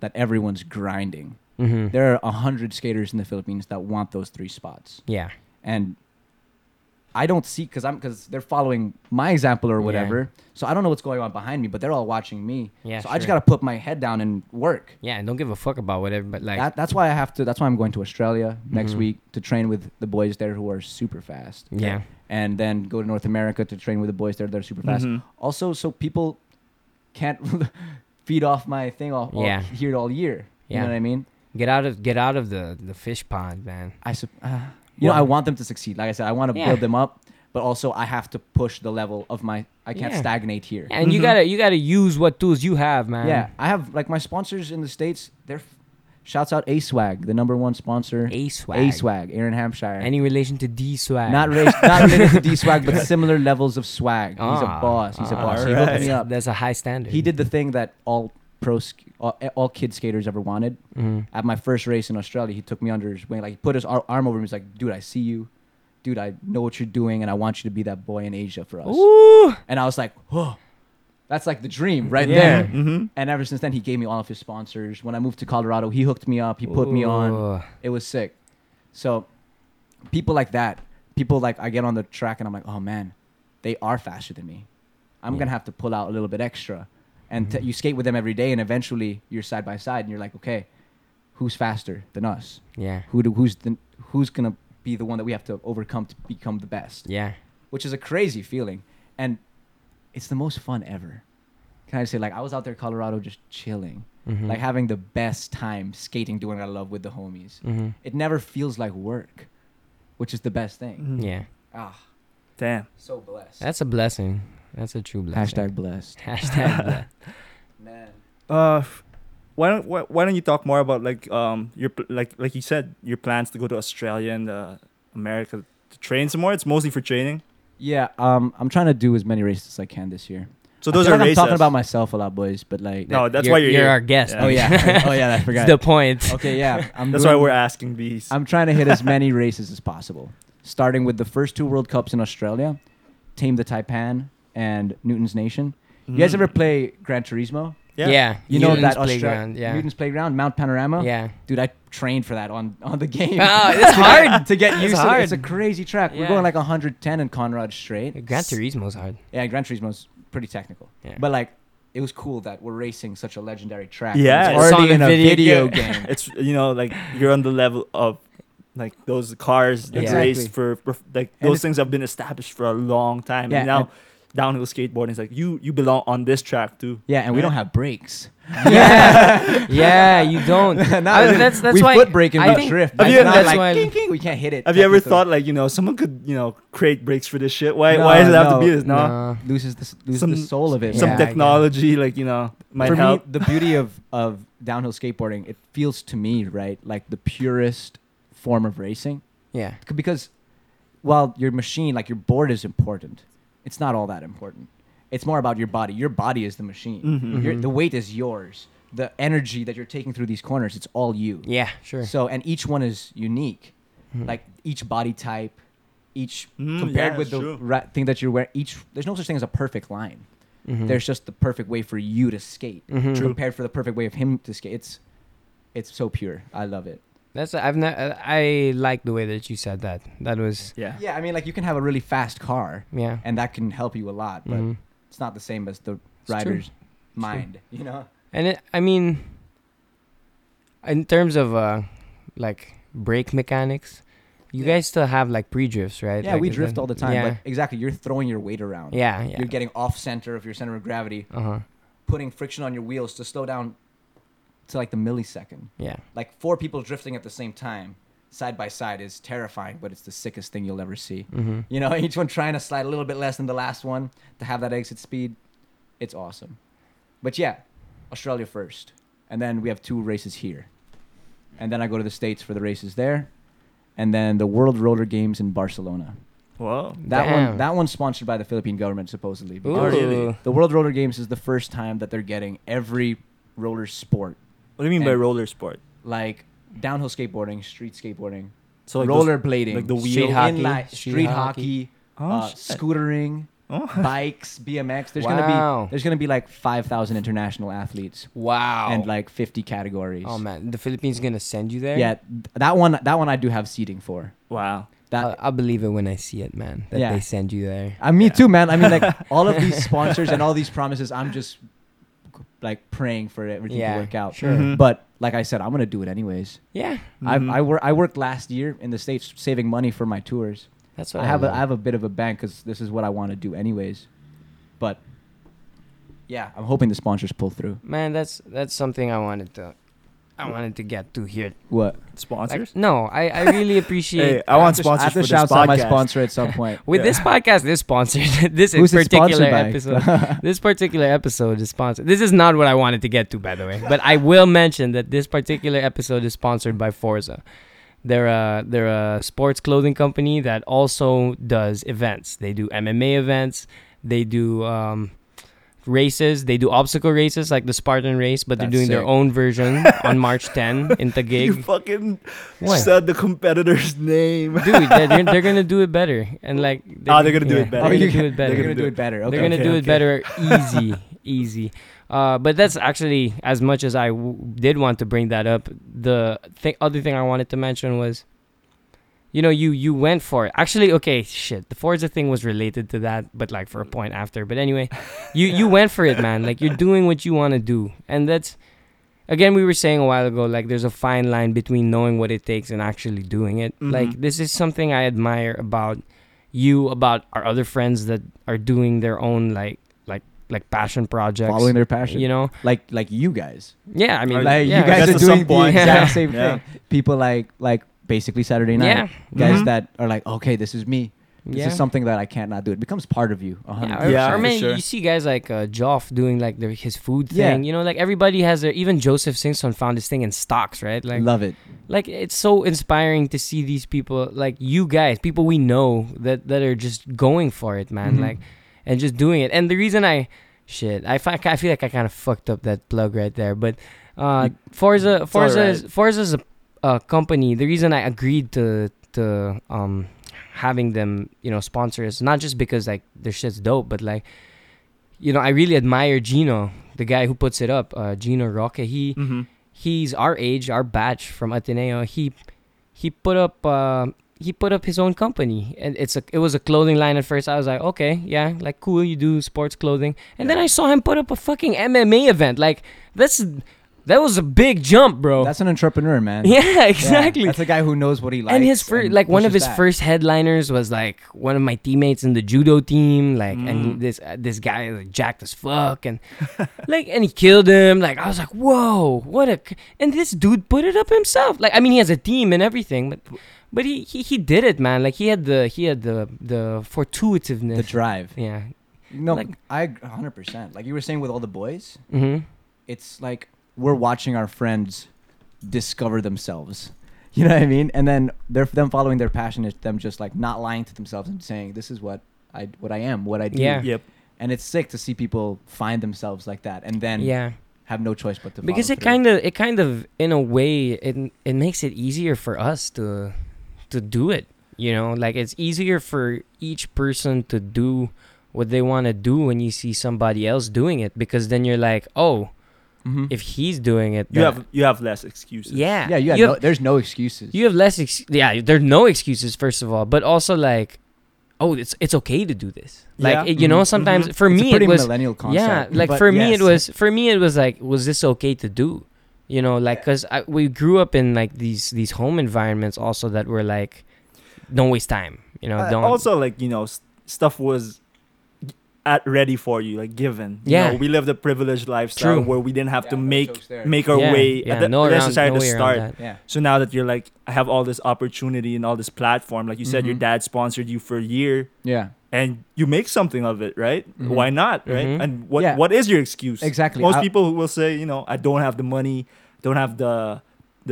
Speaker 3: that everyone's grinding.
Speaker 1: hmm
Speaker 3: There are 100 skaters in the Philippines that want those three spots.
Speaker 1: yeah,
Speaker 3: and I don't see because I'm because they're following my example or
Speaker 1: Yeah.
Speaker 3: whatever. So I don't know what's going on behind me, but they're all watching me.
Speaker 1: Yeah,
Speaker 3: so I just
Speaker 1: sure.
Speaker 3: gotta put my head down and work.
Speaker 1: yeah. And don't give a fuck about whatever. But like,
Speaker 3: That, that's why I have to. That's why I'm going to Australia next
Speaker 1: Mhm.
Speaker 3: week to train with the boys there who are super fast.
Speaker 1: yeah,
Speaker 3: and then go to North America to train with the boys there that are super fast.
Speaker 1: Mm-hmm.
Speaker 2: Mhm.
Speaker 3: Also, so people can't feed off my thing all, all
Speaker 1: Yeah.
Speaker 3: here all year. You
Speaker 1: Yeah.
Speaker 3: know what I mean?
Speaker 1: get out of get out of the the fish pond, man.
Speaker 3: I sup- uh, you know,
Speaker 2: Well-
Speaker 3: I want them to succeed. Like I said, I want to
Speaker 1: Yeah.
Speaker 3: build them up, but also I have to push the level of my. I can't
Speaker 1: Yeah.
Speaker 3: stagnate here.
Speaker 1: And you gotta you gotta use what tools you have, man.
Speaker 3: Mm-hmm. Yeah, I have like my sponsors in the states. They're f- shouts out A Swag, the number one sponsor.
Speaker 1: A swag.
Speaker 3: A Swag, Aaron Hampshire.
Speaker 1: Any relation to D swag?
Speaker 3: not race, not related to D Swag, but similar levels of swag. He's a
Speaker 1: Ah,
Speaker 3: boss. He's a
Speaker 1: ah,
Speaker 3: boss. He hooked
Speaker 2: alright.
Speaker 3: me
Speaker 1: That's,
Speaker 3: up.
Speaker 1: that's a high standard.
Speaker 3: He did the thing that all pro, sk- all, all kid skaters ever wanted.
Speaker 1: Mhm.
Speaker 3: At my first race in Australia, he took me under his wing. Like he put his ar- arm over me. He's like, "Dude, I see you. Dude, I know what you're doing, and I want you to be that boy in Asia for us."
Speaker 1: Ooh.
Speaker 3: And I was like, "Whoa, that's like the dream right
Speaker 1: Yeah.
Speaker 3: there."
Speaker 2: Mhm.
Speaker 3: And ever since then, he gave me all of his sponsors. When I moved to Colorado, he hooked me up. He put me on.
Speaker 1: Ooh.
Speaker 3: It was sick. So, people like that, people like I get on the track and I'm like, "Oh man, they are faster than me. I'm
Speaker 1: Yeah. Mm-hmm.
Speaker 3: gonna have to pull out a little bit extra." And t- you skate with them every day, and eventually you're side by side, and you're like, "Okay, who's faster than us?"
Speaker 1: Yeah.
Speaker 3: who do, who's the, who's gonna be the one that we have to overcome to become the best
Speaker 1: Yeah.
Speaker 3: which is a crazy feeling and it's the most fun ever can i say like i was out there in colorado just chilling
Speaker 1: Mhm.
Speaker 3: like having the best time skating doing what i love with the homies
Speaker 1: Mhm.
Speaker 3: it never feels like work which is the best thing
Speaker 2: Mhm.
Speaker 1: Yeah.
Speaker 3: ah
Speaker 2: Damn.
Speaker 3: so blessed
Speaker 1: That's a blessing. That's a true blessing.
Speaker 3: hashtag blessed
Speaker 1: Hashtag. ble-
Speaker 3: man
Speaker 2: Uh, f- why don't why, why don't you talk more about like um your pl- like like you said your plans to go to Australia and uh, America to train some more? It's mostly for training.
Speaker 3: yeah um i'm trying to do as many races as i can this year
Speaker 2: So
Speaker 3: I
Speaker 2: those
Speaker 3: feel
Speaker 2: are
Speaker 3: like i'm
Speaker 2: races.
Speaker 3: talking about myself a lot boys but like
Speaker 2: No, that's
Speaker 1: you're,
Speaker 2: why you're,
Speaker 1: you're
Speaker 2: here.
Speaker 1: our guest.
Speaker 2: Yeah.
Speaker 3: oh yeah oh yeah i forgot
Speaker 1: That's the point.
Speaker 3: okay yeah I'm
Speaker 2: That's
Speaker 3: doing-
Speaker 2: why we're asking these.
Speaker 3: I'm trying to hit as many races as possible, starting with the first two World Cups in Australia, Tame the Taipan and Newton's Nation. You guys
Speaker 2: Mm.
Speaker 3: ever play Gran Turismo?
Speaker 1: Yeah.
Speaker 2: Yeah.
Speaker 3: You know
Speaker 1: Newton's
Speaker 3: that Austra-
Speaker 1: playground. Yeah.
Speaker 3: Newton's Playground, Mount Panorama.
Speaker 1: yeah.
Speaker 3: dude, I trained for that on, on the game.
Speaker 1: Oh, it's hard.
Speaker 3: to get
Speaker 1: It's
Speaker 3: used to
Speaker 1: hard.
Speaker 3: it. It's a crazy track.
Speaker 1: Yeah.
Speaker 3: We're going like 110 in Conrad straight.
Speaker 1: Gran Turismo's hard.
Speaker 3: Yeah, Gran Turismo's pretty technical,
Speaker 1: Yeah.
Speaker 3: but like it was cool that we're racing such a legendary track.
Speaker 2: Yeah.
Speaker 3: it's
Speaker 2: It's
Speaker 1: on
Speaker 3: already
Speaker 1: a
Speaker 3: in a
Speaker 1: video
Speaker 3: video game.
Speaker 2: it's you know like you're on the level of like those cars that
Speaker 1: Exactly.
Speaker 2: race for, for- like
Speaker 3: And
Speaker 2: those
Speaker 3: it's-
Speaker 2: things have been established for a long time
Speaker 3: Yeah,
Speaker 2: and now
Speaker 3: and-
Speaker 2: downhill skateboarding. It's like you you belong on this track too.
Speaker 3: Yeah, and we
Speaker 2: Right?
Speaker 3: don't have brakes.
Speaker 1: yeah, yeah, you don't. I- that's that's
Speaker 3: we
Speaker 1: why
Speaker 3: foot brake and
Speaker 1: I
Speaker 3: we
Speaker 1: think-
Speaker 3: drift.
Speaker 2: Have
Speaker 3: It's
Speaker 2: you-
Speaker 3: not
Speaker 1: that's
Speaker 3: like,
Speaker 1: why-
Speaker 3: "King, king," we can't hit it.
Speaker 2: Have you ever
Speaker 3: technically.
Speaker 2: thought like you know someone could you know create breaks for this shit? Why
Speaker 3: No,
Speaker 2: why does it have
Speaker 3: no,
Speaker 2: to be this? No,
Speaker 1: Nah.
Speaker 3: loses the, s- loses the
Speaker 2: Some-
Speaker 3: soul of it.
Speaker 2: some
Speaker 1: Yeah, I
Speaker 3: man.
Speaker 1: guess.
Speaker 2: technology like you know might
Speaker 3: For
Speaker 2: help.
Speaker 3: me, the beauty of of downhill skateboarding, it feels to me right like the purest form of racing
Speaker 1: Yeah.
Speaker 3: C- because while your machine, like your board, is important, it's not all that important. It's more about your body. Your body is the machine.
Speaker 2: Mhm.
Speaker 3: Your,
Speaker 1: Mhm.
Speaker 3: the weight is yours. The energy that you're taking through these corners, it's all you.
Speaker 1: Yeah, sure.
Speaker 3: So and each one is unique.
Speaker 1: Mhm.
Speaker 3: Like each body type, each
Speaker 2: Mm,
Speaker 3: compared
Speaker 2: yeah,
Speaker 3: with the
Speaker 2: true.
Speaker 3: ra- thing that you're wearing. Each there's no such thing as a perfect line.
Speaker 1: Mhm.
Speaker 3: There's just the perfect way for you to skate
Speaker 1: Mhm.
Speaker 2: True.
Speaker 3: compared for the perfect way of him to skate. It's it's so pure. I love it.
Speaker 1: That's I've not, I like the way that you said that. That was
Speaker 2: yeah.
Speaker 3: Yeah, I mean like you can have a really fast car
Speaker 1: yeah.
Speaker 3: and that can help you a lot, but
Speaker 1: Mhm.
Speaker 3: it's not the same as the
Speaker 1: true.
Speaker 3: rider's mind, you know?
Speaker 1: And it, I mean, in terms of uh, like brake mechanics, you
Speaker 3: Yeah.
Speaker 1: guys still have like pre drifts, right?
Speaker 3: yeah,
Speaker 1: Like,
Speaker 3: we
Speaker 1: is
Speaker 3: drift
Speaker 1: that-
Speaker 3: all the time,
Speaker 1: Yeah,
Speaker 3: but exactly, you're throwing your weight around.
Speaker 1: yeah, yeah.
Speaker 3: You're getting off center of your center of gravity,
Speaker 1: uh huh.
Speaker 3: putting friction on your wheels to slow down to like the millisecond.
Speaker 1: Yeah,
Speaker 3: Like four people drifting at the same time, side by side, is terrifying, but it's the sickest thing you'll ever see.
Speaker 1: hmm
Speaker 3: You know, each one trying to slide a little bit less than the last one to have that exit speed. It's awesome. But yeah, Australia first. And then we have two races here. And then I go to the States for the races there. And then the World Roller Games in Barcelona.
Speaker 2: Wow.
Speaker 3: That
Speaker 1: Damn.
Speaker 3: one that one's sponsored by the Philippine government supposedly.
Speaker 1: Ooh.
Speaker 3: because
Speaker 2: really?
Speaker 3: The World Roller Games is the first time that they're getting every roller sport.
Speaker 2: What do you mean by
Speaker 3: And-
Speaker 2: roller sport?
Speaker 3: Like downhill skateboarding, street skateboarding,
Speaker 2: So like those-
Speaker 3: rollerblading,
Speaker 2: like the
Speaker 1: Street
Speaker 2: wheel-
Speaker 1: hockey,
Speaker 3: inline-
Speaker 1: street
Speaker 3: street
Speaker 1: hockey.
Speaker 3: hockey,
Speaker 2: Oh,
Speaker 3: uh,
Speaker 2: shit.
Speaker 3: scootering,
Speaker 2: Oh.
Speaker 3: bikes, BMX. There's gonna
Speaker 1: Wow.
Speaker 3: be there's gonna be like five thousand international athletes
Speaker 1: Wow.
Speaker 3: and like fifty categories.
Speaker 1: oh man, the Philippines gonna send you there?
Speaker 3: Yeah, th- that one that one I do have seating for.
Speaker 2: Wow.
Speaker 3: That
Speaker 1: I, I believe it when I see it, man. That
Speaker 3: Yeah.
Speaker 1: they send you there.
Speaker 3: I me
Speaker 2: Yeah.
Speaker 3: too, man. I mean, like all of these sponsors and all these promises, I'm just like praying for everything
Speaker 1: Yeah,
Speaker 3: to work out.
Speaker 1: sure.
Speaker 2: Mhm.
Speaker 3: But like I said, I'm gonna do it anyways.
Speaker 1: Yeah,
Speaker 2: Mhm.
Speaker 3: I I, wor- I worked last year in the states saving money for my tours.
Speaker 1: that's what
Speaker 3: I have a,
Speaker 1: love.
Speaker 3: I have a bit of a bank because this is what I want to do anyways. But yeah, I'm hoping the sponsors pull through.
Speaker 1: man, that's that's something I wanted to, I wanted to get to here.
Speaker 3: What?
Speaker 1: Like,
Speaker 2: Sponsors.
Speaker 1: no, I I really appreciate.
Speaker 2: Hey, I want
Speaker 3: have to sh- I
Speaker 2: sponsors
Speaker 3: have to
Speaker 2: for this
Speaker 3: shout out my
Speaker 2: podcast.
Speaker 3: sponsor at some point.
Speaker 1: With this podcast is sponsored. this
Speaker 3: Who's it
Speaker 1: particular
Speaker 3: sponsored by?
Speaker 1: episode. this particular episode is sponsored. This is not what I wanted to get to, by the way. But I will mention that this particular episode is sponsored by Forza. They're a they're a sports clothing company that also does events. They do MMA events. They do um, races. They do obstacle races like the Spartan race, but they're
Speaker 3: That's
Speaker 1: doing their
Speaker 3: sick.
Speaker 1: own version on March 10 in
Speaker 2: You
Speaker 1: Taguig.
Speaker 2: fucking
Speaker 1: What?
Speaker 2: said the competitor's name.
Speaker 1: Dude, they're, they're, they're gonna do it better, and like
Speaker 2: Ah, they're gonna do it better.
Speaker 1: They're gonna
Speaker 3: Oh, you
Speaker 1: do
Speaker 3: can-
Speaker 1: it better.
Speaker 3: They're gonna do it better. Okay.
Speaker 1: They're gonna
Speaker 2: okay,
Speaker 1: do it
Speaker 2: okay.
Speaker 1: better, easy, easy. Uh, but that's actually as much as I w- did want to bring that up. The th- other thing I wanted to mention was, you know, you you went for it. Actually, okay, shit. The Forza thing was related to that, but like for a point after. But anyway, you you went for it, man. Like you're doing what you want to do, and that's again we were saying a while ago. Like there's a fine line between knowing what it takes and actually doing it.
Speaker 2: Mhm.
Speaker 1: Like this is something I admire about you, about our other friends that are doing their own like like like passion projects.
Speaker 3: Following their passion.
Speaker 1: you know, Oh,
Speaker 3: like like you guys.
Speaker 1: yeah. I mean,
Speaker 3: like
Speaker 1: yeah,
Speaker 3: you guys
Speaker 2: Just
Speaker 3: are
Speaker 2: at some
Speaker 3: doing the
Speaker 2: point.
Speaker 1: Yeah.
Speaker 3: exact same
Speaker 2: Yeah.
Speaker 3: thing. People like like basically Saturday night.
Speaker 1: yeah, Mm-hmm.
Speaker 3: Guys
Speaker 2: Mhm.
Speaker 3: that are like, okay, this is me. This
Speaker 1: yeah.
Speaker 3: is something that I can't not do. It becomes part of you. a hundred
Speaker 1: Yeah,
Speaker 3: percent.
Speaker 2: Yeah,
Speaker 1: or, or
Speaker 2: for
Speaker 1: man,
Speaker 2: sure.
Speaker 1: you see guys like uh, Joff doing like their, his food
Speaker 3: Yeah.
Speaker 1: thing. You know, like everybody has their. Even Joseph Singson found his thing in stocks, right? Like,
Speaker 3: Love it.
Speaker 1: like it's so inspiring to see these people, like you guys, people we know that that are just going for it, man.
Speaker 3: Mhm.
Speaker 1: Like, and just doing it. And the reason I, shit, I fi- I feel like I kind of fucked up that plug right there, but uh,
Speaker 3: You-
Speaker 1: Forza
Speaker 2: all
Speaker 1: Forza is,
Speaker 2: right.
Speaker 1: Forza is a, a company. The reason I agreed to to um having them, you know, sponsor is not just because like their shit's dope, but like you know, I really admire Gino, the guy who puts it up, uh, Gino Roque. He
Speaker 2: Mm-hmm.
Speaker 1: he's our age, our batch from Ateneo. He he put up uh, he put up his own company, and it's a it was a clothing line at first. I was like, okay, yeah, like cool, you do sports clothing, and then I saw him put up a fucking MMA event. Like that's That was a big jump, bro.
Speaker 3: That's an entrepreneur, man.
Speaker 1: yeah, exactly.
Speaker 3: that's a guy who knows what he likes.
Speaker 1: and his first, like one of his
Speaker 3: pushes that.
Speaker 1: first headliners was like one of my teammates in the judo team, like, and
Speaker 2: Mm.
Speaker 1: this uh, this guy is like, jacked as fuck, and like, and he killed him. Like, I was like, whoa, what a! c-" And this dude put it up himself. Like, I mean, he has a team and everything, but but he he, he did it, man. Like, he had the he had the the fortuitiveness.
Speaker 3: the drive.
Speaker 1: yeah.
Speaker 3: No,
Speaker 1: Like-
Speaker 3: I 100. percent Like you were saying with all the boys,
Speaker 1: Mm-hmm.
Speaker 3: it's like we're watching our friends discover themselves. You know what I mean? And then they're them following their passion is them just like not lying to themselves and saying this is what I what I am, what I do.
Speaker 1: Yeah.
Speaker 2: Yep.
Speaker 3: And it's sick to see people find themselves like that and then
Speaker 1: Yeah.
Speaker 3: have no choice but to
Speaker 1: because
Speaker 3: follow
Speaker 1: it
Speaker 3: through.
Speaker 1: kind of it kind of in a way it it makes it easier for us to to do it you know like it's easier for each person to do what they want to do when you see somebody else doing it because then you're like oh
Speaker 3: Mhm.
Speaker 1: if he's doing it
Speaker 2: You
Speaker 1: then-
Speaker 2: have you have less excuses.
Speaker 1: yeah
Speaker 3: yeah, you, had
Speaker 1: you
Speaker 3: no,
Speaker 1: have,
Speaker 3: there's no excuses.
Speaker 1: you have less ex- yeah there's no excuses first of all but also like oh it's it's okay to do this like
Speaker 2: Yeah.
Speaker 1: it- you know
Speaker 2: Mhm.
Speaker 1: sometimes
Speaker 2: Mhm.
Speaker 1: for
Speaker 3: Mm-hmm. It's a
Speaker 1: me
Speaker 3: pretty
Speaker 1: it was
Speaker 3: millennial
Speaker 1: yeah
Speaker 3: concept.
Speaker 1: like
Speaker 3: but
Speaker 1: for me
Speaker 3: yes.
Speaker 1: it was for me it was like was this okay to do you know like because we grew up in like these these home environments also that were like don't waste time you know
Speaker 2: Uh,
Speaker 1: don't
Speaker 2: also, like you know, s stuff was g- at ready for you, like given. You
Speaker 1: Yeah.
Speaker 2: know, we lived a privileged lifestyle
Speaker 1: True.
Speaker 2: where we didn't have
Speaker 3: Yeah,
Speaker 2: to
Speaker 3: no
Speaker 2: make
Speaker 3: jokes there.
Speaker 2: make our
Speaker 1: Yeah,
Speaker 2: way
Speaker 1: yeah,
Speaker 2: at the,
Speaker 1: no around,
Speaker 2: necessary
Speaker 1: no
Speaker 2: to
Speaker 1: way around
Speaker 2: start.
Speaker 1: that.
Speaker 3: Yeah.
Speaker 2: So now that you're like, I have all this opportunity and all this platform, like you said, your
Speaker 3: Mhm.
Speaker 1: Mm-hmm.
Speaker 2: dad sponsored you for a year.
Speaker 3: Yeah.
Speaker 2: And you make something of it, right?
Speaker 3: Mhm.
Speaker 2: Why not, right?
Speaker 1: Mhm.
Speaker 2: And what
Speaker 3: Yeah.
Speaker 2: what is your excuse?
Speaker 3: Exactly. Uh,
Speaker 2: Most
Speaker 3: I-
Speaker 2: people will say, you know, I don't have the money, don't have the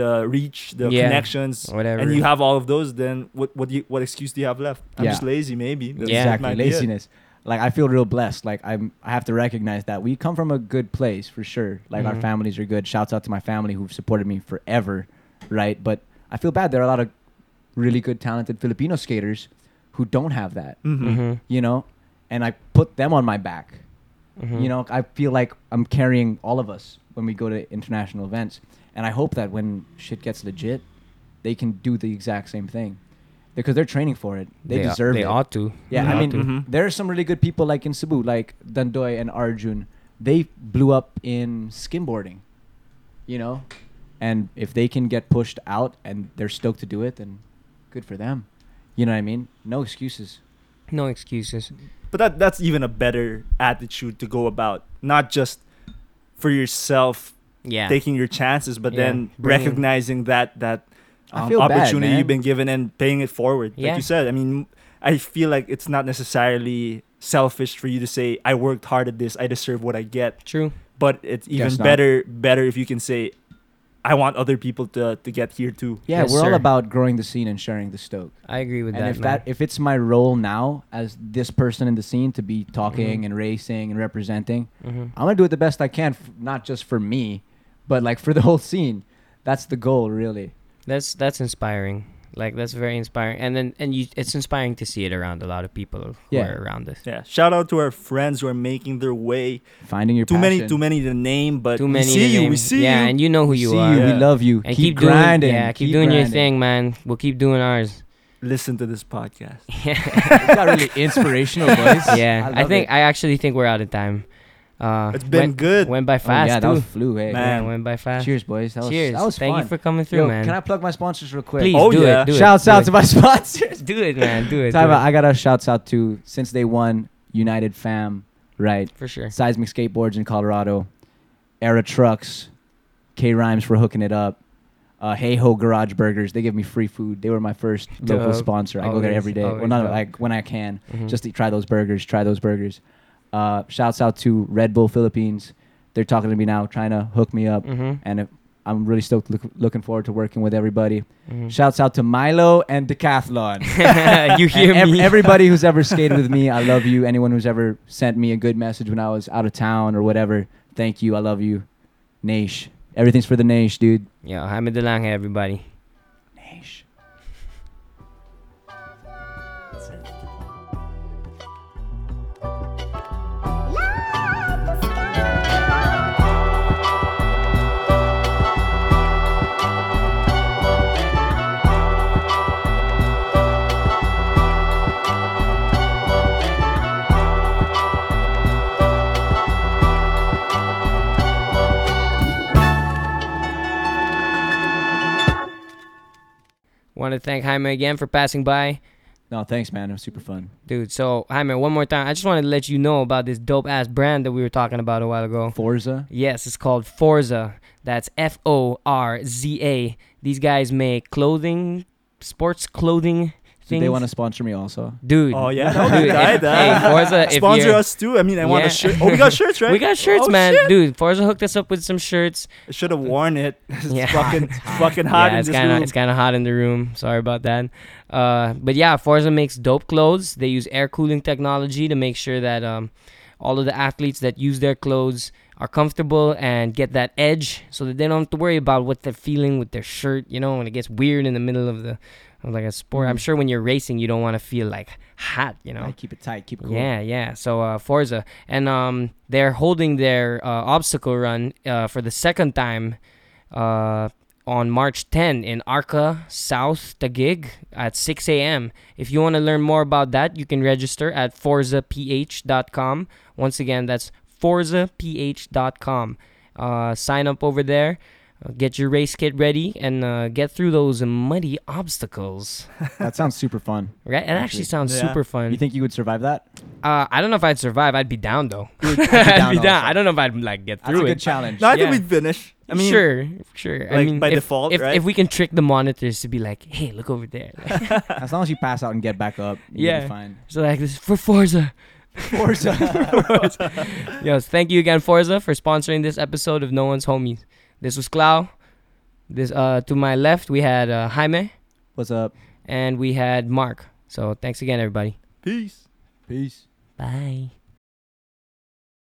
Speaker 2: the reach, the
Speaker 1: Yeah.
Speaker 2: connections,
Speaker 1: whatever
Speaker 2: and you have all of those, then what what do you, what excuse do you have left? I'm
Speaker 3: Yeah.
Speaker 2: just lazy, maybe. That's
Speaker 1: Yeah.
Speaker 2: my
Speaker 3: exactly
Speaker 2: idea.
Speaker 3: laziness like i feel real blessed like i'm i have to recognize that we come from a good place for sure like our
Speaker 1: Mhm.
Speaker 3: families are good shouts out to my family who've supported me forever right but i feel bad there are a lot of really good talented filipino skaters who don't have that
Speaker 2: Mhm.
Speaker 1: Mhm,
Speaker 3: you know and i put them on my back
Speaker 1: mhm.
Speaker 3: you know i feel like i'm carrying all of us when we go to international events and i hope that when shit gets legit they can do the exact same thing because they're training for it they,
Speaker 1: ou-
Speaker 3: deserve
Speaker 1: they
Speaker 3: it
Speaker 1: ought to
Speaker 3: yeah,
Speaker 1: They
Speaker 3: I
Speaker 1: ought
Speaker 3: mean,
Speaker 1: to.
Speaker 2: Mhm.
Speaker 3: there are some really good people like in Cebu, like Dandoy and Arjun. They blew up in skimboarding, you know? And if they can get pushed out and they're stoked to do it, then good for them. You know what I mean? No excuses.
Speaker 1: no excuses
Speaker 2: But that that's even a better attitude to go about, not just for yourself
Speaker 1: yeah
Speaker 2: taking your chances, but
Speaker 1: Yeah.
Speaker 2: then
Speaker 1: Bringing-
Speaker 2: recognizing that that
Speaker 3: I
Speaker 2: um,
Speaker 3: feel bad,
Speaker 2: opportunity
Speaker 3: man.
Speaker 2: you've been given and paying it forward.
Speaker 1: Yeah.
Speaker 2: Like you said, I mean, I feel like it's not necessarily selfish for you to say I worked hard at this, I deserve what I get.
Speaker 1: true
Speaker 2: But it's even
Speaker 3: Guess not.
Speaker 2: better better if you can say I want other people to to get here too.
Speaker 3: Yeah,
Speaker 1: Yes,
Speaker 3: we're
Speaker 1: sir.
Speaker 3: all about growing the scene and sharing the stoke.
Speaker 1: i agree with
Speaker 3: and
Speaker 1: that,
Speaker 3: if
Speaker 1: man.
Speaker 3: that if it's my role now as this person in the scene to be
Speaker 1: Mm-hmm.
Speaker 3: talking and racing and representing,
Speaker 1: Mhm.
Speaker 3: I'm gonna do it the best I can, f- not just for me, but like for the whole scene. That's the goal, really.
Speaker 1: that's that's inspiring like that's very inspiring and then and you it's inspiring to see it around a lot of people who
Speaker 3: Yeah.
Speaker 1: are around us
Speaker 2: Yeah. Shout out to our friends who are making their way.
Speaker 3: Finding your
Speaker 2: Too many
Speaker 3: passion.
Speaker 2: too many to name, but
Speaker 1: too many to
Speaker 2: we see you,
Speaker 1: name.
Speaker 2: we see
Speaker 1: yeah
Speaker 2: you.
Speaker 1: and you know who you
Speaker 3: see
Speaker 1: are
Speaker 3: You. We
Speaker 2: Yeah.
Speaker 3: love you.
Speaker 1: and keep,
Speaker 3: keep, grinding.
Speaker 1: doing yeah keep, doing your
Speaker 3: grinding.
Speaker 1: thing man we'll keep doing ours
Speaker 2: Listen to this podcast.
Speaker 1: yeah
Speaker 3: It's got really inspirational voice.
Speaker 1: yeah i,
Speaker 3: love
Speaker 1: think
Speaker 3: it.
Speaker 1: i actually think we're out of time uh
Speaker 2: It's been
Speaker 1: went,
Speaker 2: good.
Speaker 1: went by
Speaker 3: Oh, yeah,
Speaker 1: fast
Speaker 3: that was
Speaker 1: too.
Speaker 3: flu. Hey,
Speaker 2: Man.
Speaker 1: yeah went by fast
Speaker 3: cheers, boys. That was
Speaker 1: Cheers.
Speaker 3: that was
Speaker 1: thank
Speaker 3: fun.
Speaker 1: you for coming through
Speaker 3: Yo,
Speaker 1: man
Speaker 3: Can I plug my sponsors real quick?
Speaker 1: please
Speaker 2: Oh,
Speaker 1: do
Speaker 2: yeah.
Speaker 1: it do it,
Speaker 3: Shouts
Speaker 1: do
Speaker 3: out
Speaker 1: it.
Speaker 3: to my sponsors.
Speaker 1: do it man do it, do
Speaker 3: Time out.
Speaker 1: it.
Speaker 3: I got a shouts out to since day one United Fam, right?
Speaker 1: for sure
Speaker 3: Seismic Skateboards in Colorado, Era Trucks, K Rhymes for hooking it up. Uh, hey Ho Garage Burgers, they give me free food. They were my first local
Speaker 1: Dope.
Speaker 3: sponsor. I go there
Speaker 1: Always,
Speaker 3: every day. Well,
Speaker 1: always
Speaker 3: not
Speaker 1: dope.
Speaker 3: like when I can.
Speaker 1: Mhm.
Speaker 3: just to try those burgers, try those burgers. Uh, shouts out to Red Bull Philippines. They're talking to me now, trying to hook me up,
Speaker 1: Mhm,
Speaker 3: and if, I'm really stoked. Look, looking forward to working with everybody.
Speaker 1: mhm.
Speaker 3: Shouts out to Milo and Decathlon.
Speaker 1: you
Speaker 3: And
Speaker 1: hear
Speaker 3: ev-
Speaker 1: me
Speaker 3: everybody who's ever skated with me, I love you. Anyone who's ever sent me a good message when I was out of town or whatever, thank you. I love you. Nash. Everything's for the Nash, dude.
Speaker 1: yeah hamid lang everybody
Speaker 3: Nash.
Speaker 1: want to thank Jaime again for passing by.
Speaker 3: No, thanks, man. It was super fun.
Speaker 1: Dude, so Jaime, one more time. I just wanted to let you know about this dope ass brand that we were talking about a while ago.
Speaker 3: Forza.
Speaker 1: Yes, it's called Forza. That's F O R Z A. These guys make clothing, sports clothing
Speaker 3: Do
Speaker 1: things.
Speaker 3: they want to sponsor me also?
Speaker 1: Dude.
Speaker 2: Oh yeah,
Speaker 1: Dude,
Speaker 2: that would be
Speaker 1: if-
Speaker 2: tight, huh?
Speaker 1: hey, Forza, if
Speaker 2: Sponsor
Speaker 1: you're-
Speaker 2: us too. I mean, I want
Speaker 1: Yeah.
Speaker 2: a shirt. Oh, we got shirts, right?
Speaker 1: We got shirts,
Speaker 2: Oh,
Speaker 1: man.
Speaker 2: shit.
Speaker 1: Dude, Forza hooked us up with some shirts.
Speaker 2: I should have worn it. It's
Speaker 1: Yeah.
Speaker 2: fucking it's fucking hot
Speaker 1: yeah,
Speaker 2: in
Speaker 1: it's
Speaker 2: this
Speaker 1: kind of
Speaker 2: room.
Speaker 1: it's kind of hot in the room. Sorry about that. Uh, but yeah, Forza makes dope clothes. They use air cooling technology to make sure that um, all of the athletes that use their clothes are comfortable and get that edge, so that they don't have to worry about what they're feeling with their shirt. You know, when it gets weird in the middle of the of like a sport.
Speaker 2: Mm.
Speaker 1: I'm sure when you're racing, you don't want to feel like hot. You know.
Speaker 3: Like, keep it tight. Keep it cool.
Speaker 1: Yeah, yeah. So uh, Forza, and um, they're holding their uh, obstacle run uh, for the second time uh, on March 10 in Arca South Taguig at 6 a.m. If you want to learn more about that, you can register at forzaph.com. Once again, that's forzaph.com. Uh, sign up over there. uh, Get your race kit ready and uh, get through those muddy obstacles.
Speaker 3: That sounds super fun.
Speaker 1: Right? It actually
Speaker 3: Actually,
Speaker 1: sounds
Speaker 2: yeah.
Speaker 1: super fun.
Speaker 3: You think you would survive that?
Speaker 1: Uh, I don't know if I'd survive. I'd be down though. I'd be
Speaker 3: down
Speaker 1: down.
Speaker 3: also.
Speaker 1: I don't know if I'd like get
Speaker 3: That's a
Speaker 1: through
Speaker 3: good
Speaker 1: it.
Speaker 3: challenge.
Speaker 2: No, I think
Speaker 1: Yeah.
Speaker 2: we'd finish. I mean,
Speaker 1: sure, sure. I
Speaker 2: like,
Speaker 1: mean,
Speaker 2: by
Speaker 1: if,
Speaker 2: default,
Speaker 1: if,
Speaker 2: right?
Speaker 1: if we can trick the monitors to be like, "Hey, look over there," like,
Speaker 3: As long as you pass out and get back up, you'll
Speaker 1: Yeah.
Speaker 3: be fine.
Speaker 1: so like this is for Forza.
Speaker 3: Forza.
Speaker 1: Yes, thank you again, Forza, for sponsoring this episode of No One's Homies. This was Clau. This uh, to my left we had uh, Jaime
Speaker 3: What's up?
Speaker 1: and we had Mark. So thanks again, everybody.
Speaker 2: Peace.
Speaker 3: Peace.
Speaker 1: Bye.